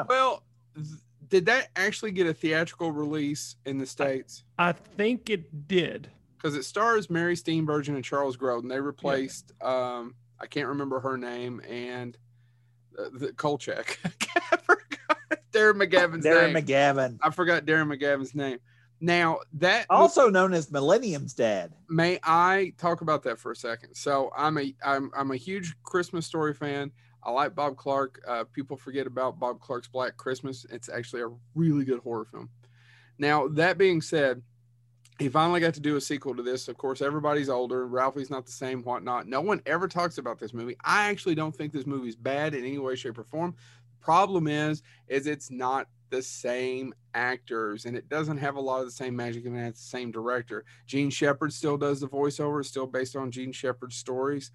S1: Well, th- did that actually get a theatrical release in the states?
S2: I think it did.
S1: Because it stars Mary Steenburgen and Charles Grodin. They replaced um, I can't remember her name and uh, the Kolchak. I forgot Darren McGavin's
S3: Darren
S1: name.
S3: McGavin,
S1: I forgot Darren McGavin's name. Now that
S3: also known as Millennium's dad.
S1: may I talk about that for a second? So I'm a I'm I'm a huge Christmas story fan. I like Bob Clark. Uh, people forget about Bob Clark's Black Christmas. It's actually a really good horror film. Now that being said, he finally got to do a sequel to this. Of course, everybody's older. Ralphie's not the same, whatnot. No one ever talks about this movie. I actually don't think this movie's bad in any way, shape, or form. Problem is, is it's not the same actors and it doesn't have a lot of the same magic and it has the same director. Gene Shepard still does the voiceover, it's still based on Gene Shepard's stories.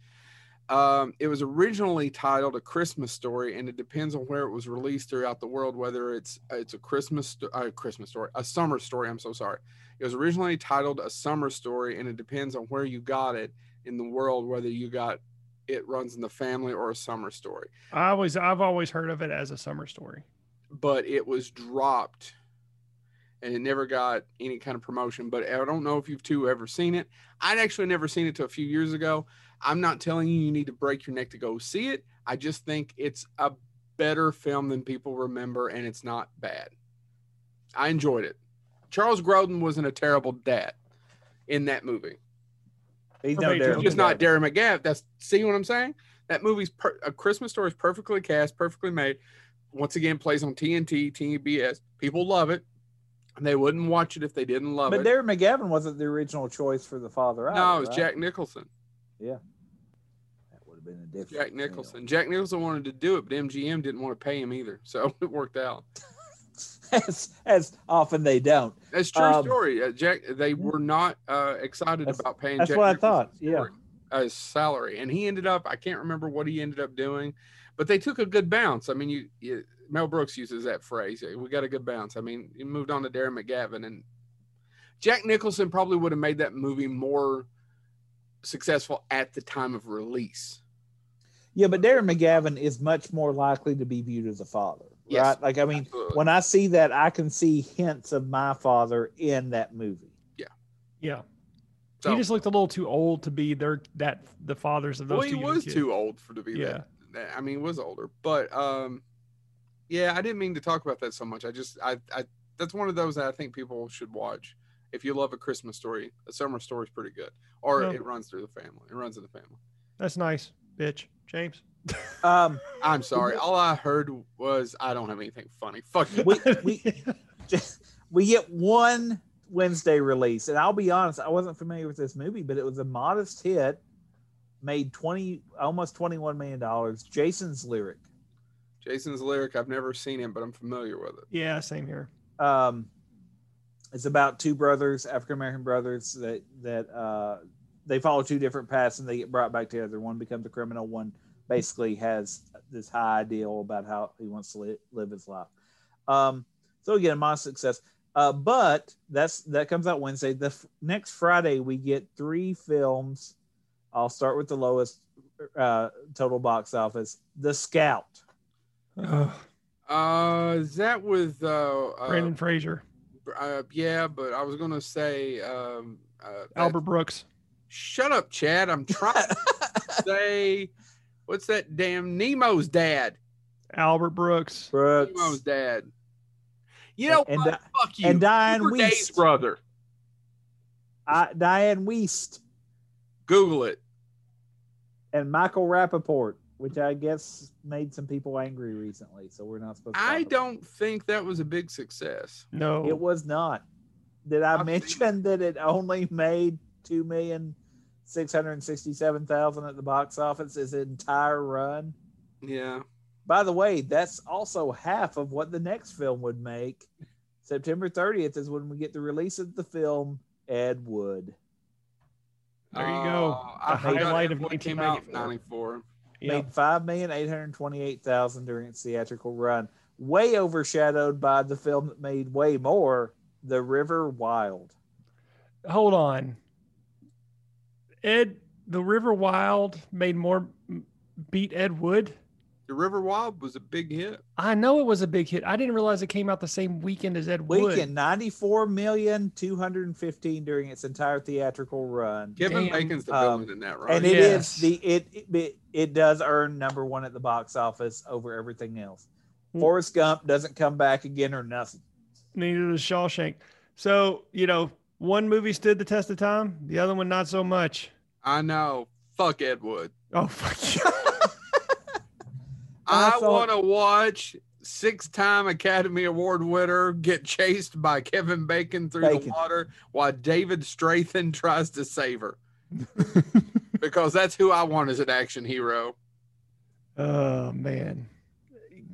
S1: Um, it was originally titled A Christmas Story, and it depends on where it was released throughout the world, whether it's it's a Christmas sto- uh, Christmas story, a summer story. I'm so sorry. It was originally titled A Summer Story, and it depends on where you got it in the world, whether you got it runs in the family or a summer story.
S2: I always, I've always heard of it as a summer story.
S1: but it was dropped and it never got any kind of promotion. But I don't know if you've two ever seen it. I'd actually never seen it till a few years ago. I'm not telling you you need to break your neck to go see it. I just think it's a better film than people remember and it's not bad. I enjoyed it. Charles Grodin wasn't a terrible dad in that movie.
S3: He's
S2: Or
S3: no
S2: Rachel.
S3: Darren
S1: It's just not
S3: McGavin.
S1: Darren McGaff. That's see what I'm saying? That movie's per, a Christmas story is perfectly cast, perfectly made. Once again, plays on TNT, TBS. People love it. And they wouldn't watch it if they didn't love
S3: But
S1: it.
S3: Darren McGavin wasn't the original choice for the
S1: No,
S3: father. either,
S1: it was
S3: right?
S1: Jack Nicholson.
S3: That would have been a different.
S1: Jack Nicholson. Jack Nicholson wanted to do it, but MGM didn't want to pay him either. So it worked out.
S3: as as often they don't.
S1: That's a true
S3: Um,
S1: story. Uh, Jack, they were not uh, excited
S3: That's-
S1: about paying.
S3: that's
S1: Jack
S3: what I
S1: Nicholson's
S3: thought, yeah.
S1: salary- uh, his salary, and he ended up. I can't remember what he ended up doing, but they took a good bounce. I mean, you, you Mel Brooks uses that phrase. uh, We got a good bounce. I mean, he moved on to Darren McGavin, and Jack Nicholson probably would have made that movie more successful at the time of release.
S3: Yeah, but Darren McGavin is much more likely to be viewed as a father,
S1: Yes.
S3: right? Like I mean,
S1: Absolutely.
S3: when I see that, I can see hints of my father in that movie.
S2: Yeah.
S1: So-
S2: he just looked a little too old to be their that the fathers of those
S1: well, he
S2: two young
S1: was
S2: kids.
S1: too old for to be
S2: Yeah.
S1: that, that- I mean, he was older, but um, yeah, I didn't mean to talk about that so much. I just, I, I, that's one of those that I think people should watch. If you love a Christmas story, a summer story is pretty good, or
S2: Yeah.
S1: it runs through the family. It runs in the family.
S2: That's nice, bitch. James.
S3: Um,
S1: I'm sorry. All I heard was I don't have anything funny. Fuck you.
S3: We- we- we get one Wednesday release, and I'll be honest, I wasn't familiar with this movie, but it was a modest hit, made twenty almost twenty one million dollars. Jason's lyric.
S1: Jason's lyric. I've never seen him, but I'm familiar with it.
S2: yeah, same here.
S3: um, it's about two brothers, African American brothers that that uh, they follow two different paths and they get brought back together. One becomes a criminal. One basically has this high ideal about how he wants to li- live his life. Um, so again, modest success. Uh, but that's that comes out Wednesday. The f- next Friday we get three films. I'll start with the lowest uh, total box office. The Scout.
S2: Ugh,
S1: Uh, is that with uh, uh,
S2: Brandon Fraser,
S1: uh yeah, but I was gonna say um uh,
S2: Albert Brooks.
S1: Shut up, Chad. I'm trying to say what's that damn Nemo's dad?
S2: Albert Brooks.
S1: Nemo's
S3: Brooks.
S1: dad. You know
S3: And
S1: what?
S3: Di-
S1: Fuck you.
S3: and Diane
S1: Hoover Day's
S3: Weist.
S1: brother.
S3: I, Diane Weist
S1: Google it.
S3: and Michael Rappaport, which I guess made some people angry recently. So we're not supposed to.
S1: I
S3: talk about
S1: don't think that was a big success.
S2: No,
S3: It was not. Did I
S1: I've
S3: mention that it only made two million six hundred sixty-seven thousand at the box office its entire run?
S1: Yeah.
S3: By the way, that's also half of what the next film would make. September 30th is when we get the release of the film Ed Wood.
S2: There you go.
S1: Uh, I
S2: The
S1: forgot
S2: highlight
S1: that
S2: of
S1: one came out in
S2: 1994.
S1: '94.
S2: yeah.
S3: Made five million eight hundred twenty-eight thousand during its theatrical run, way overshadowed by the film that made way more, The River Wild.
S2: hold on. Ed, the River Wild made more beat Ed Wood.
S1: The River Wild was a big hit.
S2: I know it was a big hit. I didn't realize it came out the same weekend as Ed Wood.
S3: Weekend 94 million 215 during its entire theatrical run.
S1: Kevin
S2: Damn.
S1: Bacon's the
S3: Um,
S1: villain in that, right?
S3: And it
S2: Yes.
S3: is the it, it it does earn number one at the box office over everything else.
S2: Hmm.
S3: Forrest Gump doesn't come back again or nothing.
S2: Neither does Shawshank. So, you know, one movie stood the test of time, the other one not so much.
S1: I know. Fuck Ed Wood.
S2: Oh, fuck.
S3: I
S1: I,
S3: thought-
S1: want to watch six-time Academy Award winner get chased by Kevin Bacon through the
S3: Bacon.
S1: water while David Strathan tries to save her. because that's who I want as an action hero.
S2: oh, man.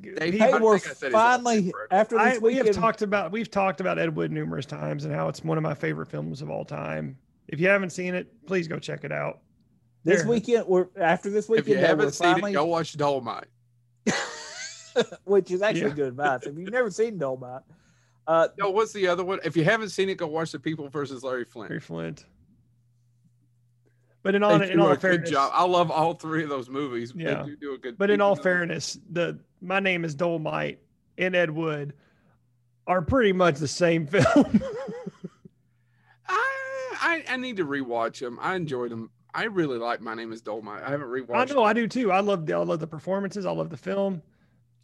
S1: Dave
S2: He-
S1: I
S3: Hey,
S1: think
S3: we're
S1: I said his last
S3: finally
S1: name correct.
S3: after this
S2: I, we
S3: weekend.
S2: have talked about we've talked about Ed Wood numerous times and how it's one of my favorite films of all time. If you haven't seen it, please go check it out.
S3: this
S2: there.
S3: weekend, we're after this
S1: If you
S3: weekend. though, we're
S1: haven't seen
S3: finally,
S1: it, go watch Dolomite.
S3: which is actually
S2: Yeah.
S3: good advice. If you've never seen Dolomite, uh,
S1: No, what's the other one? If you haven't seen it, go watch The People versus Larry
S2: Barry
S1: Flint.
S2: Flint. But in all
S1: They
S2: in
S1: do
S2: all
S1: a good
S2: fairness,
S1: job. I love all three of those movies.
S2: Yeah.
S1: They do do a good.
S2: But in all
S1: even though-
S2: fairness, the my name is Dolmite and Ed Wood are pretty much the same film.
S1: I, I I need to rewatch them. I enjoyed them. I really like My Name Is Dolomite. I haven't
S2: I
S1: rewatched.
S2: know I do too. I love the I love the performances. I love the film.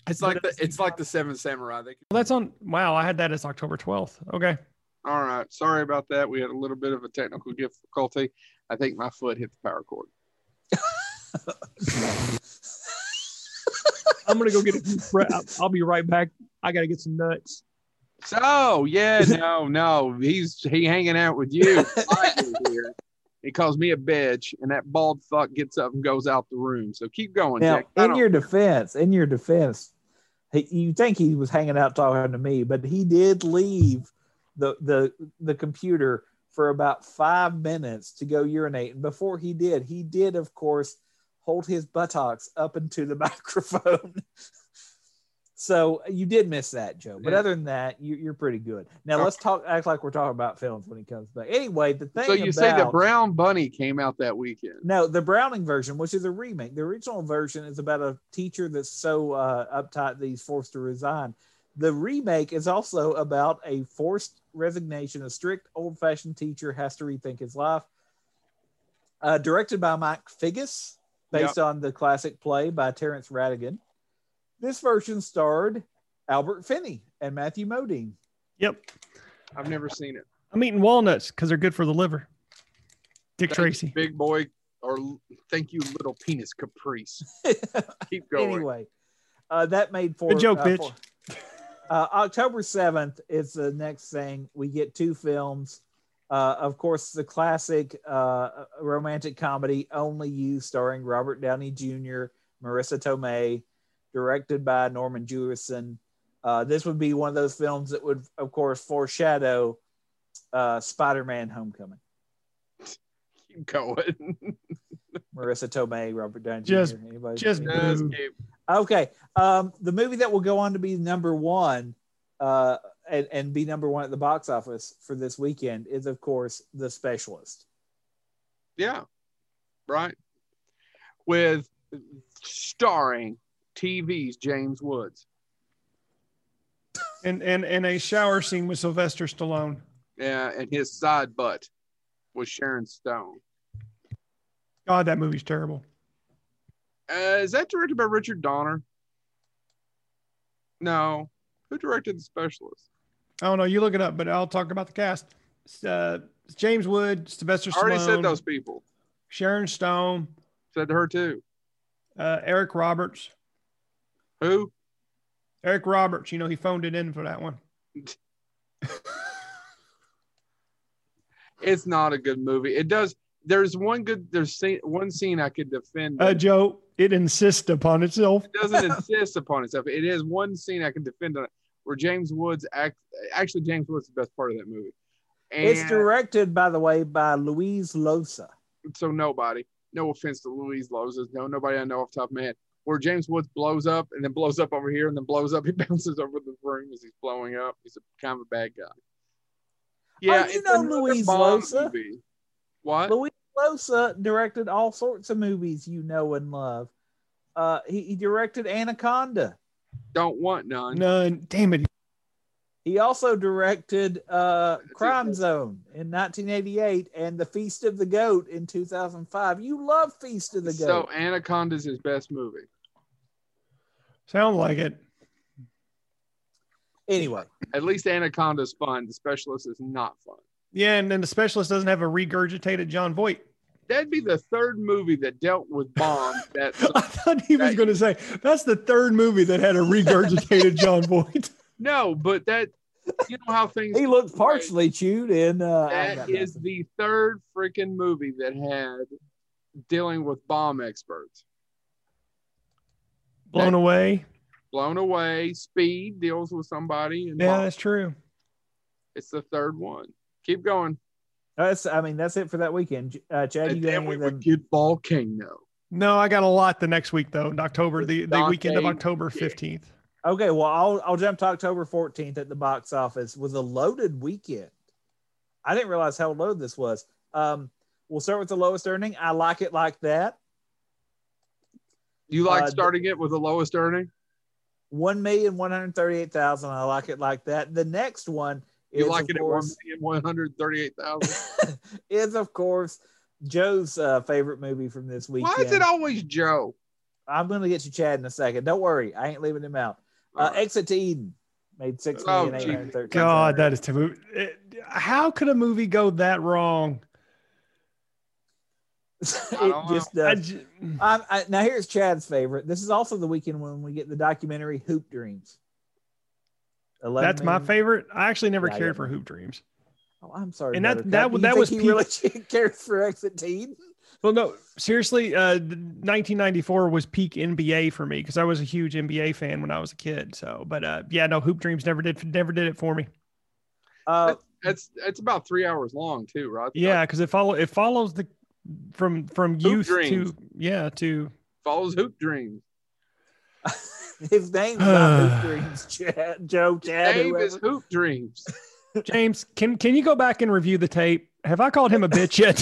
S1: It's
S2: but
S1: like
S2: at
S1: the
S2: the
S1: it's
S2: same
S1: like the Seven Samurai. They,
S2: Well, that's on. Wow, I had that as October twelfth. Okay,
S1: all right, sorry about that. We had a little bit of a technical difficulty. I think my foot hit the power cord.
S2: I'm gonna go get. A, fre- I'll- I'll be right back. I gotta get some nuts.
S1: So yeah, no, no, he's he hanging out with you. Michael here. He calls me a bitch, and that bald fuck gets up and goes out the room. So keep going,
S3: now
S1: Jack. I
S3: in
S1: don't-
S3: your defense, in your defense, he, you think he was hanging out talking to me, but he did leave the the the computer for about five minutes to go urinate, and before he did, he did of course hold his buttocks up into the microphone. So you did miss that, Joe. But
S1: Yeah.
S3: other than that, you, you're pretty good. Now let's talk. Act like we're talking about films when he comes back. Anyway, the thing
S1: so you
S3: about,
S1: say the brown bunny came out that weekend.
S3: no, the Browning version, which is a remake. The original version is about a teacher that's so uh, uptight that he's forced to resign. The remake is also about a forced resignation. A strict, old fashioned teacher has to rethink his life. Uh, directed by Mike Figgis, based on the classic play by Terrence Radigan. This version starred Albert Finney and Matthew Modine.
S2: Yep,
S1: I've never seen it.
S2: I'm eating walnuts because they're good for the liver. Dick
S1: Thank
S2: Tracy.
S1: you, big boy, or l- thank you, little penis caprice. Keep going.
S3: Anyway, uh, that made for
S2: Good joke,
S3: uh,
S2: bitch.
S3: for- uh, October seventh is the next thing. We get two films. Uh, of course, the classic uh, romantic comedy "Only You," starring Robert Downey Jr., Marissa Tomei, directed by Norman Jewison. Uh, this would be one of those films that would, of course, foreshadow uh, Spider-Man: Homecoming.
S1: keep going.
S3: Marissa Tomei, Robert Downey
S2: Just-
S3: Jr. Anybody?
S2: just-
S1: Just
S2: Boo.
S1: keep-
S3: okay. Um, the movie that will go on to be number one, uh, and, and be number one at the box office for this weekend is, of course, The Specialist.
S1: yeah, right. With starring TV's James Woods
S2: and and and a shower scene with Sylvester Stallone.
S1: yeah, uh, and his side butt was Sharon Stone.
S2: God, that movie's terrible.
S1: Uh, is that directed by Richard Donner? No. Who directed The Specialist?
S2: I don't know. You look it up, but I'll talk about the cast. It's, Uh, it's James Wood, Sylvester
S1: I already
S2: Stallone,
S1: said those people.
S2: Sharon Stone,
S1: Said her too.
S2: uh, Eric Roberts.
S1: Who?
S2: Eric Roberts, you know, he phoned it in for that one.
S1: It's not a good movie. It does. There's one good. There's scene, one scene I could defend.
S2: Uh,
S1: it.
S2: Joe, it insists upon itself.
S1: It doesn't insist upon itself. It is one scene I can defend on it where James Woods act. Actually, James Woods is the best part of that movie. And
S3: It's directed, by the way, by Louise Losa.
S1: so nobody. No offense to Louise Lozes. No, nobody I know off the top of my head. Where James Woods blows up and then blows up over here and then blows up. He bounces over the room as he's blowing up. He's a kind of a bad guy. Yeah,
S3: Oh, you
S1: it's
S3: know
S1: another
S3: Louise
S1: Bond
S3: Loza?
S1: movie. What?
S3: Louise Losa directed all sorts of movies you know and love. Uh, he, he directed Anaconda.
S1: Don't want none.
S2: None. Damn it.
S3: He also directed uh,
S1: it.
S3: Crime Zone in 1988 and The Feast of the Goat in 2005. You love Feast of the
S1: So
S3: Goat.
S1: Anaconda's his best movie.
S2: Sound like it.
S3: anyway,
S1: At least Anaconda's fun. The Specialist is not fun.
S2: Yeah, and then the specialist doesn't have a regurgitated John Voight.
S1: That'd be the third movie that dealt with bombs. That
S2: I thought he was going to say that's the third movie that had a regurgitated John Voight.
S1: no, but that you know how things
S3: he looked partially chewed in. Uh, I
S1: That
S3: got
S1: is
S3: nothing.
S1: the third freaking movie that had dealing with bomb experts.
S2: Blown away.
S1: Blown away, Speed deals with somebody, and
S2: Yeah,
S1: bomb.
S2: that's true.
S1: it's the third one. Keep going.
S3: That's, I mean, that's it for that weekend. Uh, Chad, you
S1: And
S3: got
S1: then we would
S3: anything?
S1: get Volcano.
S2: No, I got a lot the next week though. In October, the, the
S1: Dante
S2: weekend of October
S1: Dick.
S2: fifteenth.
S3: Okay, well, I'll, I'll jump to October 14th at the box office with a loaded weekend. I didn't realize how low this was. Um, we'll start with the lowest earning. I like it like that.
S1: You like
S3: Uh,
S1: starting it with the lowest earning?
S3: One million one hundred thirty-eight thousand. I like it like that. The next one is
S1: You like
S3: of
S1: it at one
S3: course,
S1: million one hundred thirty-eight thousand?
S3: is of course Joe's uh, favorite movie from this weekend.
S1: Why is it always Joe?
S3: I'm going to get you Chad in a second. Don't worry, I ain't leaving him out. Uh, Exit to Eden made six
S1: Oh,
S3: million eight hundred thirteen.
S2: God, that is to move. How could a movie go that wrong?
S1: I
S3: it
S1: don't know.
S3: just
S2: I
S3: uh,
S2: j-
S3: I, I, now here's Chad's favorite. This is also the weekend when we get the documentary Hoop Dreams. 11
S2: that's my
S3: million-
S2: favorite. I actually never
S3: Yeah, I
S2: cared
S3: got
S2: for
S3: one.
S2: Hoop Dreams.
S3: Oh, I'm sorry.
S2: And that-
S3: Buttercup.
S2: that-
S3: Do you
S2: that
S3: think
S2: was
S3: he
S2: peak-
S3: really cares for Exit to Eden.
S2: Well, no, seriously, uh, the 1994 was peak NBA for me because I was a huge NBA fan when I was a kid. So, but uh, yeah, no, Hoop Dreams never did never did it for me.
S3: Uh,
S1: It's it's about three hours long too, right?
S2: Yeah, because it follow it follows the from from
S1: Hoop
S2: youth
S1: Dreams.
S2: to yeah to
S1: follows Hoop Dreams.
S3: His name's not Hoop Dreams, Chad, Joe, Chad,
S1: Dave
S3: whoever.
S1: is Hoop Dreams.
S2: James. Can can you go back and review the tape? Have I called him a bitch yet?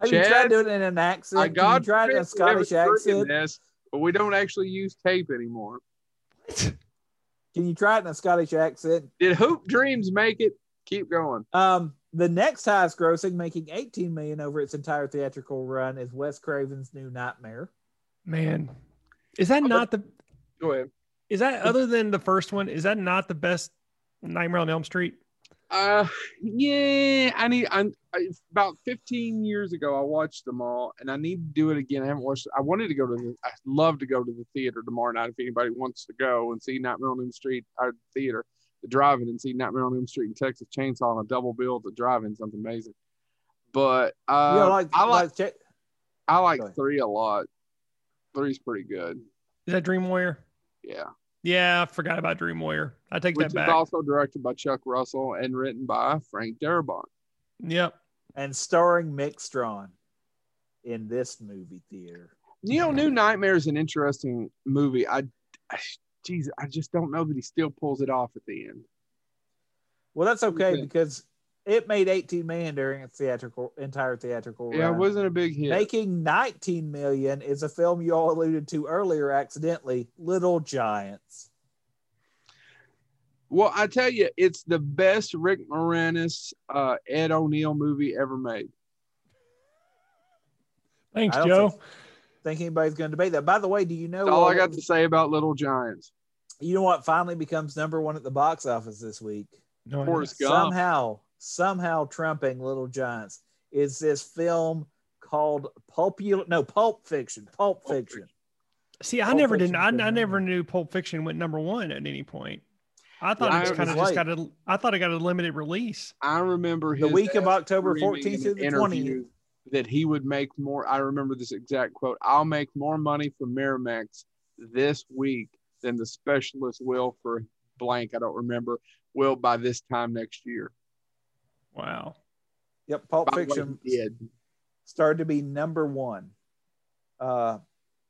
S3: Have you
S1: Chad,
S3: tried doing it in an accent?
S1: I
S3: Can
S1: got
S3: you try it in a Scottish accent?
S1: This, but we don't actually use tape anymore.
S3: Can you try it in a Scottish accent?
S1: Did Hoop Dreams make it? Keep going.
S3: Um, the next highest grossing, making 18 million over its entire theatrical run, is Wes Craven's New Nightmare.
S2: Man, is that
S1: Oh, but-
S2: not the
S1: Go ahead.
S2: is that other than the first one? Is that not the best Nightmare on Elm Street?
S1: Uh, yeah, I need. I'm I, about 15 years ago. I watched them all, and I need to do it again. I haven't watched. I wanted to go to. the I'd love to go to the theater tomorrow night if anybody wants to go and see Nightmare on Elm Street our theater. The drive-in and see Nightmare on Elm Street and Texas Chainsaw on a double bill. at The drive-in sounds amazing, but uh,
S3: You know, like,
S1: I like
S3: like check,
S1: I like
S3: Go ahead.
S1: three a lot. Three's pretty good.
S2: Is that Dream Warrior?
S1: Yeah.
S2: Yeah, I forgot about Dream Warrior. I take
S1: Which
S2: that
S1: is
S2: back.
S1: also directed by Chuck Russell and written by Frank Darabont.
S2: Yep.
S3: and starring Mick Strawn in this movie theater.
S1: You know, New Nightmare is an interesting movie. I, I, geez, I just don't know that he still pulls it off at the end.
S3: Well, that's okay
S1: Okay.
S3: because it made 18 million during its theatrical entire theatrical
S1: Yeah, it
S3: run.
S1: wasn't a big hit.
S3: Making 19 million is a film you all alluded to earlier accidentally, Little Giants.
S1: Well, I tell you, it's the best Rick Moranis, uh, Ed O'Neill movie ever made.
S2: Thanks,
S3: I don't
S2: Joe.
S3: think- Think anybody's going to debate that? By the way, do you know
S1: That's all
S3: uh,
S1: I got to say about Little Giants.
S3: You know what finally becomes number 1 at the box office this week?
S2: No, I
S1: Forrest
S2: don't.
S1: Gump.
S3: Somehow, somehow trumping Little Giants is this film called Pulp no, Pulp Fiction, Pulp
S1: Pulp
S3: Fiction.
S2: See, I
S3: Pulp
S2: never didn't. I,
S3: Fiction's been
S2: I never
S3: number-
S2: knew Pulp Fiction went number one at any point. I thought
S1: Yeah,
S2: it
S1: I
S2: just kind of
S3: was
S2: just got a. I thought it got a limited release.
S1: I remember his
S3: The week of
S1: ass
S3: October
S1: screaming
S3: 14th
S1: in
S3: through
S1: an
S3: the
S1: interview
S3: 20th.
S1: that he would make more. I remember this exact quote: "I'll make more money for Miramax this week than the specialist will for blank. I don't remember. Will by this time next year.
S2: Wow.
S3: Yep, Pulp
S1: By what
S3: Fiction
S1: he did.
S3: started to be number one. Uh,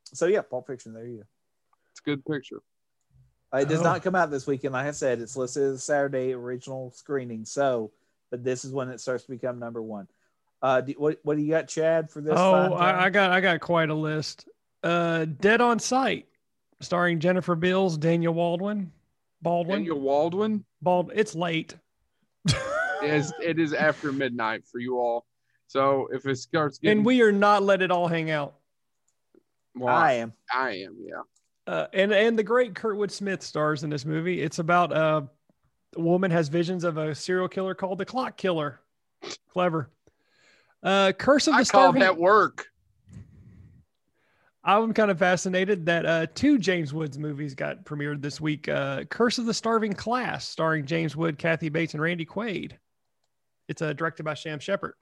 S3: so yeah, Pulp Fiction. There you go.
S1: It's a good picture.
S3: Uh, It does
S2: Oh.
S3: not come out this weekend. Like I said, it's listed as a Saturday original screening. So, but this is when it starts to become number one. Uh, do, what what do you got, Chad? For this?
S2: oh,
S3: fine
S2: I, I
S3: time?
S2: got I got quite a list. Uh, Dead on Sight, starring Jennifer Beals, Daniel Baldwin, Baldwin,
S1: Daniel Waldwin
S2: Bald. It's late.
S1: is it is after midnight for you all. So if it starts getting,
S2: and we are not let it all hang out.
S1: well,
S3: I
S1: I,
S3: am.
S1: I am, yeah.
S2: Uh, and and the great Kurtwood Smith stars in this movie. It's about uh, a woman has visions of a serial killer called the Clock Killer. Clever. Uh, Curse of the
S1: I called
S2: Starving.
S1: that work.
S2: I'm kind of fascinated that uh, two James Woods movies got premiered this week. Uh, Curse of the Starving Class, starring James Wood, Kathy Bates, and Randy Quaid. It's uh, directed by Sham Shepard.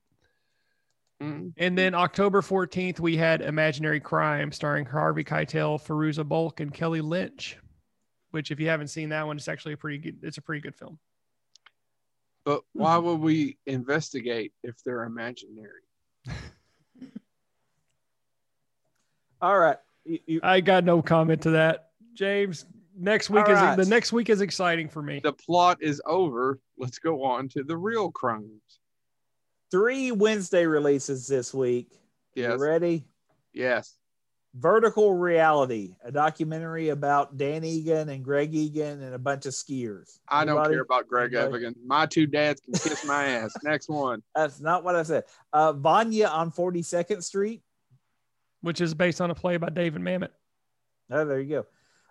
S1: Mm.
S2: And then October 14th, we had Imaginary Crime, starring Harvey Keitel, Feruza Bulk, and Kelly Lynch. Which, if you haven't seen that one, it's actually a pretty good. It's a pretty good film.
S1: But
S3: Hmm.
S1: why would we investigate if they're imaginary?
S3: All right. You, you,
S2: I got no comment to that, James. Next week
S3: All
S2: is
S3: right.
S2: the next week is exciting for me.
S1: The plot is over. Let's go on to the real crimes.
S3: three Wednesday releases this week.
S1: Yes.
S3: You ready?
S1: Yes.
S3: Vertical Reality, a documentary about Dan Egan and Greg Egan and a bunch of skiers.
S1: I don't
S3: Anybody?
S1: care about Greg
S3: Anybody?
S1: Evigan. My two dads can kiss my ass. Next one.
S3: That's not what I said. Uh, Vanya on 42nd Street.
S2: Which is based on a play by David Mamet.
S3: Oh, there you go.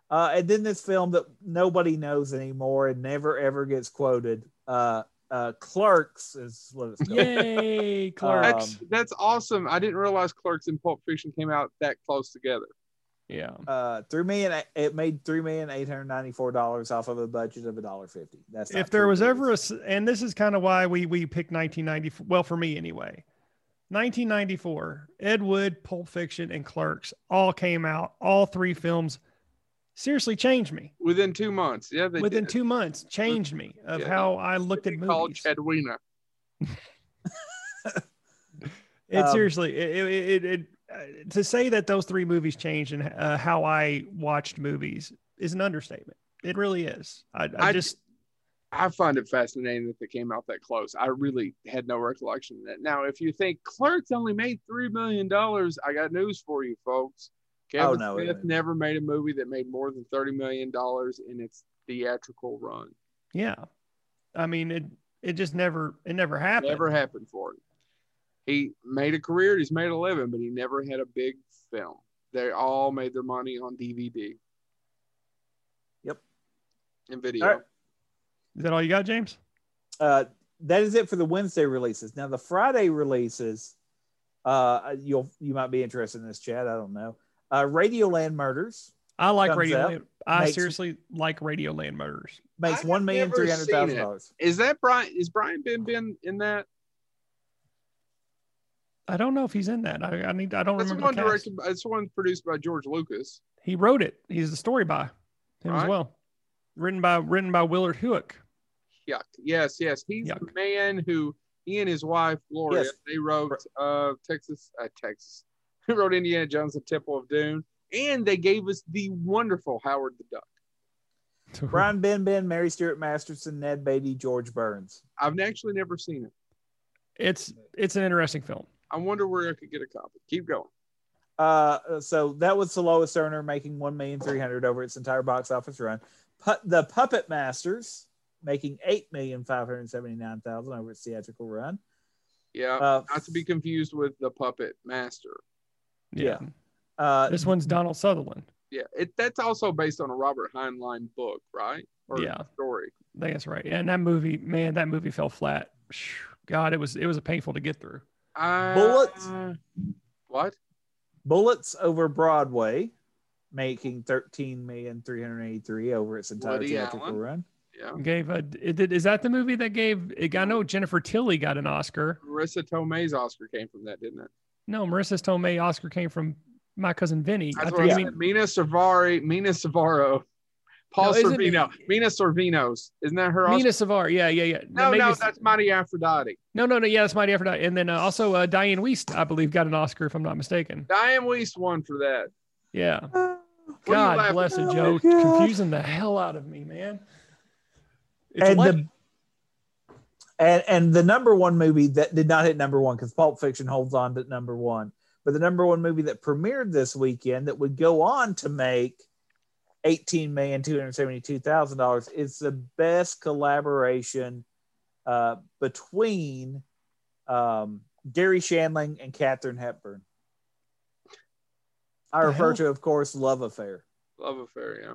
S3: Uh, and then this film that nobody knows anymore and never ever gets quoted. Uh, uh, Clerks is what it's called.
S2: Yay, Clark.
S1: That's that's awesome. I didn't realize Clerks and Pulp Fiction came out that close together.
S2: yeah.
S3: Uh, three million. It made three million eight hundred ninety-four dollars off of a budget of a dollar fifty. That's not
S2: if there
S3: true,
S2: was
S3: but
S2: ever a
S3: it's-
S2: s- and this is kind of why we we picked 1994 well for me anyway 1994 ed wood pulp fiction and clerks all came out all three films seriously changed me
S1: Within two months. Yeah, they
S2: within
S1: did.
S2: two months changed me of
S1: Yeah.
S2: how i looked at
S1: They called
S2: movies
S1: Chadwina.
S2: it
S3: Um,
S2: seriously it it, it, it uh, to say that those three movies changed and uh, how i watched movies is an understatement it really is i, I
S1: I-
S2: just
S1: I find it fascinating that they came out that close. I really had no recollection of that. Now, if you think Clerks only made three million dollars, I got news for you, folks. Kevin
S3: Oh, no, it
S1: Smith
S3: didn't.
S1: never made a movie that made more than thirty million dollars in its theatrical run.
S2: yeah i mean it it just never it never happened
S1: Never happened for him. He made a career. He's made a living, but he never had a big film. They all made their money on DVD.
S3: Yep.
S1: And video.
S3: All right.
S2: Is that all you got, James?
S3: uh, that is it for the Wednesday releases. Now the Friday releases, uh, you'll you might be interested in this chat. I don't know. Uh, Radioland Murders
S2: I like
S3: Thumbs
S2: Radio
S3: up.
S2: Land. I
S3: Makes-
S2: seriously like Radio Land Murders.
S3: makes
S1: I've
S3: one million
S1: never
S3: three hundred thousand
S1: seen
S3: dollars.
S1: Is that Brian? Is Brian Ben Ben in that?
S2: I don't know if he's in that. I, I need. I don't
S1: That's the
S2: remember.
S1: one
S2: The cast.
S1: directed. That's the one produced by George Lucas.
S2: He wrote it. He's the story by him as
S1: Right.
S2: well. Written by written by Willard Huick.
S1: Yuck. Yes, yes. He's the
S2: Yuck.
S1: man who he and his wife Gloria,
S3: Yes.
S1: they wrote uh, Texas, uh, Texas, who wrote Indiana Jones and Temple of Doom, and they gave us the wonderful Howard the Duck.
S3: Brian Ben Ben, Mary Stewart Masterson, Ned Beatty, George Burns.
S1: I've actually never seen it.
S2: It's it's an interesting film.
S1: I wonder where I could get a copy. Keep going.
S3: Uh, so that was the lowest earner, making one million three hundred over its entire box office run. Pu- the Puppet Masters making eight million five hundred seventy nine thousand over its theatrical run.
S1: Yeah,
S3: Uh,
S1: not to be confused with the Puppet Master.
S2: Yeah.
S3: uh,
S2: This one's Donald Sutherland.
S1: Yeah, it, that's also based on a Robert Heinlein book, right?
S2: Yeah.
S1: story.
S2: I think that's right. Yeah, and that movie, man, that movie fell flat. Shh, God, it was it was painful to get through.
S1: Uh,
S3: Bullets?
S1: What?
S3: Bullets over Broadway, making thirteen million three hundred eighty three over its entire
S1: Woody
S3: theatrical
S1: Allen.
S3: run.
S1: Yeah.
S2: Gave a it did, is that the movie that gave? I know Jennifer Tilly got an Oscar.
S1: Marissa Tomei's Oscar came from that, didn't it?
S2: No, Marissa Tomei Oscar came from My Cousin Vinny.
S1: That's
S2: I
S1: what I
S2: think you
S1: mean.
S2: mean.
S1: Mina Savari, Mina Savaro, Paul
S2: No, isn't it-
S1: Sorvino, Mina Sorvino's. Isn't that her? Oscar?
S2: Mina Savar. Yeah, yeah, yeah.
S1: No,
S2: Maybe
S1: no,
S2: it's-
S1: that's Mighty Aphrodite.
S2: no, no, no. Yeah, that's Mighty Aphrodite. And then uh, also uh, Diane Weist, I believe, got an Oscar, if I'm not mistaken.
S1: Diane Weiss won for that.
S2: Yeah.
S1: What are you
S2: God
S1: laughing
S2: bless it,
S3: at?
S2: Joe.
S3: Oh my God.
S2: Confusing the hell out of me, man. It's
S3: and
S2: late.
S3: the and and the number one movie that did not hit number one because Pulp Fiction holds on to number one, but the number one movie that premiered this weekend that would go on to make eighteen million two hundred seventy two thousand dollars is the best collaboration uh, between um, Gary Shandling and Katherine Hepburn. I
S2: The
S3: refer
S2: hell?
S3: to, of course, Love Affair.
S1: Love affair. Yeah.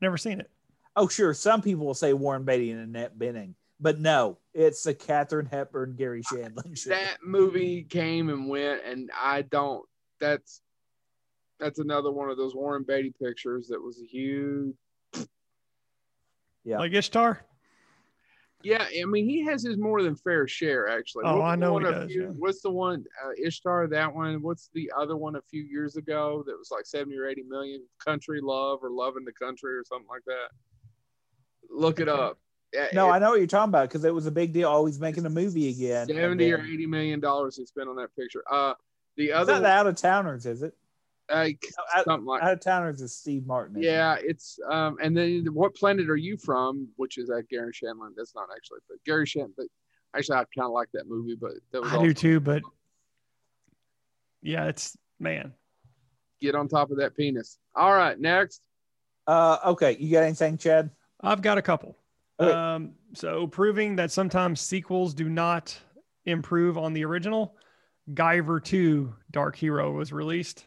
S2: Never seen it.
S3: Oh, sure. Some people will say Warren Beatty and Annette Benning, but no, it's the Catherine Hepburn, Gary Shandling show.
S1: That movie came and went, and I don't. That's that's another one of those Warren Beatty pictures that was a huge.
S3: Yeah.
S2: Like Ishtar.
S1: Yeah, I mean he has his more than fair share actually.
S2: Oh,
S1: What's
S2: I
S1: the
S2: know
S1: one
S2: he
S1: a
S2: does,
S1: few-
S2: yeah.
S1: What's the one uh, Ishtar? That one. What's the other one a few years ago that was like seventy or eighty million? Country Love or Love in the Country or something like that. Look it
S2: Okay.
S1: up. Yeah,
S3: No, I
S1: it's
S3: know what you're talking about because it was a big deal. Oh, he's making a movie again. and
S1: Seventy or
S3: then-
S1: eighty million dollars he spent on that picture. Uh, the
S3: It's
S1: other
S3: not the out of towners, is it?
S1: one, like
S3: I-
S1: something like
S3: Out of towners is Steve Martin. isn't it?
S1: yeah, it's um, and then what planet are you from? Which is that Gary Shandling? That's not actually, but Gary Shandling. But actually, I kind of like that movie, but that was
S2: I
S1: all
S2: do too, but yeah, it's man.
S1: get on top of that penis. All right, next.
S3: Uh, okay, you got anything, Chad?
S2: I've got a couple.
S3: Okay.
S2: Um, so proving that sometimes sequels do not improve on the original, Guyver 2 Dark Hero was released.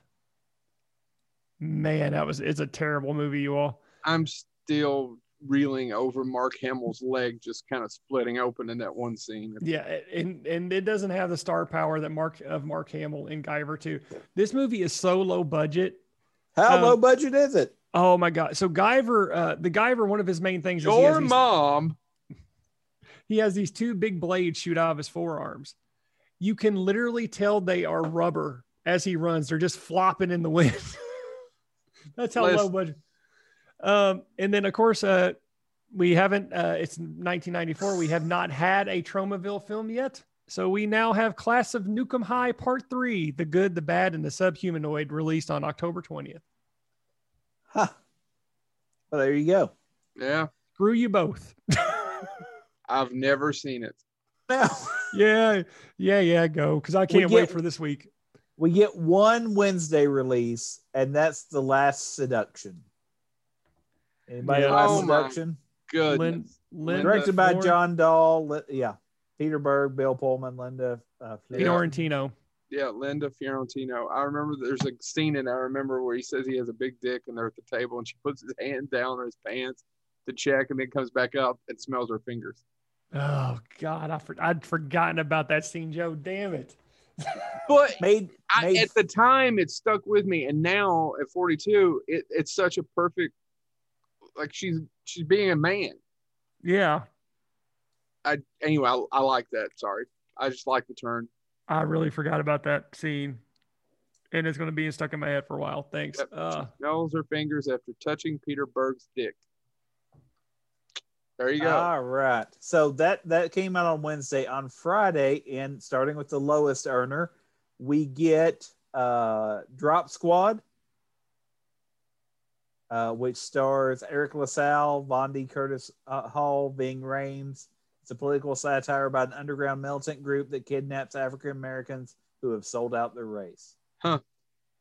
S2: Man, that was it's a terrible movie, you all.
S1: I'm still reeling over Mark Hamill's leg just kind of splitting open in that one scene.
S2: Yeah, and and it doesn't have the star power that Mark of Mark Hamill in Guyver 2. This movie is so low budget.
S3: How
S2: Um,
S3: low budget is it?
S2: Oh my god. So Guyver, uh the Guyver, one of his main things is he has
S1: Your
S2: these-
S1: mom.
S2: he has these two big blades shoot out of his forearms. You can literally tell they are rubber as he runs. They're just flopping in the wind. That's how low
S1: Listen.
S2: budget. Um, and then of course, uh, we haven't. Uh, it's 1994. We have not had a Tromaville film yet. So we now have Class of Nukem High Part Three: The Good, the Bad, and the Subhumanoid, released on October 20th.
S3: Huh. Well, there you go.
S1: Yeah,
S2: Screw you both.
S1: I've never seen it.
S3: Now
S2: yeah, yeah, yeah. Go because I
S3: We
S2: can't wait
S3: get-
S2: for this week.
S3: we get one Wednesday release, and that's the Last Seduction. Anybody
S2: Yeah.
S3: Last
S1: Oh, my
S3: Seduction?
S1: Good.
S2: Lin, Lin,
S3: directed by
S2: Flor-
S3: John Dahl. Li- yeah, Peter Berg, Bill Pullman, Linda. Uh, Fleur.
S2: Fiorentino.
S1: yeah, Linda Fiorentino. I remember there's a scene in I remember where he says he has a big dick and they're at the table and she puts his hand down on his pants to check and then comes back up and smells her fingers.
S2: Oh God, I for, I'd forgotten about that scene, Joe. Damn it.
S1: But
S3: made
S1: I,
S3: made
S1: at the time it stuck with me and now at 42 it, it's such a perfect like she's she's being a man
S2: Yeah,
S1: i anyway i, I like that sorry i just like the turn
S2: I really forgot about that scene, and it's going to be stuck in my head for a while. Thanks.
S1: Yep.
S2: Uh,
S1: nails her fingers after touching peter berg's dick There you go.
S3: All right. So that that came out on Wednesday. On Friday, and starting with the lowest earner, we get uh, Drop Squad, uh, which stars Eric LaSalle, Bondi Curtis uh, Hall, Bing Rames. It's a political satire about an underground militant group that kidnaps African Americans who have sold out their race.
S1: Huh.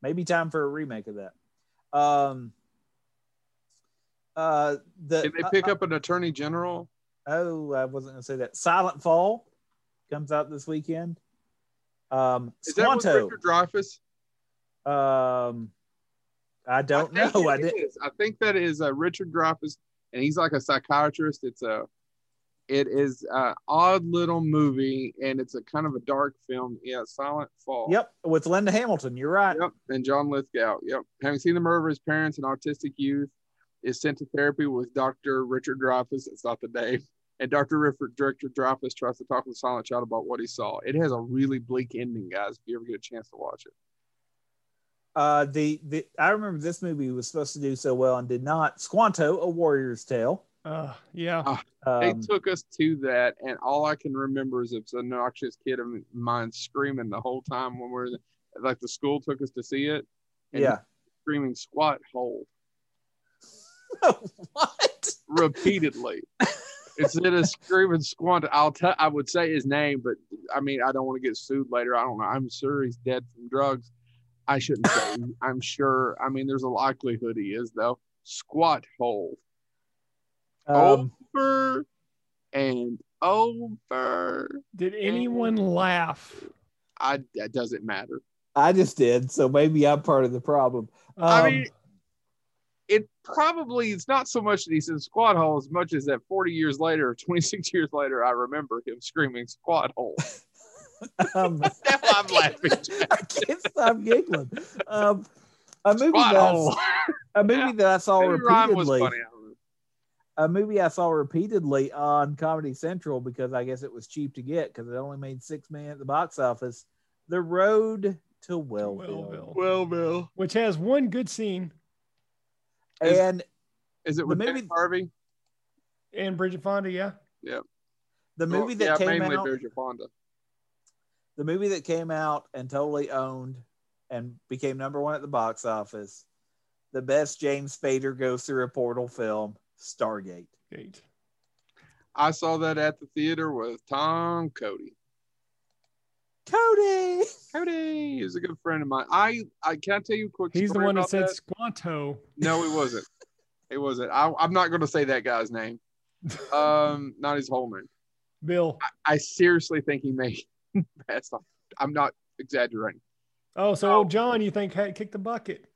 S3: Maybe time for a remake of that. Um, uh, the,
S1: Did they pick up an attorney general?
S3: Oh, I wasn't going to say that. Silent Fall comes out this weekend. Um,
S1: Is that with
S3: Squanto.
S1: Richard Dreyfuss?
S3: Um, I don't
S1: think
S3: know.
S1: it
S3: I didn't.
S1: is. I think that is uh, Richard Dreyfuss, and he's like a psychiatrist. It's a, it is a odd little movie, and it's a kind of a dark film. Yeah, Silent Fall.
S3: Yep, with Linda Hamilton. You're right.
S1: Yep. And John Lithgow. Yep. Having seen the murder of his parents, an autistic youth is sent to therapy with Dr. Richard Dreyfuss. It's not the name. And Dr. Rifford, Director Dreyfuss tries to talk with the silent child about what he saw. It has a really bleak ending, guys. If you ever get a chance to watch it,
S3: Uh, the the I remember this movie was supposed to do so well and did not. Squanto, A Warrior's Tale.
S2: Uh, yeah.
S1: they
S3: Um,
S1: took us to that, and all I can remember is it's an obnoxious kid of mine screaming the whole time when we're in- like the school took us to see it. And
S3: yeah.
S1: screaming squat hole.
S3: what?
S1: repeatedly. Instead of screaming squant, I'll tell I would say his name, but I mean I don't want to get sued later. I don't know. I'm sure he's dead from drugs. I shouldn't say I'm sure. I mean there's a likelihood he is though. Squat hole. Oh.
S3: Um,
S1: Over and over.
S2: Did anyone laugh?
S1: I that doesn't matter.
S3: I just did, so maybe I'm part of the problem. Um,
S1: I mean it probably it's not so much that he's in squat hole as much as that 40 years later, 26 years later, I remember him screaming squat hole.
S3: um,
S1: Now I'm laughing.
S3: I can't stop giggling. Um, a movie
S1: Squat
S3: that
S1: hole.
S3: I, a movie that I saw
S1: Maybe Ryan was
S3: repeatedly.
S1: funny. I don't know.
S3: a movie I saw repeatedly on Comedy Central because I guess it was cheap to get because it only made six million at the box office. The Road to Wellville,
S2: Wellville.
S1: Well, Bill,
S2: Which has one good scene
S1: Is-
S3: and
S1: is it with
S3: maybe-
S1: Dick Harvey?
S2: and Bridget Fonda. Yeah.
S3: the movie that
S1: yeah,
S3: came
S1: mainly
S3: out,
S1: Bridget Fonda.
S3: the movie that came out and totally owned and became number one at the box office. The best James Spader goes through a portal film, Stargate.
S2: Great.
S1: I saw that at the theater with Tom Cody.
S3: Cody,
S1: Cody is a good friend of mine. I, I can I tell you a quick.
S2: He's the
S1: story
S2: one that
S1: about
S2: said Squanto.
S1: No, it wasn't. It wasn't. I, I'm not going to say that guy's name. Um, not his whole name.
S2: Bill.
S1: I seriously think he may. That's not. I'm not exaggerating.
S2: Oh, so
S1: No.
S2: old John, you think had kicked the bucket?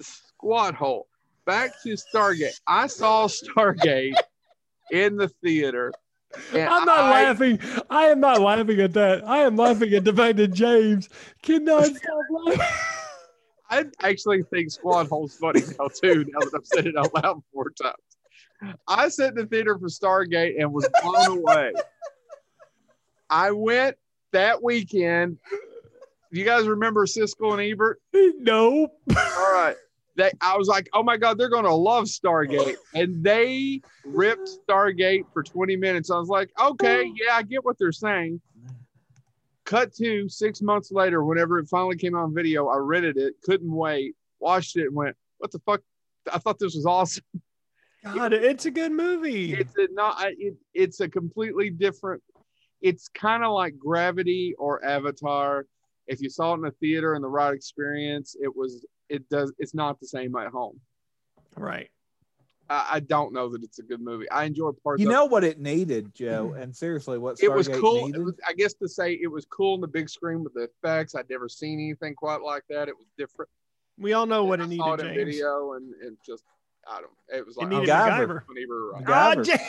S1: squat hole. Back to Stargate. I saw Stargate in the theater. and
S2: I'm not
S1: I-
S2: laughing. I am not laughing at that. I am laughing at the fact that James cannot stop laughing.
S1: I actually think Squad Hole's funny now too. Now that I've said it out loud four times, I sat in the theater for Stargate and was blown away. I went that weekend. You guys remember Siskel and Ebert?
S2: Nope.
S1: All right. They, I was like, oh my God, they're going to love Stargate. And they ripped Stargate for 20 minutes. I was like, okay, yeah, I get what they're saying. Cut to six months later, whenever it finally came out on video, I rented it, couldn't wait, watched it, and went, what the fuck? I thought this was awesome.
S2: God, it's a good movie.
S1: It's a not. I- It, it's a completely different. It's kind of like Gravity or Avatar. If you saw it in a theater and the right experience, it was. It does. It's not the same at home.
S2: right.
S1: I, I don't know that it's a good movie. I enjoy parts.
S3: you
S1: of
S3: know what it needed, Joe, and seriously, what Stargate
S1: it, it was cool. It
S3: needed?
S1: was, I guess to say it was cool on the big screen with the effects. I'd never seen anything quite like that. It was different.
S2: We all know what it
S1: I saw
S2: needed,
S1: it in
S2: James.
S1: video and it just I don't. It was
S2: It
S1: like
S2: needed
S1: oh,
S3: MacGyver.
S2: MacGyver.
S1: when he were right.
S2: Ah,
S3: MacGyver.
S2: James.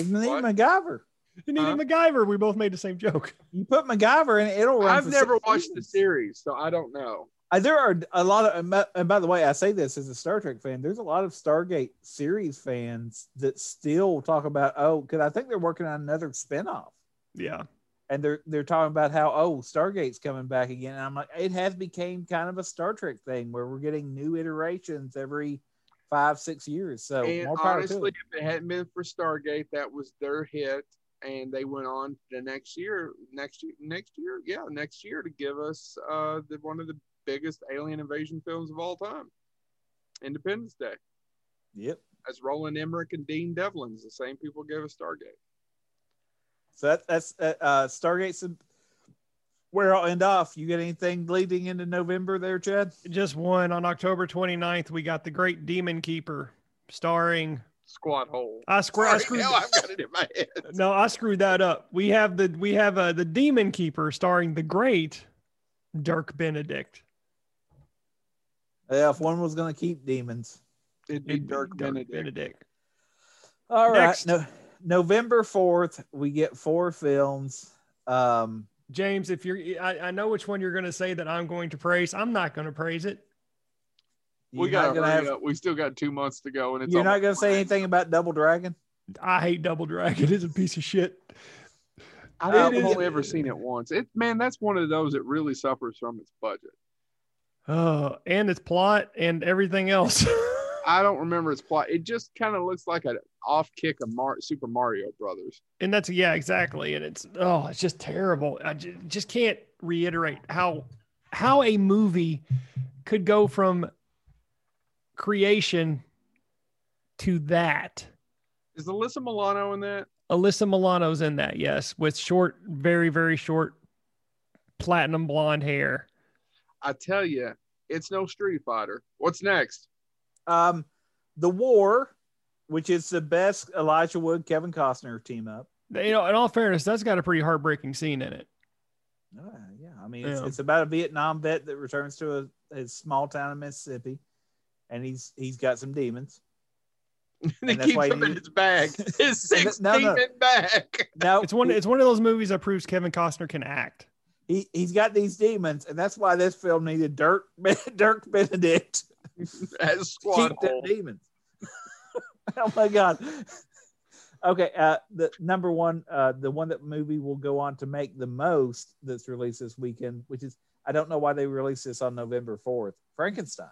S3: Isn't it
S1: What?
S3: MacGyver?
S2: It needed
S1: Huh?
S2: MacGyver. We both made the same joke.
S3: You put MacGyver in, it'll run.
S1: I've
S3: for
S1: never
S3: six
S1: watched the
S3: seasons.
S1: series, so I don't know.
S3: Uh, there are a lot of, and by- and by the way, I say this as a Star Trek fan. There's a lot of Stargate series fans that still talk about, oh, because I think they're working on another spinoff,
S2: Yeah.
S3: and they're they're talking about how oh, Stargate's coming back again. And I'm like, it has became kind of a Star Trek thing where we're getting new iterations every five, six years. So
S1: and
S3: more power to
S1: honestly,
S3: it.
S1: if it hadn't been for Stargate, that was their hit, and they went on the next year, next year, next year, yeah, next year to give us uh, the, one of the biggest alien invasion films of all time, Independence Day.
S3: Yep.
S1: That's Roland Emmerich and Dean Devlin's the same people gave us Stargate.
S3: So that, that's uh, uh, Stargate's where I'll end off. You got anything leading into November there, Chad?
S2: Just one on October 29th, we got The Great Demon Keeper starring.
S1: Squad hole.
S2: I, square, I
S1: Sorry,
S2: screwed.
S1: hell, I've got it in my head.
S2: No, I screwed that up. We have the we have uh, the Demon Keeper starring the great Dirk Benedict.
S3: Yeah, if one was going to keep demons.
S1: It'd be Dirk Benedict.
S3: All right.
S2: Next.
S3: No, November 4th, we get four films. Um,
S2: James, if you're, I, I know which one you're going to say that I'm going to praise. I'm not going to praise it.
S1: We
S3: you're
S1: got
S3: not
S1: to
S3: gonna
S1: hurry up. We still got two months to go, and it's
S3: You're not
S1: almost
S3: going to say
S1: March.
S3: anything about Double Dragon?
S2: I hate Double Dragon. It's a piece of shit.
S1: I
S3: It
S1: have
S3: is-
S1: only ever seen it once. It man, that's one of those that really suffers from its budget.
S2: Oh, and its plot and everything else.
S1: I don't remember its plot. It just kind of looks like an off kick of Mar- Super Mario Brothers.
S2: and that's yeah, exactly. And it's oh, it's just terrible. I ju- just, can't reiterate how how a movie could go from creation to that.
S1: Is Alyssa Milano in that?
S2: Alyssa Milano's in that, yes, with short, very very short, platinum blonde hair.
S1: I tell you, it's no Street Fighter. What's next?
S3: Um, the War, which is the best Elijah Wood, Kevin Costner team up.
S2: You know, in all fairness, that's got a pretty heartbreaking scene in it.
S3: Uh, yeah, I mean, it's,
S2: Yeah.
S3: it's about a Vietnam vet that returns to a, his small town in Mississippi, and he's he's got some demons.
S1: And it
S3: that's
S1: keeps
S3: why
S1: him
S3: you-
S1: in his bag. His six
S3: No, no.
S1: demon bag.
S3: Now
S2: It's one.
S3: he-
S2: It's one of those movies that proves Kevin Costner can act.
S3: he he's got these demons, and that's why this film needed Dirk Dirk Benedict
S1: As
S3: to
S1: squad
S3: keep them
S1: hole.
S3: demons. oh my god. Okay, uh, the number one, uh, the one that movie will go on to make the most that's released this weekend, which is I don't know why they released this on November fourth. Frankenstein.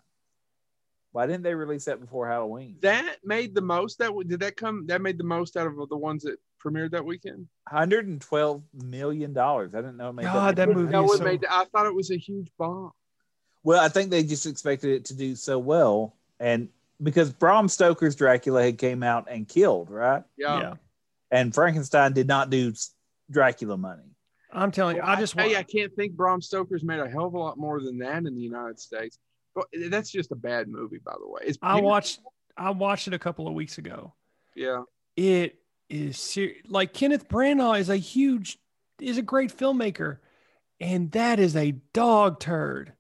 S3: Why didn't they release that before Halloween?
S1: That made the most. That w- did that come? That made the most out of the ones that premiered that weekend.
S3: 112 million dollars. I didn't know it made
S2: God,
S3: that
S2: that
S3: much.
S2: movie
S1: No,
S2: is
S1: it
S2: so-
S1: made. I thought it was a huge bomb.
S3: Well, I think they just expected it to do so well, and because Bram Stoker's Dracula had came out and killed, right?
S1: Yeah.
S2: yeah,
S3: And Frankenstein did not do s- Dracula money.
S2: I'm telling you,
S1: Well,
S2: I just
S1: tell
S2: want.
S1: you, I can't think Bram Stoker's made a hell of a lot more than that in the United States. But that's just a bad movie, by the way. It's
S2: I
S1: beautiful.
S2: watched. I watched it a couple of weeks ago.
S1: Yeah,
S2: It is ser- like Kenneth Branagh is a huge, is a great filmmaker, and that is a dog turd.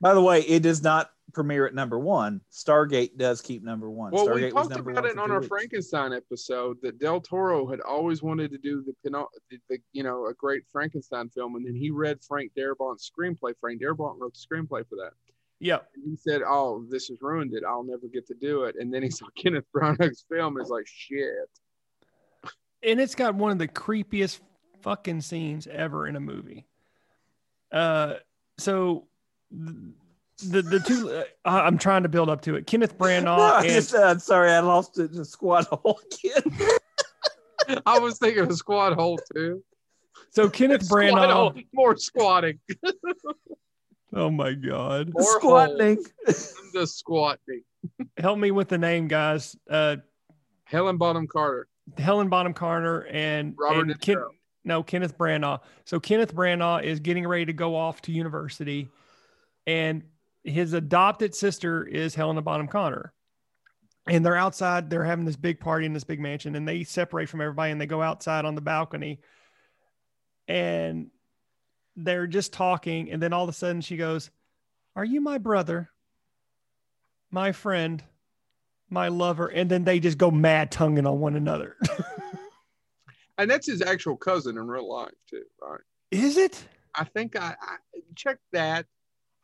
S3: By the way, it does not premiere at number one. Stargate does keep number one.
S1: well,
S3: Stargate
S1: we talked about it
S3: for
S1: on
S3: two
S1: our
S3: weeks.
S1: Frankenstein episode that Del Toro had always wanted to do the, peno- the, the you know, a great Frankenstein film, and then he read Frank Darabont's screenplay. Frank Darabont wrote the screenplay for that.
S2: Yep.
S1: And he said, "Oh, this has ruined it. I'll never get to do it." And then he saw Kenneth Branagh's film. and He's like, "Shit."
S2: and it's got one of the creepiest fucking scenes ever in a movie. Uh, so the the, the two uh, I- I'm trying to build up to it. Kenneth
S3: No,
S2: Branagh
S3: I
S2: and
S3: just, uh, I'm sorry, I lost it to squad hole again.
S1: I was thinking of Squad Hole too.
S2: so Kenneth
S1: Squad Hole,
S2: Branagh.
S1: more squatting,
S2: Oh my god!
S1: Or hole.
S3: Squatting.
S1: the squatting.
S2: Help me with the name, guys. Uh,
S1: Helen Bottom Carter.
S2: Helen Bonham Carter and
S1: Robert
S2: and
S1: De
S2: Ken-
S1: Niro.
S2: no Kenneth Branagh. So Kenneth Branagh is getting ready to go off to university, and his adopted sister is Helena Bonham Connor. And they're outside, they're having this big party in this big mansion, and they separate from everybody and they go outside on the balcony. And they're just talking, and then all of a sudden she goes, Are you my brother? My friend, my lover, and then they just go mad tonguing on one another.
S1: And that's his actual cousin in real life too, right?
S2: Is it?
S1: I think I, I checked that.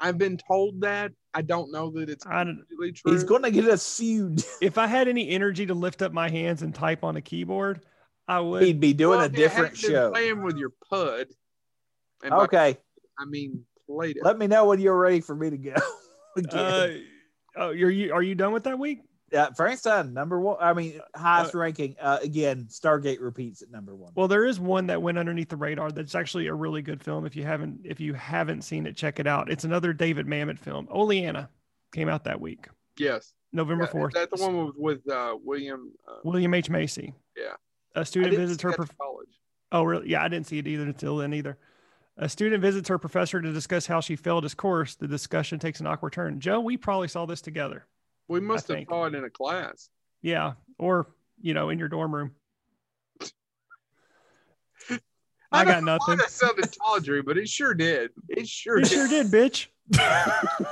S1: I've been told that. I don't know that it's
S2: I don't-
S1: completely true.
S3: He's going to get us sued.
S2: if I had any energy to lift up my hands and type on a keyboard, I would.
S3: He'd be doing
S1: Well,
S3: a
S1: you
S3: different
S1: haven't been
S3: show.
S1: Playing with your pud. And by-
S3: Okay,
S1: I mean played it.
S3: let me know when you're ready for me to go. again.
S2: Uh, Oh, you're you are you done with that week?
S3: Uh, Frankenstein, number one. I mean, highest ranking. Uh, again, Stargate repeats at number one.
S2: Well, there is one that went underneath the radar that's actually a really good film. If you haven't if you haven't seen it, check it out. It's another David Mamet film. Oleana came out that week,
S1: Yes.
S2: November
S1: Yeah, Is
S2: fourth.
S1: that the one with, with uh, William? Uh,
S2: William H Macy.
S1: Yeah.
S2: A
S1: I
S2: student
S1: didn't
S2: visits
S1: see
S2: her.
S1: that in
S2: Prof-
S1: college.
S2: oh, really? Yeah, I didn't see it either until then either. A student visits her professor to discuss how she failed his course. The discussion takes an awkward turn. Joe, we probably saw this together.
S1: We must have
S2: think.
S1: saw it in a class.
S2: Yeah, or you know, in your dorm room.
S1: I,
S2: I
S1: don't
S2: got
S1: know why
S2: nothing.
S1: That sounded tawdry, but it sure did. It sure
S2: You
S1: did.
S2: sure did, bitch.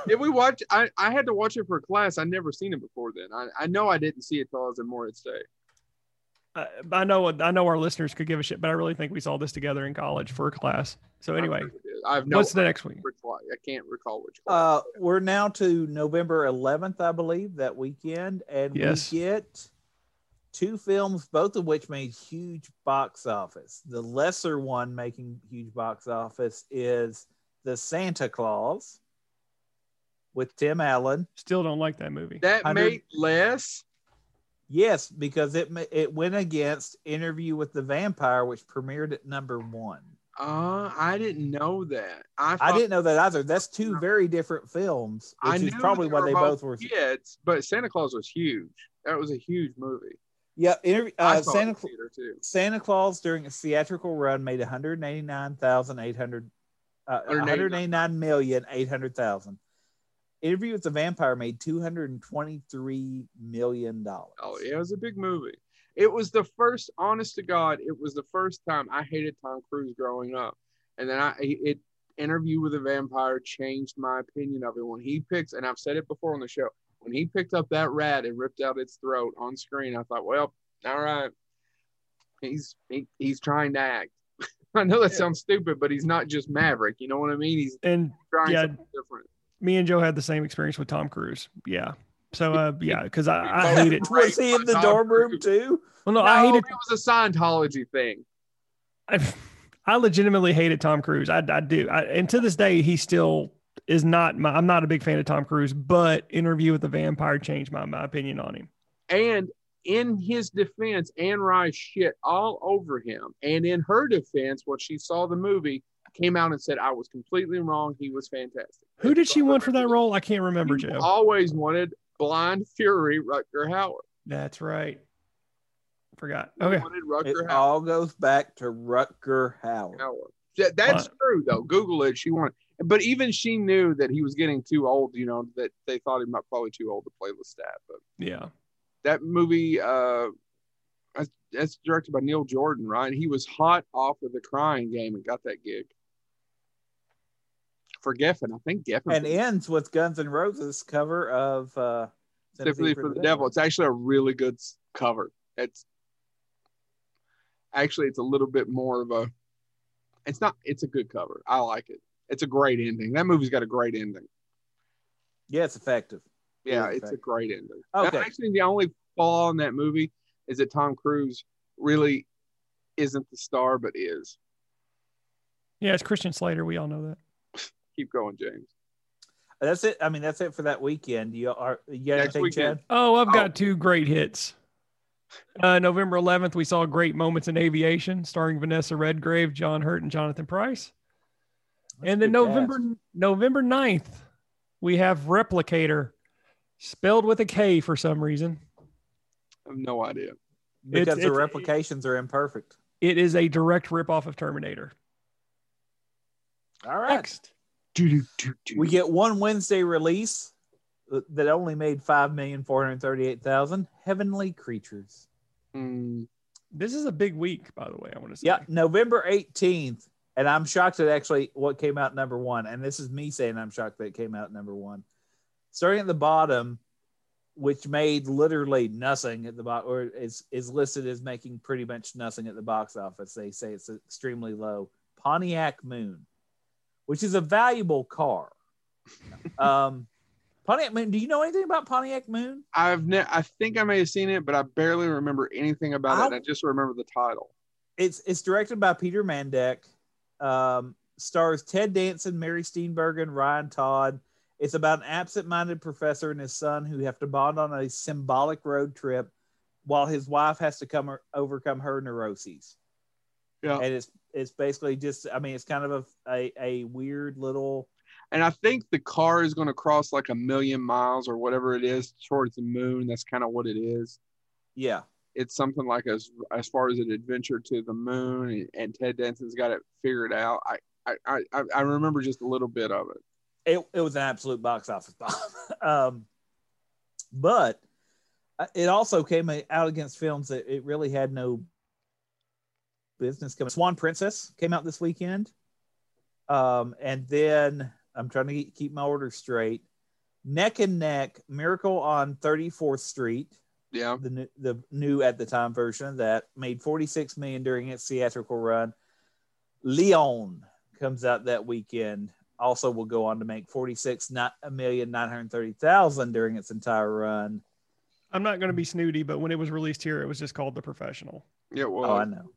S1: Did we watch? I, I had to watch it for class. I'd never seen it before then. I, I know I didn't see it till I was in Moritz Day.
S2: I, I know I know our listeners could give a shit, but I really think we saw this together in college for a class. So anyway,
S1: I have no.
S2: what's the next week?
S1: recall- I can't recall which. Class.
S3: Uh, we're now to November 11th, I believe, that weekend, and
S2: Yes.
S3: we get two films, both of which made huge box office. The lesser one making huge box office is The Santa Claus with Tim Allen.
S2: Still don't like that movie.
S1: that
S3: I
S1: made less.
S3: Yes, because it ma- it went against Interview with the Vampire, which premiered at number one.
S1: Uh, I didn't know that. I,
S3: I
S1: thought-
S3: didn't know that either. That's two very different films,
S1: I
S3: which is
S1: knew
S3: probably why
S1: were
S3: they both were.
S1: kids, but Santa Claus was huge. That was a huge movie.
S3: Yeah, interview,
S1: I
S3: uh,
S1: saw it in
S3: Santa
S1: the theater too.
S3: Santa Claus during a theatrical run made 189,800 uh, 189,800,000. Interview with the Vampire made 223 million dollars.
S1: Oh, yeah, it was a big movie. It was the first, honest to God, it was the first time I hated Tom Cruise growing up, and then I it interview with a vampire changed my opinion of it. When he picks, and I've said it before on the show, when he picked up that rat and ripped out its throat on screen, I thought, well, all right, he's he, he's trying to act. I know that sounds stupid, but he's not just Maverick. You know what I mean? He's
S2: And
S1: trying
S2: Yeah.
S1: something different.
S2: me and Joe had the same experience with Tom Cruise. Yeah. So uh, yeah, because I,
S1: both
S2: I hate it.
S1: were-
S3: Was he in the dorm room too?
S2: Well, no, I
S1: No,
S2: hated.
S1: It was a Scientology thing.
S2: I, I legitimately hated Tom Cruise. I, I do. I, and to this day, he still is not my. I'm not a big fan of Tom Cruise, but Interview with the Vampire changed my my opinion on him.
S1: And in his defense, Anne Rice shit all over him. And in her defense, when she saw the movie, came out and said, I was completely wrong. He was fantastic.
S2: Who did she want for that role? I can't remember,
S1: You
S2: Joe.
S1: Always wanted blind Fury Rutger Hauer.
S2: That's right. Forgot.
S1: You
S2: Okay.
S1: Wanted
S3: It
S1: Rutger Hauer.
S3: all goes back to Rutger Hauer.
S1: Hauer. That- that's
S2: Wow.
S1: true, though. Google it. She wanted. But even she knew that he was getting too old, you know, that they thought he might probably too old to play Lestat. But
S2: Yeah.
S1: that movie uh that's- that's directed by neil jordan right he was hot off of the crying game and got that gig for geffen i think geffen
S3: And ends with Guns N' Roses cover of uh,
S1: specifically for the devil it's actually a really good s- cover it's actually it's a little bit more of a it's not it's a good cover i like it it's a great ending that movie's got a great ending
S3: Yeah, it's effective.
S1: yeah
S3: Yeah,
S1: it's a
S3: thank-
S1: great ending
S3: Okay.
S1: Actually, the only flaw in that movie is that Tom Cruise really isn't the star, but is.
S2: Yeah, it's Christian Slater. We all know that.
S1: Keep going, James.
S3: That's it. I mean, that's it for that weekend. You are you
S1: Next
S3: got anything,
S1: weekend.
S3: Chad?
S2: Oh, I've
S1: Oh.
S2: got two great hits. Uh, November 11th, we saw Great Moments in Aviation, starring Vanessa Redgrave, John Hurt, and Jonathan Price. and then
S3: Good
S2: November
S3: cast.
S2: November 9th, we have Replicator, spelled with a K for some reason.
S1: I have no idea.
S3: because
S2: It's-
S3: the
S2: it's-
S3: replications are imperfect.
S2: It is a direct ripoff of Terminator.
S3: All right.
S2: Next,
S3: We get one Wednesday release that only made five million four hundred thirty-eight thousand. Heavenly Creatures.
S1: Hmm.
S2: this is a big week, by the way. I want to say.
S3: Yeah, November eighteenth, and I'm shocked that actually what came out number one. And this is me saying I'm shocked that it came out number one. Starting at the bottom, which made literally nothing at the box, or is is listed as making pretty much nothing at the box office. They say it's extremely low. Pontiac Moon, which is a valuable car. um, Pontiac Moon. Do you know anything about Pontiac Moon?
S1: I've ne- I think I may have seen it, but I barely remember anything about it.
S3: I'll-
S1: and I just remember the title.
S3: it's it's directed by Peter Mandek. Um, stars Ted Danson, Mary Steenburgen, Ryan Todd. It's about an absent-minded professor and his son who have to bond on a symbolic road trip, while his wife has to come overcome her neuroses.
S1: Yeah.
S3: and it's it's basically just. I mean, it's kind of a a, a weird little.
S1: And I think the car is going to cross like a million miles or whatever it is towards the moon. That's kind of what it is.
S3: Yeah,
S1: It's something like as as far as an adventure to the moon, and, and Ted Danson's got it figured out. I, I I- I I remember just a little bit of it.
S3: it, it was an absolute box office bomb. um, but uh, it also came out against films that it really had no business coming. Swan Princess came out this weekend. Um, and then I'm trying to keep- keep my order straight. Neck and neck, Miracle on 34th Street,
S1: Yeah,
S3: the new, the new at the time version of that, made 46 million during its theatrical run. Leon comes out that weekend. Also, will go on to make 46 not a million nine hundred thirty thousand during its entire run.
S2: I'm not going to be snooty, but when it was released here, it was just called The Professional.
S1: yeah. Well,
S3: Oh, I know,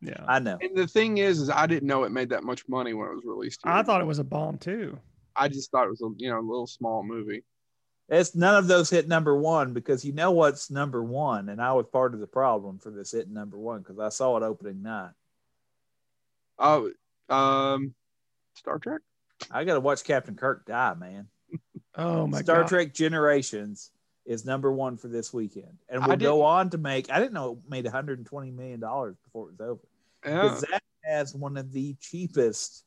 S2: Yeah.
S3: I know.
S1: and the thing is, is I didn't know it made that much money when it was released.
S2: I thought it was a bomb too.
S1: I just thought it was a you know a little small movie.
S3: It's none of those hit number one because you know what's number one, and I was part of the problem for this hitting number one because I saw it opening night.
S1: Oh, um, Star Trek.
S3: I got to watch Captain Kirk die, man.
S2: Oh my
S3: Star
S2: god.
S3: Trek Generations is number one for this weekend, and
S1: I
S3: will
S1: didn't-
S3: go on to make. I didn't know it made 120 million dollars before it was over
S1: Yeah.
S3: because that has one of the cheapest.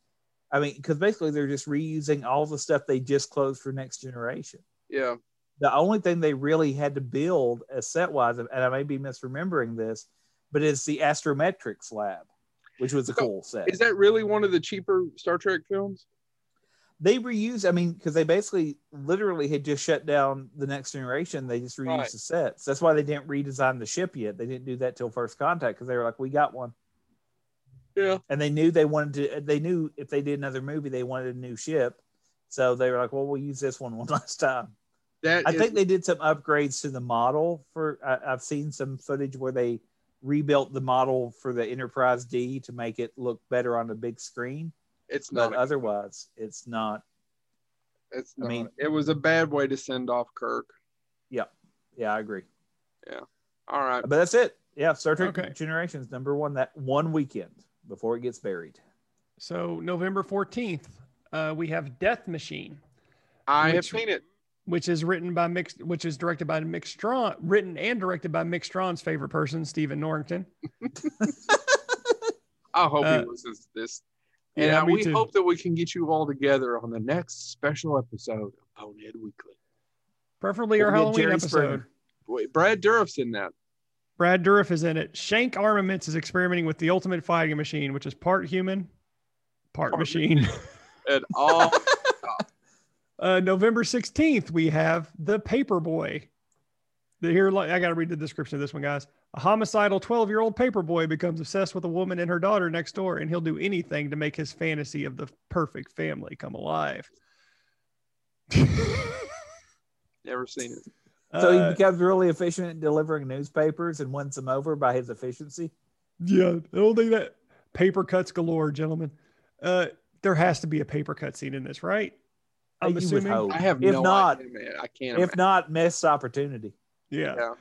S3: I mean, because basically they're just reusing all the stuff they just closed for Next Generation.
S1: yeah.
S3: The only thing they really had to build as set wise, and I may be misremembering this, but it's the Astrometrics Lab, which was a
S1: So,
S3: cool set.
S1: Is that really one of the cheaper Star Trek films?
S3: they reused i mean because they basically literally had just shut down the next generation they just reused
S1: Right.
S3: the sets that's why they didn't redesign the ship yet they didn't do that till first contact because they were like we got one
S1: Yeah.
S3: and they knew they wanted to they knew if they did another movie they wanted a new ship so they were like well we'll use this one one last time
S1: That
S3: I think they did some upgrades to the model for. I, I've seen some footage where they rebuilt the model for the Enterprise D to make it look better on the big screen,
S1: it's
S3: but
S1: not. a-
S3: otherwise, it's not
S1: It's
S3: I
S1: not.
S3: mean-
S1: it was a bad way to send off Kirk.
S3: Yeah, I agree.
S1: All right.
S3: But that's it. Yeah, Star Trek
S2: Okay.
S3: Generations number one that one weekend before it gets buried.
S2: So November 14th, uh, we have Death Machine,
S1: I have
S2: Which-
S1: seen it.
S2: which is written by Mick, which is directed by Mick Strawn, written and directed by Mick Strawn's favorite person, Stephen Norrington.
S1: I hope
S2: uh,
S1: he listens to this. And
S2: yeah,
S1: uh,
S2: me
S1: we
S2: too.
S1: hope that we can get you all together on the next special episode of Bonehead Weekly.
S2: Preferably our
S3: We'll get
S2: Halloween
S3: Jerry
S2: episode.
S3: Springer.
S1: Wait, Brad Dourif's in that.
S2: Brad Dourif is in it. Shank Armaments is experimenting with the ultimate fighting machine, which is part human, part,
S1: Part
S2: machine.
S1: And all
S2: Uh, November 16th, we have The Paperboy. The, here, like, I got to read the description of this one, guys. A homicidal 12 year old paperboy becomes obsessed with a woman and her daughter next door, and he'll do anything to make his fantasy of the perfect family come alive.
S1: never seen it.
S3: so
S2: Uh,
S3: he becomes really efficient at delivering newspapers and wins them over by his efficiency.
S2: Yeah, I don't think that paper cuts galore, gentlemen. Uh, there has to be a paper cut scene in this, right?
S3: Uh,
S2: I'm
S3: you would
S2: assuming.
S3: hope.
S1: I have
S3: If
S1: no
S3: not-
S1: idea, man. I can't.
S3: If not, missed opportunity.
S2: Yeah.
S1: Yeah.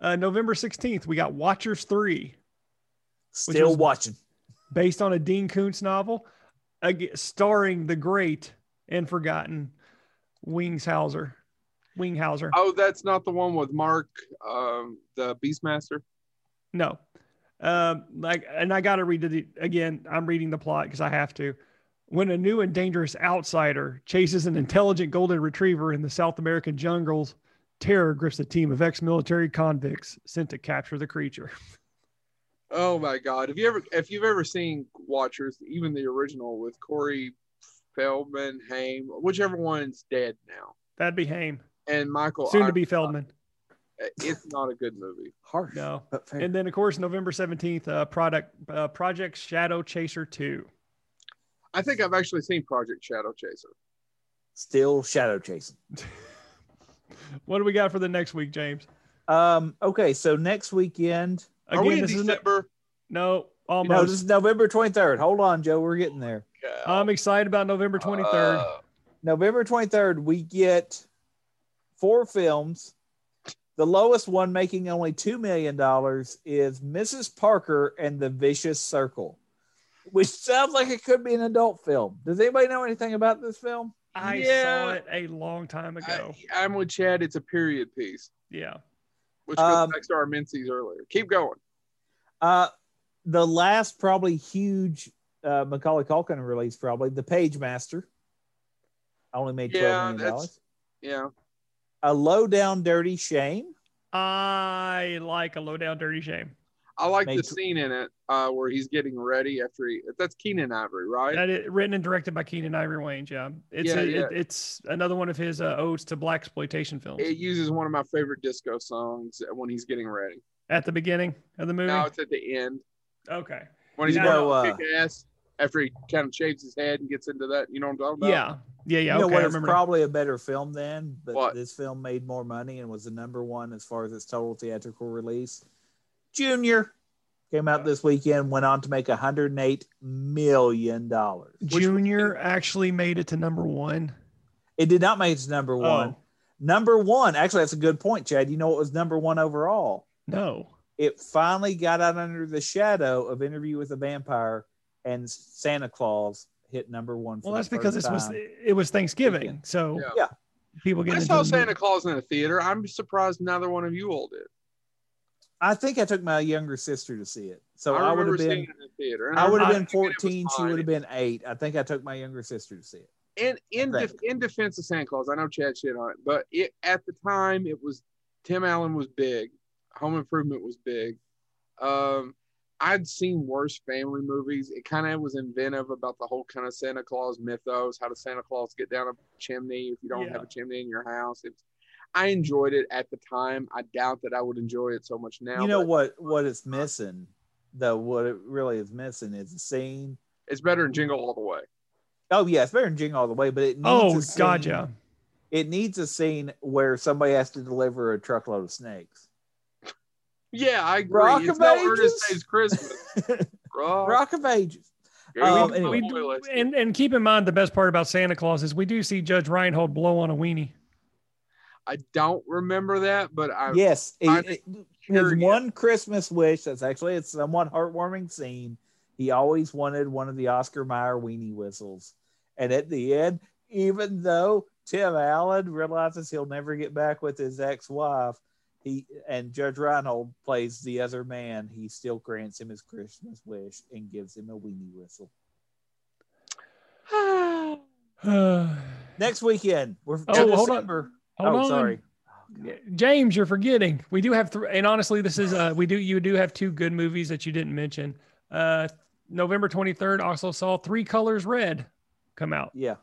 S2: Uh, November 16th, we got Watchers 3,
S3: Still
S2: was-
S3: watching.
S2: based on a Dean Koontz novel, ag- starring the great and forgotten Wings Hauser. Winghauser.
S1: Oh, that's not the one with Mark, um, the Beastmaster.
S2: No. Um, like, and I got to read it again. I'm reading the plot because I have to. When a new and dangerous outsider chases an intelligent golden retriever in the South American jungles, terror grips a team of ex military convicts sent to capture the creature.
S1: Oh my God! If you ever, if you've ever seen Watchers, even the original with Corey Feldman, Haim, whichever one's dead now,
S2: That'd be Haim,
S1: and Michael,
S2: soon to be Feldman.
S1: it's not a good movie.
S3: Harsh.
S2: No.
S3: But fair.
S2: And then, of course, November 17th, uh, product, uh, Project Shadow Chaser 2.
S1: I think I've actually seen Project Shadow Chaser.
S3: Still shadow chasing.
S2: What do we got for the next week, James?
S3: Um, okay, so next weekend.
S1: Are we in
S2: is
S1: December?
S2: no, almost.
S3: No,
S2: Uh,
S3: this is November 23rd. Hold on, Joe. We're getting there.
S1: Yeah.
S2: I'm excited about November 23rd.
S1: Uh,
S3: November 23rd, we get four films. The lowest one, making only $2 million, is Mrs. Parker and the Vicious Circle, which sounds like it could be an adult film. Does anybody know anything about this film?
S2: I saw
S1: Yeah.
S2: it a long time ago.
S1: I, I'm with Chad. It's a period piece,
S2: yeah.
S1: which goes
S3: Um,
S1: back to our Mincy's earlier. Keep going.
S3: Uh, the last, probably huge uh, Macaulay Culkin release, probably The Page Master, only made
S1: Yeah,
S3: $12 million
S1: that's-
S3: dollars.
S1: Yeah.
S3: A Low Down Dirty Shame.
S2: I like a low down dirty shame.
S1: I like
S3: Made
S1: the
S3: tw-
S1: scene in it uh, where he's getting ready after he. That's Keenan Ivory, right?
S2: That it, written and directed by Keenan Ivory Wayne. Yeah, it's
S1: Yeah,
S2: a,
S1: yeah.
S2: It, it's another one of his uh, odes to black exploitation films.
S1: It uses one of my favorite disco songs when he's getting ready.
S2: At the beginning of the movie.
S1: Now it's at the end
S2: okay.
S1: when he's
S2: You
S1: going
S3: know,
S1: to
S3: uh,
S1: kick ass after he kind of shaves his head and gets into that. You know what I'm talking about?
S2: Yeah. Yeah. Yeah.
S3: you know
S2: okay.
S3: what?
S2: I
S3: It's
S2: remember.
S3: probably a better film then, but
S1: What?
S3: this film made more money and was the number one as far as its total theatrical release. Junior came out this weekend, went on to make 108 million dollars.
S1: Which-
S2: Junior actually made it to number one.
S3: It did not make its number one.
S2: Oh,
S3: Number one, actually, that's a good point, Chad. You know what was number one overall?
S2: no.
S3: It finally got out under the shadow of Interview with a Vampire and Santa Claus hit number one. For
S2: Well,
S3: the
S2: that's because
S3: first
S2: this was
S3: time.
S2: it was Thanksgiving, so
S1: Yeah.
S3: Yeah.
S2: people get.
S1: I saw Santa Claus in the theater. I'm surprised neither one of you all did.
S3: I think I took my younger sister to see it, so
S1: I
S3: I, would
S1: remember
S3: have been.
S1: seeing it in the theater. and
S3: I would have
S1: remember
S3: been
S1: thinking it was
S3: 14. She
S1: fine.
S3: would have been eight. I think I took my younger sister to see it.
S1: in in
S3: Okay.
S1: def- in defense of Santa Claus, I know Chad shit on it, but it at the time it was Tim Allen was big, Home Improvement was big. Um, I'd seen worse family movies. It kind of was inventive about the whole kind of Santa Claus mythos. How does Santa Claus get down a chimney if you don't
S2: Yeah.
S1: have a chimney in your house? It was, I enjoyed it at the time. I doubt that I would enjoy it so much now.
S3: you know
S1: but
S3: what? What it's missing, though, what it really is missing is a scene.
S1: It's better than Jingle All the Way.
S3: Oh yeah, it's better than Jing all the way, but it needs
S2: Oh
S3: a scene,
S2: God, yeah.
S3: It needs a scene where somebody has to deliver a truckload of snakes.
S1: Yeah, I agree.
S3: Rock
S1: it's
S3: of
S1: no Ernest
S3: Ages?
S1: Saves Christmas. Rock,
S3: Rock of Ages.
S1: Here
S3: um,
S1: we
S3: anyway.
S1: go. Spoilers.
S2: And and keep in mind the best part about Santa Claus is we do see Judge Reinhold blow on a weenie.
S1: I don't remember that, but I
S3: yes, it-
S1: I'm
S3: it- his
S1: curious.
S3: one Christmas wish. That's actually a somewhat heartwarming scene. He always wanted one of the Oscar Mayer weenie whistles, and at the end, even though Tim Allen realizes he'll never get back with his ex-wife, he and Judge Reinhold plays the other man. He still grants him his Christmas wish and gives him a weenie whistle.
S1: hold
S2: oh,
S3: Next weekend, we're to
S2: hold on.
S3: December.
S2: hold
S3: oh,
S2: on.
S3: sorry.
S2: James, you're forgetting. We do have three, and honestly, this is uh, we do you do have two good movies that you didn't mention. Uh, November 23rd also saw Three Colors Red come out,
S3: Yeah,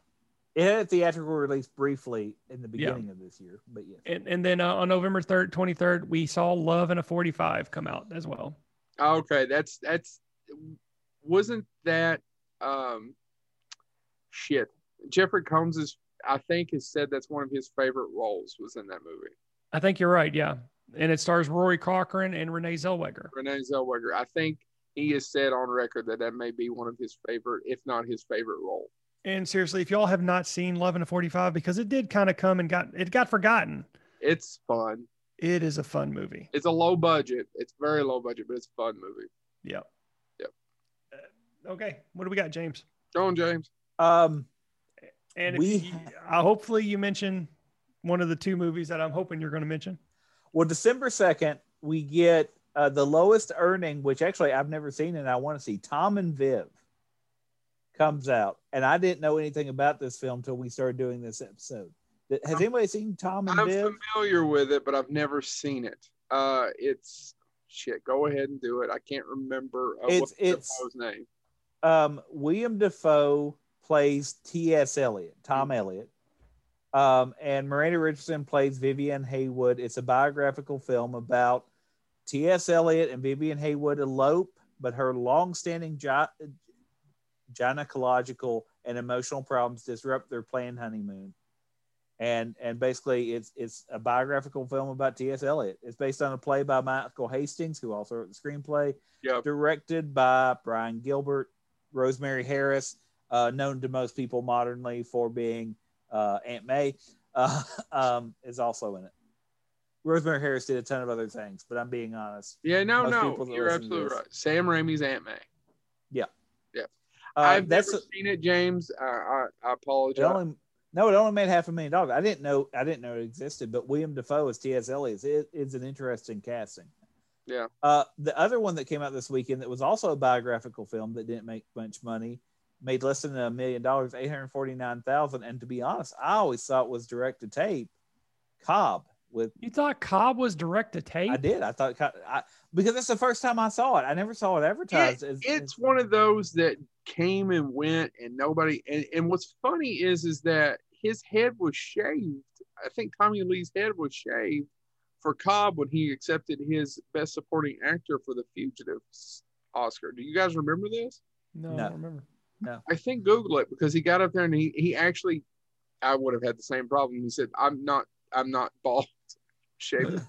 S3: it had a theatrical release briefly in the beginning of this year, but yes.
S2: and and then uh, on November 3rd, 23rd, we saw Love and a 45 come out as well.
S1: Okay, that's that's wasn't that um shit. Jeffrey Combs is I think has said that's one of his favorite roles was in that movie.
S2: I think you're right. Yeah, and it stars Rory Cochrane and Renee Zellweger.
S1: Renee Zellweger. I think he has said on record that that may be one of his favorite, if not his favorite role.
S2: And seriously, if y'all have not seen Love and a 45, because it did kind of come and got it got forgotten.
S1: It's fun.
S2: It is a fun movie.
S1: It's a low budget. It's very low budget, but it's a fun movie.
S2: Yep.
S1: Yep.
S2: Uh, okay, what do we got, James?
S1: Go on, James.
S3: Um,
S2: And
S3: We
S2: if you, uh, hopefully you mention one of the two movies that I'm hoping you're going to mention.
S3: well, December second, we get uh, the lowest earning, which actually I've never seen, and I want to see Tom and Viv comes out, and I didn't know anything about this film till we started doing this episode. Th- Has anybody seen Tom and
S1: I'm
S3: Viv?
S1: familiar with it, but I've never seen it. Uh, it's shit. Go ahead and do it. I can't remember uh,
S3: It's-
S1: what
S3: it's-
S1: Defoe's name.
S3: Um, William Defoe plays T.S. Eliot, Tom Eliot, um, and Miranda Richardson plays Vivian Haywood. It's a biographical film about T.S. Eliot and Vivian Haywood elope, but her longstanding gy- gynecological and emotional problems disrupt their planned honeymoon. And and basically, it's it's a biographical film about T.S. Eliot. It's based on a play by Michael Hastings, who also wrote the screenplay.
S1: Yep.
S3: Directed by Brian Gilbert, Rosemary Harris, uh, known to most people modernly for being uh, Aunt May uh, um, is also in it. Rosemary Harris did a ton of other things, but I'm being honest.
S1: Yeah, no,
S3: Most
S1: no,
S3: people that
S1: you're
S3: listen to
S1: absolutely
S3: this.
S1: right. Sam Raimi's Aunt May.
S3: Uh,
S1: I've
S3: that's
S1: never seen it, James. I, I, I apologize.
S3: it only no, it only made half a million dollars. I didn't know I didn't know it existed, but William Defoe as T.S. Eliot is is an interesting casting.
S1: Yeah.
S3: Uh, the other one that came out this weekend that was also a biographical film that didn't make much money, made less than a million dollars, eight hundred forty nine thousand. And to be honest, I always thought it was direct to tape. Cobb with
S2: You thought Cobb was direct to tape?
S3: I did I thought Cobb- I, because that's the first time I saw it. I never saw it advertised. as,
S1: it's
S3: as-
S1: one of those that came and went and nobody and, and what's funny is is that his head was shaved i think tommy lee's head was shaved for cobb when he accepted his best supporting actor for the fugitive oscar do you guys remember this
S2: No, I
S3: No.
S2: don't remember.
S1: i think google it because he got up there and he, he actually i would have had the same problem he said i'm not i'm not bald shaved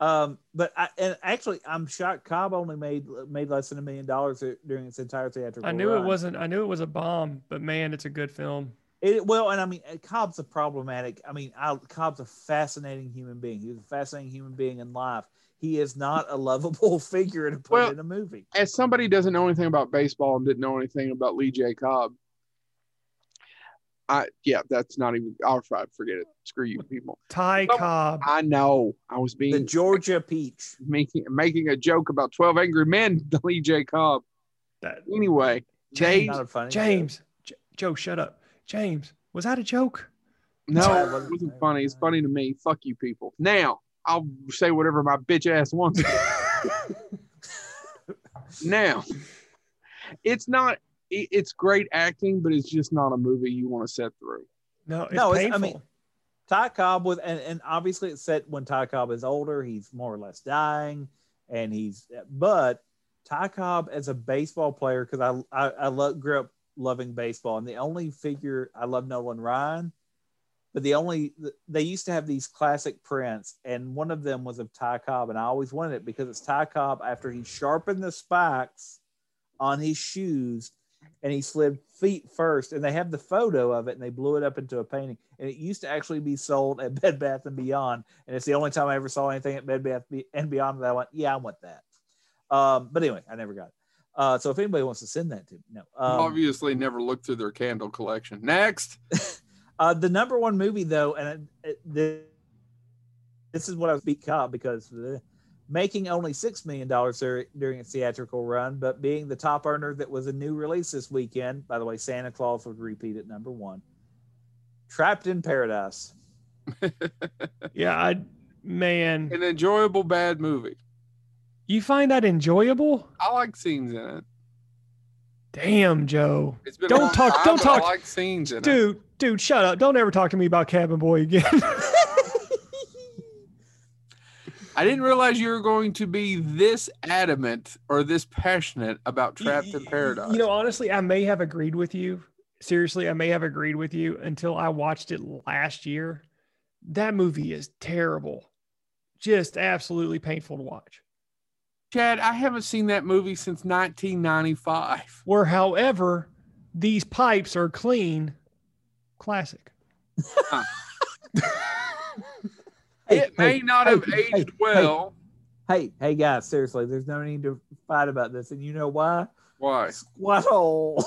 S3: Um, but I and actually, I'm shocked. Cobb only made made less than a million dollars during its entire theatrical.
S2: I knew it
S3: run.
S2: wasn't. I knew it was a bomb, but man, it's a good film.
S3: It, well, and I mean, uh, Cobb's a problematic. I mean, I, Cobb's a fascinating human being. He was a fascinating human being in life. He is not a lovable figure to put
S1: Well-
S3: in a movie.
S1: as somebody who doesn't know anything about baseball and didn't know anything about Lee J. Cobb, I yeah, that's not even. I'll try forget it. Screw you, people.
S2: Ty
S1: Oh.
S2: Cobb.
S1: I know. I was
S3: The
S1: being
S3: Georgia Peach.
S1: making making a joke about Twelve Angry Men. Lee J. Cobb.
S2: That,
S1: Anyway, James.
S3: Not a funny
S2: James. J- Joe, shut up. James, was that a joke?
S1: No,
S3: Sorry,
S1: it
S3: wasn't-
S1: wasn't funny. It's funny to me. Fuck you, people. Now I'll say whatever my bitch ass wants. now, it's not. it- It's great acting, but it's just not a movie you want to sit through.
S2: No, it's
S3: No, it's- I
S2: painful.
S3: mean- Ty Cobb was, and, and obviously it's set when Ty Cobb is older. He's more or less dying, and he's but Ty Cobb as a baseball player because I I, I love, grew up loving baseball, and the only figure I love Nolan Ryan, but the only they used to have these classic prints, and one of them was of Ty Cobb, and I always wanted it because it's Ty Cobb after he sharpened the spikes on his shoes and he slid feet first and they have the photo of it and they blew it up into a painting and it used to actually be sold at bed bath and beyond and it's the only time i ever saw anything at bed bath Be- and beyond that i went yeah i want that um, but anyway i never got it uh, so if anybody wants to send that to me no um,
S1: obviously never looked through their candle collection. Next,
S3: uh, the number one movie though and it, it, the, this is what i was beat cop because uh, making only six million dollars during its theatrical run but being the top earner that was a new release this weekend by the way santa claus would repeat at number one trapped in paradise
S2: yeah, I, man,
S1: an enjoyable bad movie.
S2: you find that enjoyable?
S1: I like scenes in it.
S2: Damn, Joe.
S1: It's been a
S2: Don't
S1: long
S2: talk-
S1: time,
S2: don't
S1: but
S2: talk.
S1: I like scenes in it.
S2: Dude, dude, shut up. Don't ever talk to me about Cabin Boy again.
S1: I didn't realize you were going to be this adamant or this passionate about Trapped in Paradise.
S2: You know, honestly, I may have agreed with you. Seriously, I may have agreed with you until I watched it last year. That movie is terrible. Just absolutely painful to watch.
S1: Chad, I haven't seen that movie since 1995.
S2: Where, however, these pipes are clean. Classic.
S1: it may not have aged
S3: hey,
S1: well.
S3: Hey, hey guys, seriously, there's no need to fight about this. And you know why?
S1: Why?
S3: Squat hole.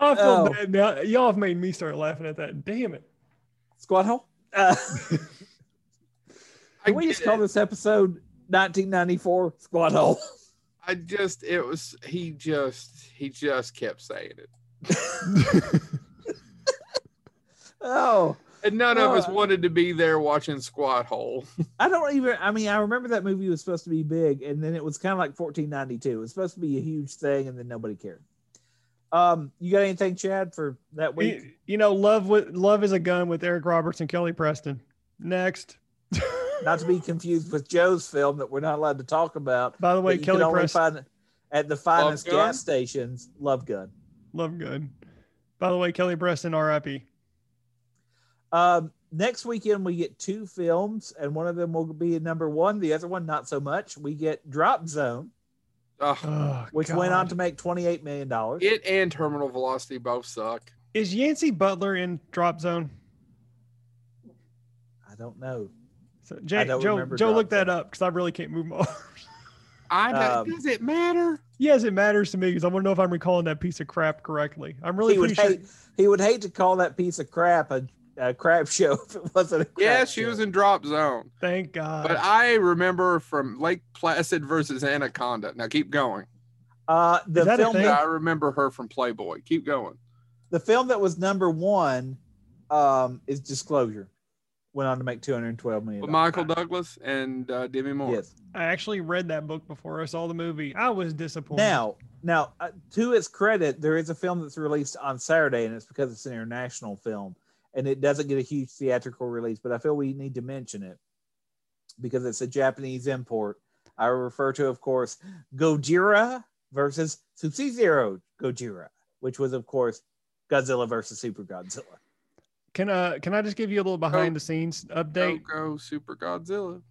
S2: I feel
S3: Oh.
S2: bad now. Y'all have made me start laughing at that. Damn it.
S3: Squat hole? Uh,
S1: I
S3: can we just
S1: get
S3: call
S1: it.
S3: this episode 1994 Squat hole?
S1: I just it was he just he just kept saying it.
S3: Oh,
S1: And none of us
S3: Well, I-
S1: wanted to be there watching Squat Hole.
S3: I don't even. I mean, I remember that movie was supposed to be big, and then it was kind of like 1492. It was supposed to be a huge thing, and then nobody cared. Um, you got anything, Chad, for that week?
S2: You, you know, love with love is a gun with Eric Roberts and Kelly Preston. Next.
S3: Not to be confused with Joe's film that we're not allowed to talk about.
S2: By the
S3: that
S2: way,
S3: you
S2: Kelly
S3: can only
S2: Preston.
S3: find at the finest
S1: Gun?
S3: gas stations. Love Gun.
S2: Love good. By the way, Kelly Preston, R.I.P.
S3: Um, next weekend we get two films, and one of them will be number one. The other one, not so much. We get Drop Zone,
S1: Ugh.
S2: Oh,
S3: which went on to make $28 million.
S1: it and Terminal Velocity both suck.
S2: is Yancey Butler in drop zone?
S3: I don't know.
S2: So, Jay,
S3: don't
S2: Joe,
S3: remember
S2: Joe,
S3: drop
S2: look that
S3: zone.
S2: up because I really can't move my arms.
S1: I
S3: Um,
S1: don't does it matter?
S2: yes, it matters to me because I want to know if I'm recalling that piece of crap correctly. I'm really
S3: he, would
S2: pretty sure.
S3: hate, he would hate to call that piece of crap a, a crap show if it wasn't a crap
S1: Yeah, she
S3: show.
S1: was in drop zone.
S2: Thank God.
S1: But I remember from Lake Placid versus Anaconda. Now keep going.
S3: Uh, the
S2: Is that a
S3: film
S2: thing?
S1: I remember her from Playboy. Keep going.
S3: the film that was number one um, is Disclosure. Went on to make two hundred twelve million.
S1: With Michael Douglas and uh, Demi Moore.
S3: Yes.
S2: I actually read that book before I saw the movie. I was disappointed.
S3: Now, now, uh, to its credit, there is a film that's released on Saturday, and it's because it's an international film, and it doesn't get a huge theatrical release. But I feel we need to mention it because it's a Japanese import. I refer to, of course, Gojira versus Sub-Zero Gojira, which was, of course, Godzilla versus Super Godzilla.
S2: can uh can I just give you a little behind the scenes
S1: Go,
S2: update?
S1: go Super Godzilla.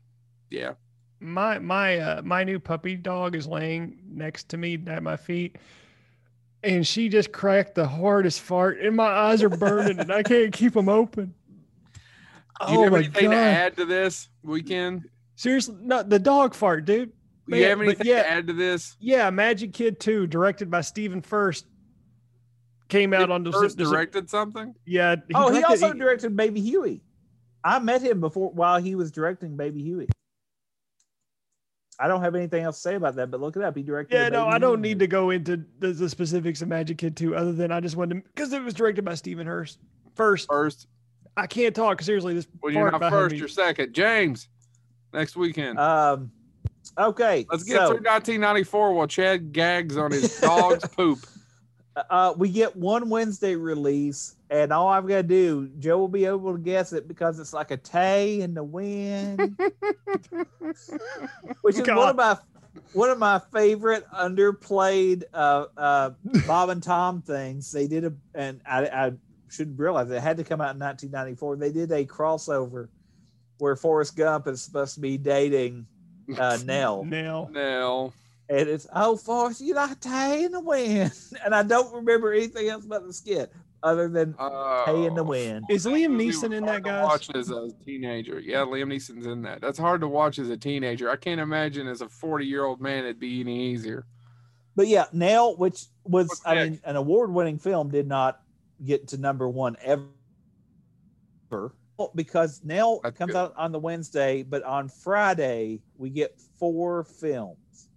S1: Yeah.
S2: my my uh, my new puppy dog is laying next to me at my feet and she just cracked the hardest fart and my eyes are burning and i can't keep them open
S1: Do you
S2: oh
S1: have
S2: my
S1: anything
S2: god
S1: to add to this weekend?
S2: seriously no the dog fart dude
S1: Do
S2: But
S1: you
S2: yeah,
S1: have
S2: but
S1: anything
S2: yeah.
S1: to add to this?
S2: yeah magic kid 2 directed by stephen first came out on the
S1: First directed something?
S2: yeah he
S3: oh, he
S2: directed-
S3: also directed Baby Huey. I met him before while he was directing Baby Huey. I don't have anything else to say about that, but look it up. He directed.
S2: yeah
S3: the
S2: no
S3: Baby
S2: i don't
S3: Huey
S2: need to go into the, the specifics of magic kid 2 other than i just wanted to because it was directed by stephen hurst first
S1: First.
S2: i can't talk seriously this
S1: Well, you're
S2: fart
S1: not
S2: behind
S1: first,
S2: me-
S1: you're second. James, next weekend.
S3: movie. Um, okay,
S1: Let's get
S3: so,
S1: through 1994 while Chad gags on his dog's poop.
S3: Uh, we get one Wednesday release, and all I've got to do, Joe will be able to guess it because it's like a tay in the wind, which is one
S2: God.
S3: of my one of my favorite underplayed uh, uh, Bob and Tom things. They did a, and I, I should realize it had to come out in 1994. They did a crossover where Forrest Gump is supposed to be dating uh, Nell.
S2: Now,
S1: No.
S3: And it's oh Forrest, you like Tay in the wind. And I don't remember anything else about the skit other than
S1: Uh,
S3: Tay in the wind.
S2: is Liam
S1: movie was
S2: Neeson in
S1: hard
S2: that
S1: to
S2: guy?
S1: Watch as a teenager. Yeah, Liam Neeson's in that. That's hard to watch as a teenager. I can't imagine as a 40 year old man it'd be any easier.
S3: But yeah, Nail, which was
S1: What's
S3: I
S1: next?
S3: mean an award winning film, did not get to number one ever. Because Nail
S1: That's
S3: comes
S1: good.
S3: out on the Wednesday, but on Friday we get four films.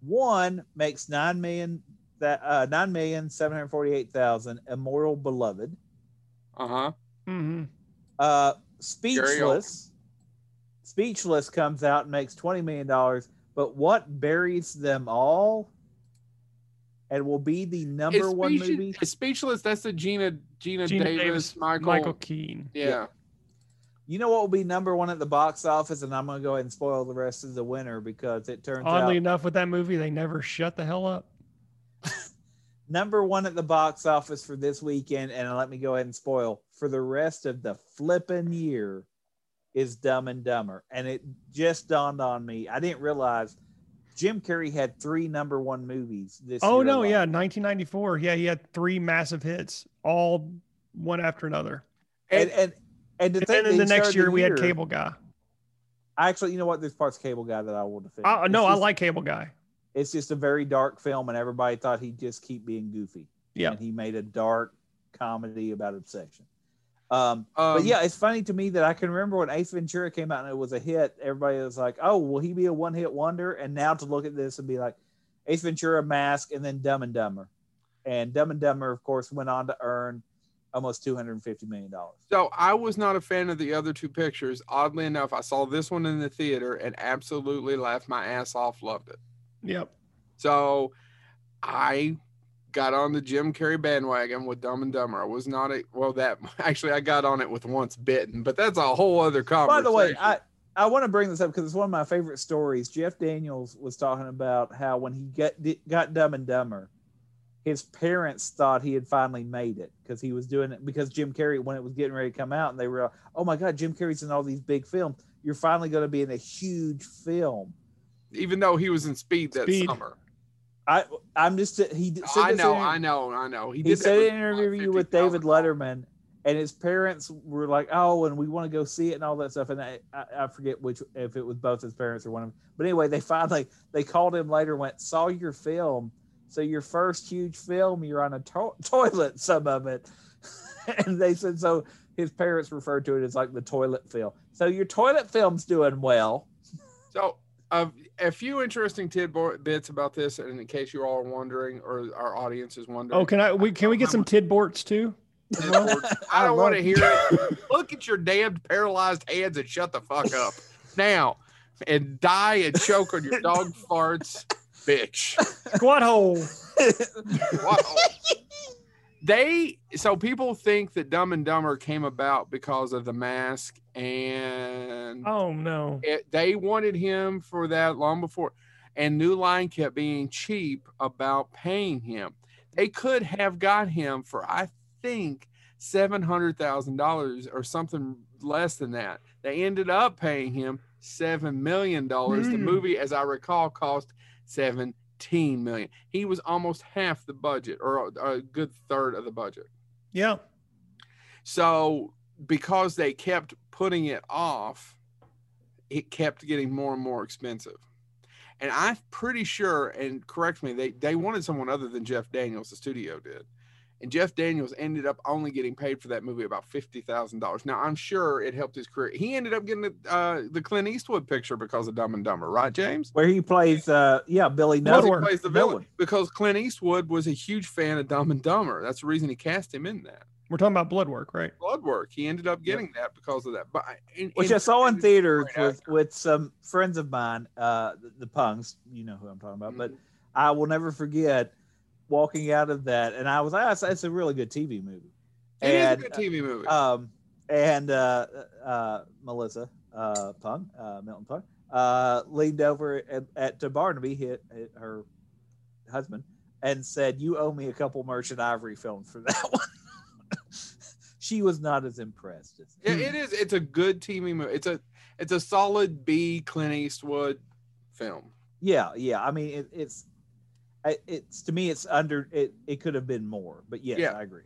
S3: One makes nine million that uh nine million seven hundred forty eight thousand Immortal Beloved.
S1: Uh huh.
S2: Mhm.
S3: Uh,
S1: Gary Oldman.
S3: Speechless. Speechless comes out and makes twenty million dollars, but what buries them all, and will be the number one movie.
S1: Speechless. That's the Gina Gina,
S2: Gina
S1: Davis,
S2: Davis,
S1: Michael.
S2: Michael Keane.
S1: Yeah. Um,
S3: Yeah. You know what will be number one at the box office, and I'm going to go ahead and spoil the rest of the winner because it turns
S2: Oddly
S3: out
S2: enough, with that movie, they never shut the hell up.
S3: number one at the box office for this weekend, and let me go ahead and spoil for the rest of the flipping year is Dumb and Dumber. And it just dawned on me. I didn't realize Jim Carrey had three number one movies this
S2: Oh
S3: year.
S2: no,
S3: alone.
S2: yeah, 1994. Yeah, he had three massive hits, all one after another.
S3: And and and, to
S2: And
S3: think
S2: then in
S3: that
S2: the
S3: he
S2: next
S3: started
S2: year, we had Cable Guy.
S3: Actually, you know what? There's parts Cable Guy that I will defend.
S2: I,
S3: It's
S2: Uh, no, I
S3: just-
S2: like Cable Guy.
S3: it's just a very dark film, and everybody thought he'd just keep being goofy.
S2: Yeah.
S3: And he made a dark comedy about obsession. Um,
S1: Um,
S3: but yeah, it's funny to me that I can remember when Ace Ventura came out and it was a hit. Everybody was like, "Oh, will he be a one-hit wonder?" And now to look at this and be like, Ace Ventura, Mask, and then Dumb and Dumber, and Dumb and Dumber, of course, went on to earn almost two hundred and fifty million dollars.
S1: So I was not a fan of the other two pictures. Oddly enough, I saw this one in the theater and absolutely laughed my ass off. Loved it.
S2: Yep.
S1: So I got on the Jim Carrey bandwagon with Dumb and Dumber. I was not a well that actually I got on it with Once Bitten, but that's a whole other
S3: By
S1: conversation.
S3: the way, I I want to bring this up because it's one of my favorite stories. Jeff Daniels was talking about how when he got di- got Dumb and Dumber, his parents thought he had finally made it because he was doing it because Jim Carrey when it was getting ready to come out and they were oh my god Jim Carrey's in all these big films you're finally going to be in a huge film
S1: even though he was in Speed that
S2: Speed.
S1: summer.
S3: I I'm just he d- said
S1: I
S3: this
S1: know,
S3: in-
S1: I know, I know.
S3: he,
S1: did that
S3: said
S1: with
S3: in an interview with
S1: 50,000
S3: David Letterman, and his parents were like, "Oh, and we want to go see it and all that stuff." And I, I, I forget which if it was both his parents or one of them. But anyway, they finally they called him later, and went saw your film. So your first huge film, you're on a to- toilet. Some of it, and they said so. His parents referred to it as like the toilet film. So your toilet film's doing well.
S1: So, uh, a few interesting tidbits about this, and in case you all are wondering, or our audience is wondering.
S2: Oh, can I? We, can we get some tidborts too?
S1: tidbits? I don't
S3: love-
S1: want to hear it. Look at your damned paralyzed hands and shut the fuck up now, and die and choke on your dog farts, bitch.
S2: Squat hole.
S1: Wow. they so people think that Dumb and Dumber came about because of the mask and
S2: Oh no.
S1: it, Eh, they wanted him for that long before and new line kept being cheap about paying him they could have got him for i think $700000 or something less than that they ended up paying him $7 million the
S2: Hmm.
S1: movie as i recall cost 17 million he was almost half the budget or a a good third of the budget
S2: Yeah.
S1: so because they kept putting it off, it kept getting more and more expensive. And I'm pretty sure, and correct me, they, they wanted someone other than Jeff Daniels, the studio did. And Jeff Daniels ended up only getting paid for that movie about fifty thousand dollars. Now I'm sure it helped his career. He ended up getting the uh, the Clint Eastwood picture because of Dumb and Dumber, right, James?
S3: Where he plays, uh, yeah, Billy
S1: Because he
S2: Woodward.
S3: Nowhere.
S1: plays the villain. Because Clint Eastwood was a huge fan of Dumb and Dumber. That's the reason he cast him in that
S2: We're talking about blood work, right?
S1: blood work. He ended up getting that because of that. But I- and-
S3: which
S1: and-
S3: I saw in theaters
S1: great
S3: with, with some friends of mine, uh, the, the punks, you know who I'm talking about, uh,
S1: Mm-hmm.
S3: but I will never forget walking out of that. And I was like, that's, that's a really good TV movie.
S1: it is a
S3: and, uh,
S1: good TV movie.
S3: Um, and uh, uh, Melissa uh, Pung, uh, Milton Pung, uh, leaned over at, at to Barnaby, hit, hit her husband, and said, "You owe me a couple Merchant Ivory films for that one." she was not as impressed. As
S1: It- it is. It's a good TV movie. It's a it's a solid B Clint Eastwood film.
S3: Yeah, yeah. I mean, it, it's I- it's to me, it's under it. It could have been more, but yes,
S1: Yeah.
S3: I agree.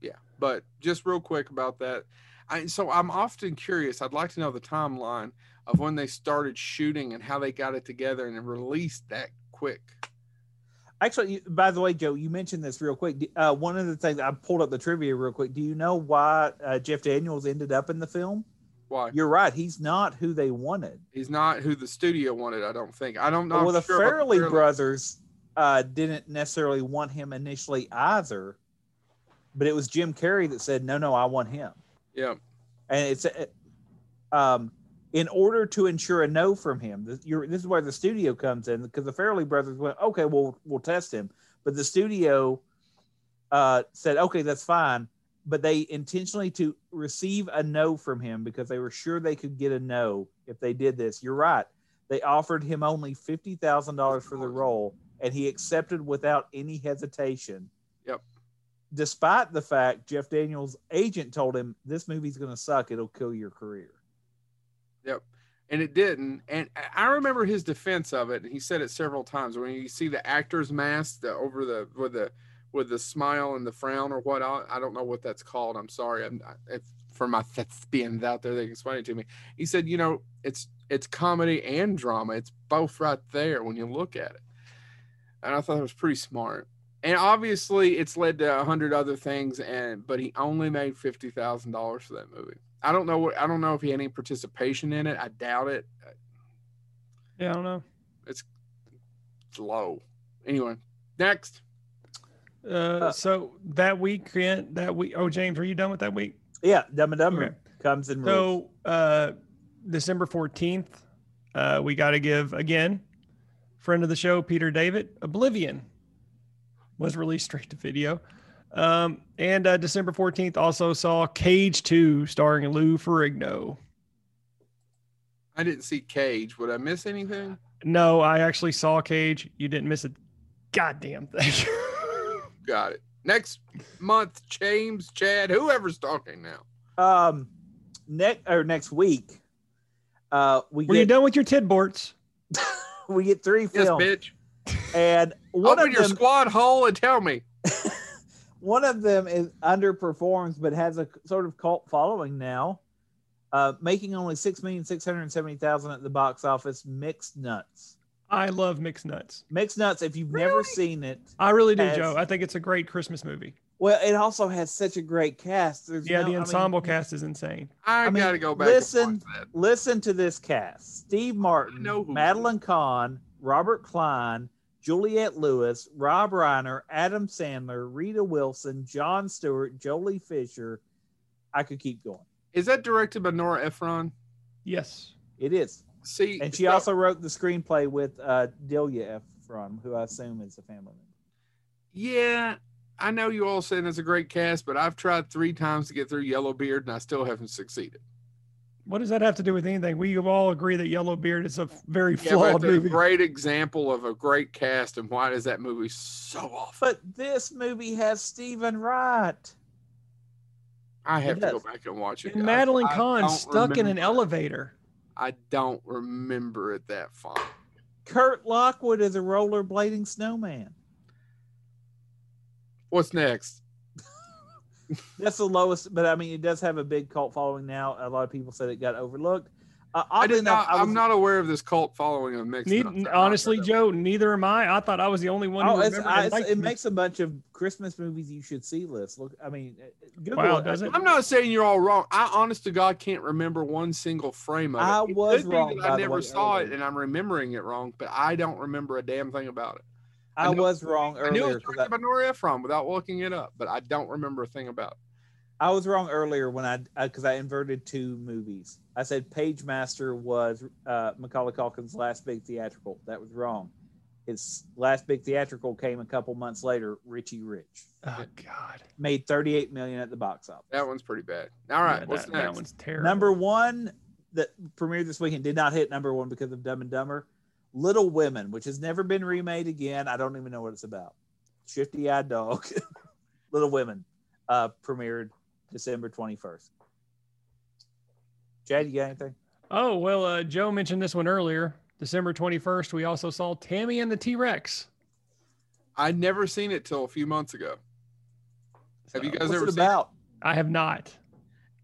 S1: Yeah. But just real quick about that. I, so I'm often curious. I'd like to know the timeline of when they started shooting and how they got it together and released that quick.
S3: Actually, you- by the way, Joe, you mentioned this real quick. D- Uh, one of the things I pulled up the trivia real quick. Do you know why uh, Jeff Daniels ended up in the film?
S1: Why?
S3: You're right. He's not who they wanted.
S1: He's not who the studio wanted. I don't think. I don't know.
S3: well, the
S1: sure about
S3: Fairley
S1: Fairley.
S3: brothers uh, didn't necessarily want him initially either, but it was Jim Carrey that said, "No, no, I want him."
S1: Yeah.
S3: and it's uh, um, in order to ensure a no from him. This, you're, this is where the studio comes in because the Farrelly brothers went, okay, we'll we'll test him, but the studio uh, said, okay, that's fine. But they intentionally to receive a no from him because they were sure they could get a no if they did this. You're right. They offered him only fifty thousand dollars for the role, and he accepted without any hesitation.
S1: Yep.
S3: Despite the fact Jeff Daniels' agent told him this movie's going to suck, it'll kill your career.
S1: and it didn't. And I- I remember his defense of it, and he said it several times. When you see the actor's mask the, over the with the with the smile and the frown or what I I don't know what that's called. I'm sorry. I'm not, if for my thespians out there, they can explain it to me. He said, you know, it's it's comedy and drama. It's both right there when you look at it. And I thought it was pretty smart. And obviously, it's led to a hundred other things. And but he only made fifty thousand dollars for that movie. I don't know what I don't know if he had any participation in it. I doubt it.
S2: Yeah, I don't know.
S1: It's low. Anyway, next.
S2: Uh, so that weekend, that week. Oh, James, were you done with that week?
S3: Yeah, Dumb and Dumber
S2: Okay.
S3: comes in. rules.
S2: So uh, December fourteenth, uh, we got to give again, friend of the show Peter David, Oblivion, was released straight to video, um, and uh, December fourteenth also saw Cage Two starring Lou Ferrigno.
S1: I didn't see Cage. Would I miss anything?
S2: No, I actually saw Cage. You didn't miss a goddamn thing.
S1: Got it. Next month, James, Chad, whoever's talking now.
S3: um, next or next week, uh, we
S2: Were you
S3: get
S2: done with your tidborts?
S3: we get three
S1: Yes,
S3: films.
S1: bitch.
S3: and one
S1: Open
S3: of
S1: your
S3: them,
S1: squad hole and tell me.
S3: one of them is underperforms but has a sort of cult following now, uh, making only six million six hundred seventy thousand at the box office. Mixed nuts,
S2: I love mixed nuts.
S3: mixed nuts. If you've never
S1: Really?
S3: seen it,
S2: I really do,
S3: Yes.
S2: Joe. I think it's a great Christmas movie.
S3: well, it also has such a great cast. There's
S2: Yeah,
S3: no- I
S2: the
S3: mean,
S2: ensemble cast is insane.
S1: I,
S3: I mean,
S1: gotta go back.
S3: listen-
S1: and watch that.
S3: Listen to this cast: Steve Martin,
S1: know who-
S3: Madeline Kahn, Robert Klein, Juliette Lewis, Rob Reiner, Adam Sandler, Rita Wilson, John Stewart, Jolie Fisher. I could keep going.
S1: Is that directed by Nora Ephron?
S2: Yes.
S3: It is,
S1: See,
S3: and she
S1: so-
S3: also wrote the screenplay with uh, Delia Ephron, who I assume is a family member.
S1: yeah. I know you all saying it's a great cast, but I've tried three times to get through Yellowbeard and I still haven't succeeded.
S2: What does that have to do with anything? We all agree that Yellowbeard is a very
S1: Yeah, but
S2: flawed
S1: it's a
S2: movie.
S1: great example of a great cast, and why does that movie so off?
S3: But this movie has Stephen Wright.
S1: I have
S3: It
S1: to go
S3: does.
S1: back and watch it.
S2: And
S1: guys.
S2: Madeline
S1: I
S2: Kahn
S1: don't
S2: stuck in an
S1: remember it.
S2: elevator.
S1: I don't remember it that far.
S3: Kurt Lockwood is a rollerblading snowman.
S1: What's next?
S3: That's the lowest, but I mean, it does have a big cult following now. A lot of people said it got overlooked. Uh,
S1: I
S3: oddly
S1: did
S3: enough,
S1: not,
S3: I was,
S1: I'm not aware of this cult following of mixed.
S2: Need,
S1: Nuts. I've not
S2: honestly,
S1: heard of it.
S2: Joe, neither am I. I thought I was the only one.
S3: Oh,
S2: who
S3: it's,
S2: remembered
S3: I,
S2: and
S3: it's,
S2: liked
S3: it
S2: it.
S3: makes a bunch of Christmas movies you should see list. Look, I mean, uh, Google
S2: Wow,
S3: it.
S2: does it?
S1: I'm not saying you're all wrong. I honest to God can't remember one single frame of it.
S3: I
S1: It
S3: was
S1: could be
S3: wrong,
S1: That
S3: by
S1: I
S3: the
S1: never
S3: way,
S1: saw it
S3: earlier.
S1: and I'm remembering it wrong, but I don't remember a damn thing about it. I
S3: I
S1: know-
S3: was wrong
S1: I knew it
S3: earlier.
S1: was
S3: 'cause
S1: directed by Nora Ephron without looking it up, but I don't remember a thing about it.
S3: I, I was wrong earlier when I because I inverted two movies. I said Page Master was uh, Macaulay Culkin's last big theatrical. That was wrong. His last big theatrical came a couple months later. Richie Rich
S2: Oh God.
S3: made 38 million at the box office.
S1: That one's pretty bad. All right,
S2: Yeah,
S1: what's
S2: that, That
S1: next?
S2: one's terrible.
S3: Number one that premiered this weekend did not hit number one because of Dumb and Dumber. Little Women, which has never been remade again. I don't even know what it's about. Shifty Eyed Dog, Little Women, uh, premiered December 21st. Chad, you got anything?
S2: Oh well, uh, Joe mentioned this one earlier. December twenty first, we also saw Tammy and the T Rex.
S1: I'd never seen it till a few months ago. Have you guys
S3: What's
S1: ever
S3: it
S1: seen it?
S3: about?
S2: I have not.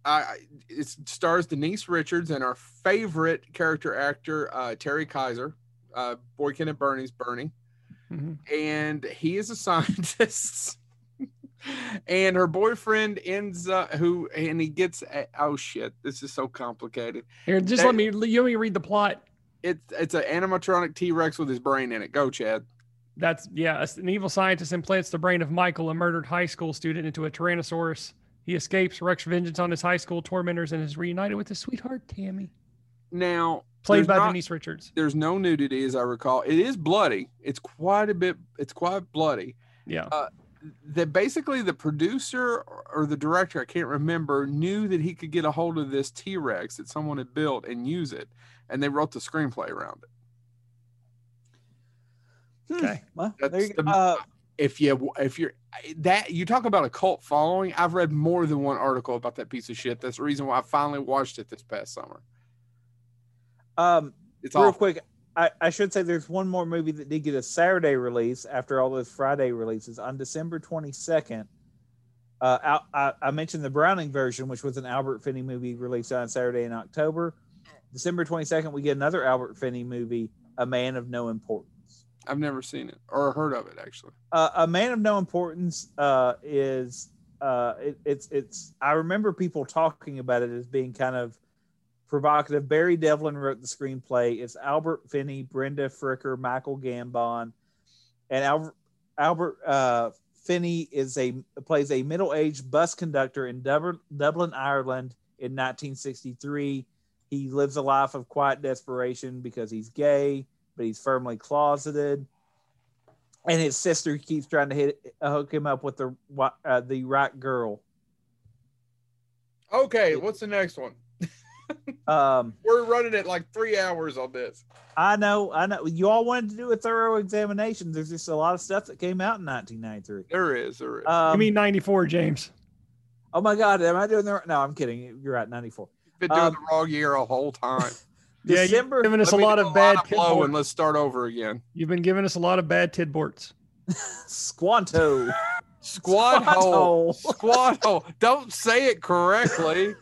S1: I, I- it stars Denise Richards and our favorite character actor, uh, Terry Kaiser, uh, Boykin and Bernie's Bernie.
S2: Mhm.
S1: and he is a scientist. and her boyfriend ends up who and he gets a, oh shit this is so complicated
S2: Here, just
S1: That-
S2: let me. You want me to read the plot?
S1: it's it's an animatronic t-rex with his brain in it go chad
S2: That's yeah. An evil scientist implants the brain of Michael, a murdered high school student, into a Tyrannosaurus. He escapes, wrecks vengeance on his high school tormentors, and is reunited with his sweetheart Tammy,
S1: now
S2: played
S1: There's
S2: by
S1: not-
S2: Denise Richards.
S1: there's no nudity as i recall it is bloody it's quite a bit it's quite bloody
S2: Yeah.
S1: that basically the producer or the director i can't remember knew that he could get a hold of this t-rex that someone had built and use it and they wrote the screenplay around it
S2: Okay.
S3: Hmm, Well, there
S1: That's
S3: you go.
S1: the-
S3: Uh,
S1: if you if you're that you talk about a cult following i've read more than one article about that piece of shit that's the reason why i finally watched it this past summer
S3: um,
S1: it's
S3: real
S1: all
S3: quick I, I should say there's one more movie that did get a saturday release after all those friday releases on december 22nd uh, Al- I, I mentioned the browning version which was an albert finney movie released on saturday in october december 22nd we get another albert finney movie a man of no importance
S1: i've never seen it or heard of it actually
S3: uh, a man of no importance uh, is uh, it, it's it's i remember people talking about it as being kind of provocative barry devlin wrote the screenplay it's albert finney brenda fricker michael gambon and albert, albert uh, finney is a plays a middle-aged bus conductor in Dublin, dublin ireland in 1963 he lives a life of quiet desperation because he's gay but he's firmly closeted and his sister keeps trying to hit, hook him up with the wi- uh, the right girl.
S1: okay what's the next one
S3: Um,
S1: we're running it like three hours on this
S3: I know, I know. You all wanted to do a thorough examination. There's just a lot of stuff that came out in 1993.
S1: there is there is
S3: Um,
S2: you mean ninety four, James?
S3: oh my God, am I doing the? right- No, I'm kidding. You're right, 94.
S1: been doing
S3: um,
S1: the wrong year a whole time
S2: Yeah, you've
S3: December.
S2: been giving us
S1: Let
S2: a
S1: me
S2: lot
S1: do
S2: of bad
S1: of blow and
S2: tidbor-
S1: let's start over again.
S2: You've been giving us a lot of bad tidborts.
S3: Squanto.
S1: Squad,
S3: Squad
S1: hole.
S3: hole.
S1: Squad hole. Don't say it correctly.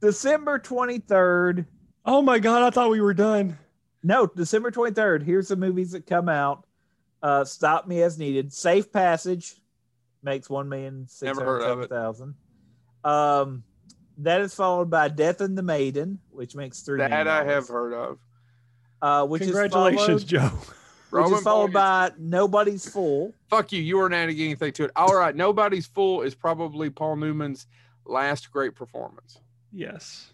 S3: December 23rd.
S2: Oh my god, I thought we were done.
S3: No, December 23rd. Here's the movies that come out. Uh, Stop Me As Needed. Safe Passage makes one million six
S1: Never heard
S3: hundred
S1: of it.
S3: seven thousand. Um, that is followed by Death and the Maiden, which makes three.
S1: that
S3: million
S1: I have
S3: dollars.
S1: heard of.
S3: Uh, which
S2: Congratulations,
S3: is followed,
S2: Joe.
S3: which
S1: Roman
S3: is followed
S1: Polanski.
S3: by Nobody's Fool.
S1: Fuck you. You weren't adding anything to it. All right. Nobody's Fool is probably Paul Newman's last great performance.
S2: Yes.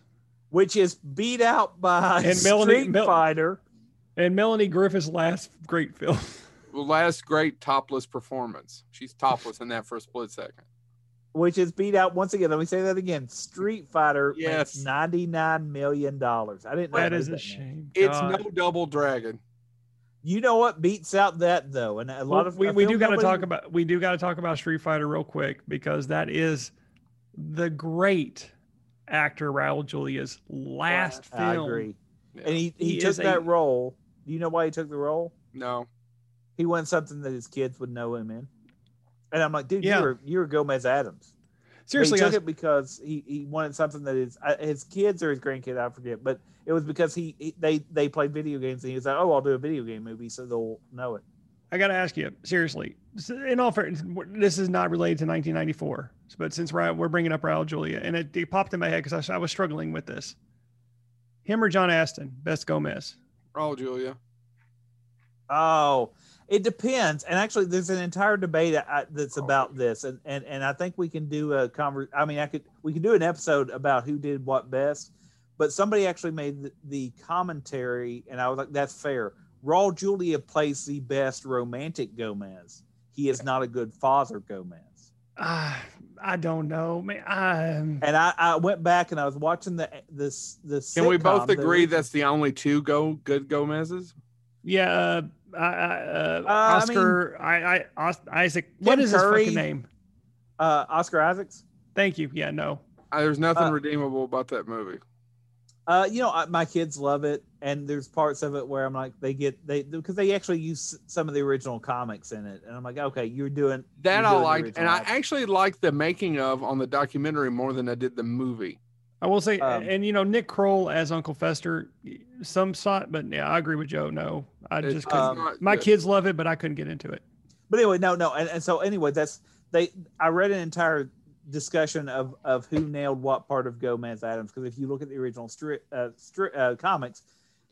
S3: which is beat out by
S2: And
S3: Street
S2: Melanie- Mel-
S3: Fighter.
S2: And Melanie Griffith's last great film.
S1: Last great topless performance. She's topless in that for a split second.
S3: Which is beat out once again. Let me say that again. Street Fighter
S1: Yes.
S3: makes ninety nine million dollars. I didn't. know
S2: That
S3: it
S2: is a
S3: was that much.
S2: shame.
S1: It's
S2: God.
S1: no double dragon.
S3: You know what beats out that though, and a
S2: Well,
S3: lot of
S2: we,
S3: I
S2: we
S3: feel
S2: do got to
S3: nobody-
S2: talk about we do got to talk about Street Fighter real quick because that is the great actor Raul Julia's last film.
S3: I agree.
S1: Yeah.
S3: And he, he,
S2: He
S3: took
S2: is a-
S3: that role. Do you know why he took the role?
S1: no.
S3: He wanted something that his kids would know him in. And I'm like, dude,
S2: Yeah.
S3: you were you were Gomez Adams. But
S2: Seriously,
S3: he
S2: I
S3: took it because he, he wanted something that his uh, his kids or his grandkid I forget, but it was because he, he- they they played video games and he was like, oh, I'll do a video game movie so they'll know it.
S2: I got to ask you seriously. s- In all fairness, w- this is not related to 1994, s- but since we're, we're bringing up Raul Julia, and it, it popped in my head because I, s- I was struggling with this. Him or John Aston, best Gomez.
S1: Raul Julia.
S3: Oh, it depends. And actually, there's an entire debate I, that's
S1: Oh,
S3: about
S1: really?
S3: this, and and and I think we can do a conver. I mean, I could we could do an episode about who did what best. But somebody actually made the, the commentary, and I was like, that's fair. Raul Julia plays the best romantic Gomez. He is not a good father Gomez.
S2: Ah, I don't know, man. I, um,
S3: And I, I went back and I was watching the this this.
S1: Can we both agree that's the only two go good Gomez's?
S2: yeah, uh, I, I, uh,
S3: I mean-
S2: Oscar, I, I, Os- Isaac. What is his
S3: Curry.
S2: fucking name?
S3: uh, Oscar Isaacs?
S2: Thank you. Yeah, no.
S1: Uh, There's nothing
S3: Uh,
S1: redeemable about that movie.
S3: Uh, you know, I, my kids love it, and there's parts of it where I'm like, they get they because they actually use some of the original comics in it, and I'm like, okay, you're doing
S1: That
S3: you're
S1: I
S3: doing the
S1: liked, and
S3: original
S1: I
S3: Isaacs.
S1: actually liked the making of on the documentary more than I did the movie.
S2: I will say,
S3: Um,
S2: and you know, Nick Kroll as Uncle Fester, some sought, but yeah, I agree with Joe. No, I
S1: It's-
S2: just
S1: it's
S2: couldn't.
S3: um,
S1: not
S2: my
S1: good.
S2: kids love it, but I couldn't get into it.
S3: But anyway, no, no, and, and so anyway, that's they. I read an entire discussion of of who nailed what part of Gomez Adams because if you look at the original strip uh, stri- uh, comics,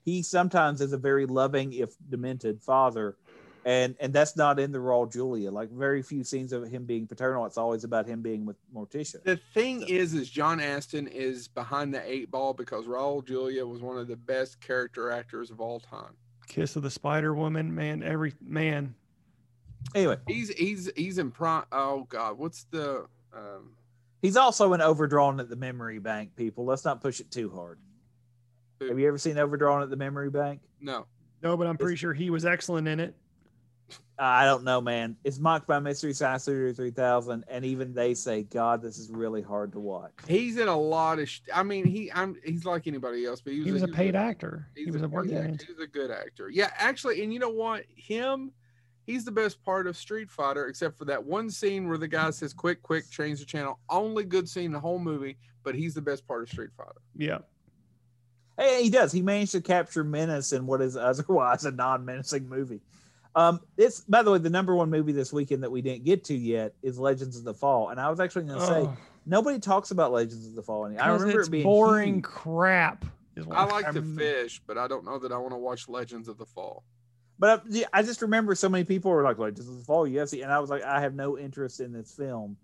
S3: he sometimes is a very loving if demented father, and and that's not in the raw Julia. Like very few scenes of him being paternal. It's always about him being with Morticia.
S1: The thing
S3: So-
S1: is, is John Aston is behind the eight ball because Raul Julia was one of the best character actors of all time.
S2: Kiss of the Spider Woman, man, every man.
S3: Anyway,
S1: He's he's he's in pro. Oh God, what's the? Um,
S3: he's also an overdrawn at the memory bank. People, let's not push it too hard. Have you ever seen Overdrawn at the Memory Bank?
S1: no,
S2: No, but I'm pretty sure he was excellent in it.
S3: I don't know, man. It's mocked by Mystery Science Theater 3000, and even they say, God, this is really hard to watch.
S1: he's in a lot of. Sh- I mean, he I'm he's like anybody else, but he was,
S2: He was a paid
S1: actor.
S2: actor. He was a working man.
S1: He's a good actor. Yeah, actually, and you know what? Him, he's the best part of Street Fighter, except for that one scene where the guy says, "Quick, quick, change the channel." Only good scene in the whole movie, but he's the best part of Street Fighter.
S2: Yeah,
S3: Hey, he does. He managed to capture menace in what is otherwise a non menacing movie. Um, it's by the way, the number one movie this weekend that we didn't get to yet is Legends of the Fall. And I was actually gonna say
S2: Oh,
S3: nobody talks about Legends of the Fall anymore. I
S2: 'cause
S3: remember
S2: it's
S3: it being
S2: boring
S3: huge.
S2: crap. is what
S1: I like the
S2: remember.
S1: fish, but I don't know that I want to watch Legends of the Fall.
S3: But I, I just remember so many people were like, "Legends of the Fall, UFC," and I was like, "I have no interest in this film."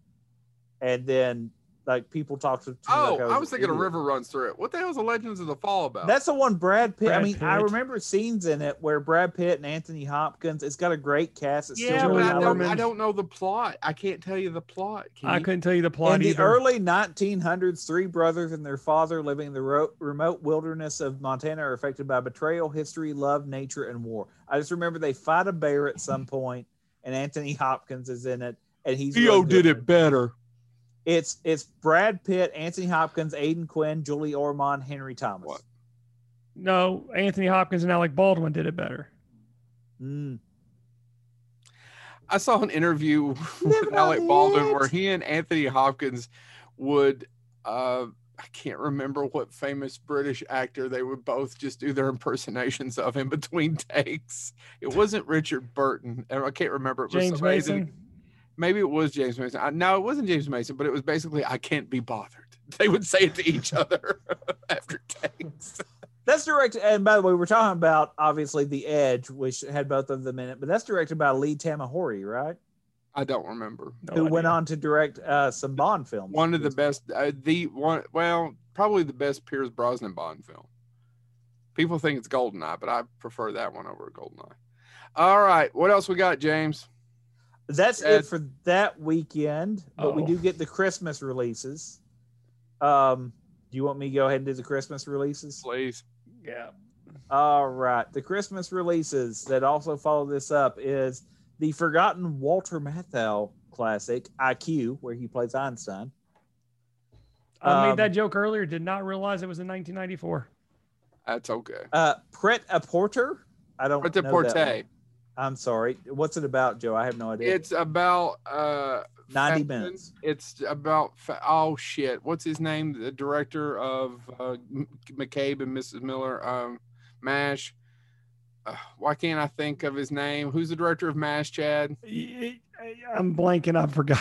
S3: And then, like, people talked to me
S1: Oh,
S3: like
S1: I was
S3: an
S1: thinking a
S3: idiot.
S1: river runs through it. What the hell is the Legends of the Fall about?
S3: That's the one Brad Pitt. I
S2: Brad
S3: mean, I
S2: Pitt.
S3: remember scenes in it where Brad Pitt and Anthony Hopkins. It's got a great cast. It's
S1: yeah,
S3: still
S1: but
S2: Joey
S1: I don't,
S2: Norman.
S1: I don't know the plot. I can't tell you the plot. Can
S2: I
S1: you?
S2: couldn't tell you the plot
S3: in the
S2: either.
S3: early 1900s, three brothers and their father living in the ro- remote wilderness of Montana are affected by betrayal, history, love, nature, and war. I just remember they fight a bear at some point, and Anthony Hopkins is in it, and he's
S1: Theo
S3: really good
S1: did
S3: in
S1: it better.
S3: It's it's Brad Pitt, Anthony Hopkins, Aidan Quinn, Julie Ormond, Henry Thomas.
S1: What?
S2: No, Anthony Hopkins and Alec Baldwin did it better.
S3: Mm.
S1: I saw an interview with Alec Baldwin where he and Anthony Hopkins would uh I can't remember what famous British actor they would both just do their impersonations of in between takes. It wasn't Richard Burton, and I can't remember. It was
S2: James
S1: somebody that-
S2: Mason.
S1: Maybe it was James Mason. I, no, it wasn't James Mason, but it was basically "I can't be bothered." They would say it to each other after takes.
S3: That's directed, and by the way, we're talking about obviously The Edge, which had both of them in it, but that's directed by Lee Tamahori, right?
S1: I don't remember.
S2: No
S3: Who went
S2: idea.
S3: on to direct uh, some Bond films.
S1: One of the best, uh, the one, well, probably the best Pierce Brosnan Bond film. People think it's Goldeneye, but I prefer that one over Goldeneye. All right, what else we got, James?
S3: That's
S1: Yeah.
S3: it for that weekend, but we
S2: Oh.
S3: do get the Christmas releases. Um, do you want me to go ahead and do the Christmas releases?
S1: Please.
S2: Yeah.
S3: All right. The Christmas releases that also follow this up is the forgotten Walter Matthau classic, IQ, where he plays Einstein.
S2: I
S3: Um,
S2: made that joke earlier. Did not realize it was in 1994.
S1: That's okay.
S3: Uh, Pret a Porter. I don't
S1: But the
S3: know. Porte.
S1: Porte,
S3: I'm sorry. What's it about, Joe? I have no idea.
S1: it's about uh,
S3: 90
S1: Fatman.
S3: minutes.
S1: It's about fa- oh shit. What's his name? The director of uh, M- McCabe and Mrs. Miller, um, Mash. Uh, why can't I think of his name? Who's the director of Mash? Chad.
S2: I- I- I'm blanking. I forgot.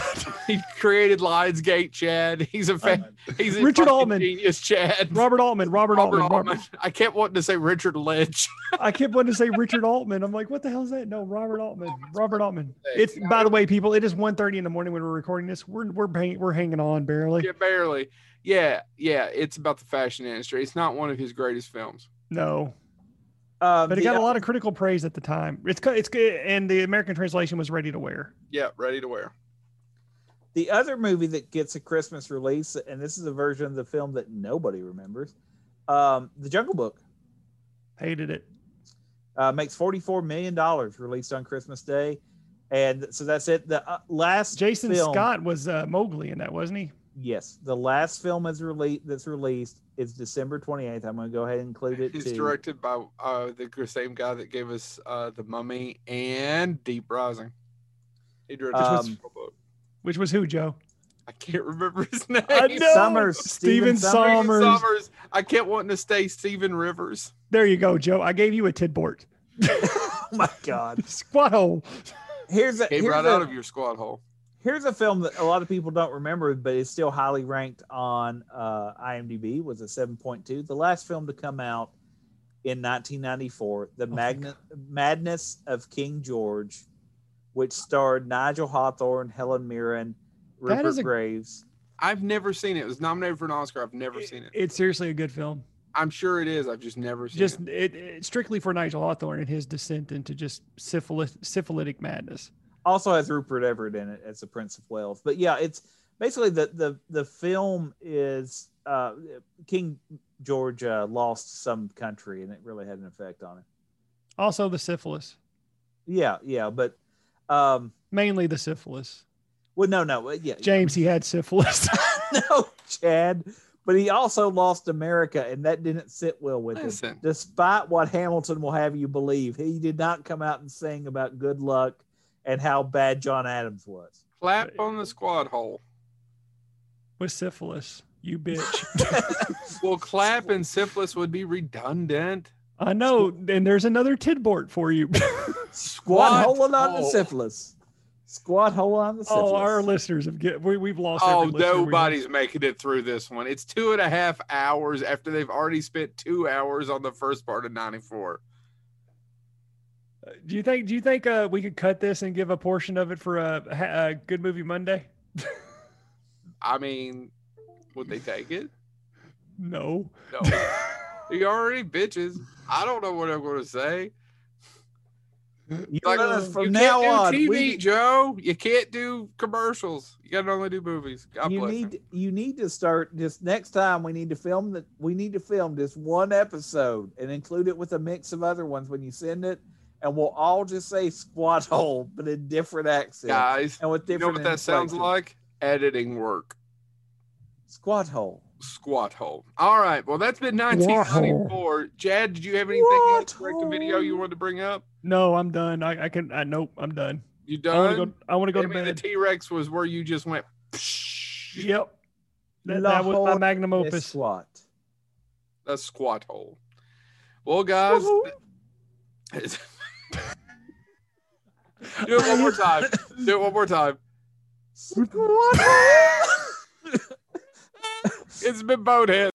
S1: He created Lionsgate. Chad. He's a
S3: Um,
S1: fan. he's a
S2: Uh, Richard
S1: fucking
S2: Altman.
S1: Genius. Chad.
S2: Robert Altman. Robert,
S1: Robert
S2: Altman. Robert-
S1: Altman. I kept wanting to say Richard Lynch.
S2: I kept wanting to say Richard Altman. I'm like, what the hell is that? No, Robert Altman. Robert Altman.
S1: Hey,
S2: It's by the way, people. It is 1:30 in the morning when we're recording this. We're we're hang, we're hanging on barely.
S1: yeah, barely. Yeah, yeah. It's about the fashion industry. It's not one of his greatest films.
S2: No,
S3: Um,
S2: but it
S3: the
S2: got a lot of critical praise at the time. It's co- it's good, and the American translation was ready to wear.
S1: Yeah, ready to wear.
S3: The other movie that gets a Christmas release, and this is a version of the film that nobody remembers, um, The Jungle Book
S2: Hated it.
S3: uh, makes forty-four million dollars released on Christmas Day, and so that's it. The uh, last
S2: Jason
S3: film-
S2: Scott was uh, Mowgli in that, wasn't he?
S3: yes, the last film is released that's released is December twenty-eighth. I'm going to go ahead and include it.
S1: It's
S3: too.
S1: directed by uh, the g- same guy that gave us uh, The Mummy and Deep Rising. He directed this
S3: Um,
S1: whole book.
S2: Which was who, Joe?
S1: I can't remember his name.
S2: I know.
S3: Summers,
S2: Steven
S3: Steven Summers.
S1: Steven
S2: Summers.
S1: Summers. I kept wanting to stay Steven Rivers.
S2: There you go, Joe. I gave you a tidbort.
S3: oh my God!
S2: Squat hole.
S3: Here's a,
S1: Came
S3: here's
S1: right
S3: a-
S1: out of your squad hole.
S3: here's a film that a lot of people don't remember, but it's still highly ranked on uh, IMDb. Was a seven point two, the last film to come out in 1994, The
S2: my
S3: Magna- Madness of King George, which starred Nigel Hawthorne, Helen Mirren,
S2: That
S3: Rupert
S2: is a-
S3: Graves.
S1: I've never seen it. It was nominated for an Oscar. I've never seen it.
S2: It's seriously a good film.
S1: I'm sure it is. I've just never seen
S2: Just
S1: it.
S2: it, it strictly for Nigel Hawthorne and his descent into just syphilis, syphilitic madness.
S3: Also has Rupert Everett in it as the Prince of Wales. But yeah, it's basically the the the film is uh, King George uh, lost some country, and it really had an effect on him.
S2: Also the syphilis,
S3: Yeah, yeah, but. Um,
S2: mainly the syphilis.
S3: Well, no, no, uh, yeah,
S2: James, he had syphilis.
S3: no, Chad. But he also lost America, and that didn't sit well with him.
S1: Listen,
S3: Despite what Hamilton will have you believe, he did not come out and sing about good luck and how bad John Adams was.
S1: clap on the squad hole.
S2: with syphilis, you bitch.
S1: Well, clap and syphilis would be redundant.
S2: I know. And there's another tidbort for you.
S3: Squad holding on to
S1: hole.
S3: syphilis. Squad holding on to syphilis.
S2: All our listeners have get we, we've lost.
S1: Oh,
S2: every listener we have.
S1: nobody's making it through this one. It's two and a half hours after they've already spent two hours on the first part of 94.
S2: Do you think? Do you think uh, we could cut this and give a portion of it for a, a good movie Monday?
S1: I mean, would they take it?
S2: No.
S1: No. you already bitches. I don't know what I'm going to say.
S3: You
S1: Like,
S3: know, from
S1: you
S3: now on,
S1: can't do TV,
S3: we-
S1: Joe. You can't do commercials. You can only do movies. God
S3: you
S1: bless
S3: need
S1: you.
S3: you need to start just next time we need to film that we need to film just one episode and include it with a mix of other ones when you send it and we'll all just say squat hole but in different accents
S1: Guys,
S3: and with
S1: you know
S3: different
S1: what that sounds
S3: inflections.
S1: like? Editing work.
S3: Squat hole.
S1: Squat hole. All right. Well, that's been 1994. Jad, did you have anything else
S3: Squat
S1: direct to video you
S3: hole.
S1: wanted to bring up?
S2: No, I'm done. I, I can. I, nope, I'm done.
S1: You
S2: I want to
S1: done?
S2: go. I want to go to
S1: Maybe the
S2: bed.
S1: T Rex was where you just went. "Psh."
S2: Yep. That,
S3: La
S2: that was my
S3: hole
S2: magnum
S3: is
S2: opus.
S3: Squat.
S1: That's squat hole. Well, guys, do it one more time. Do it one more time.
S3: Squat hole.
S1: It's been Bonehead.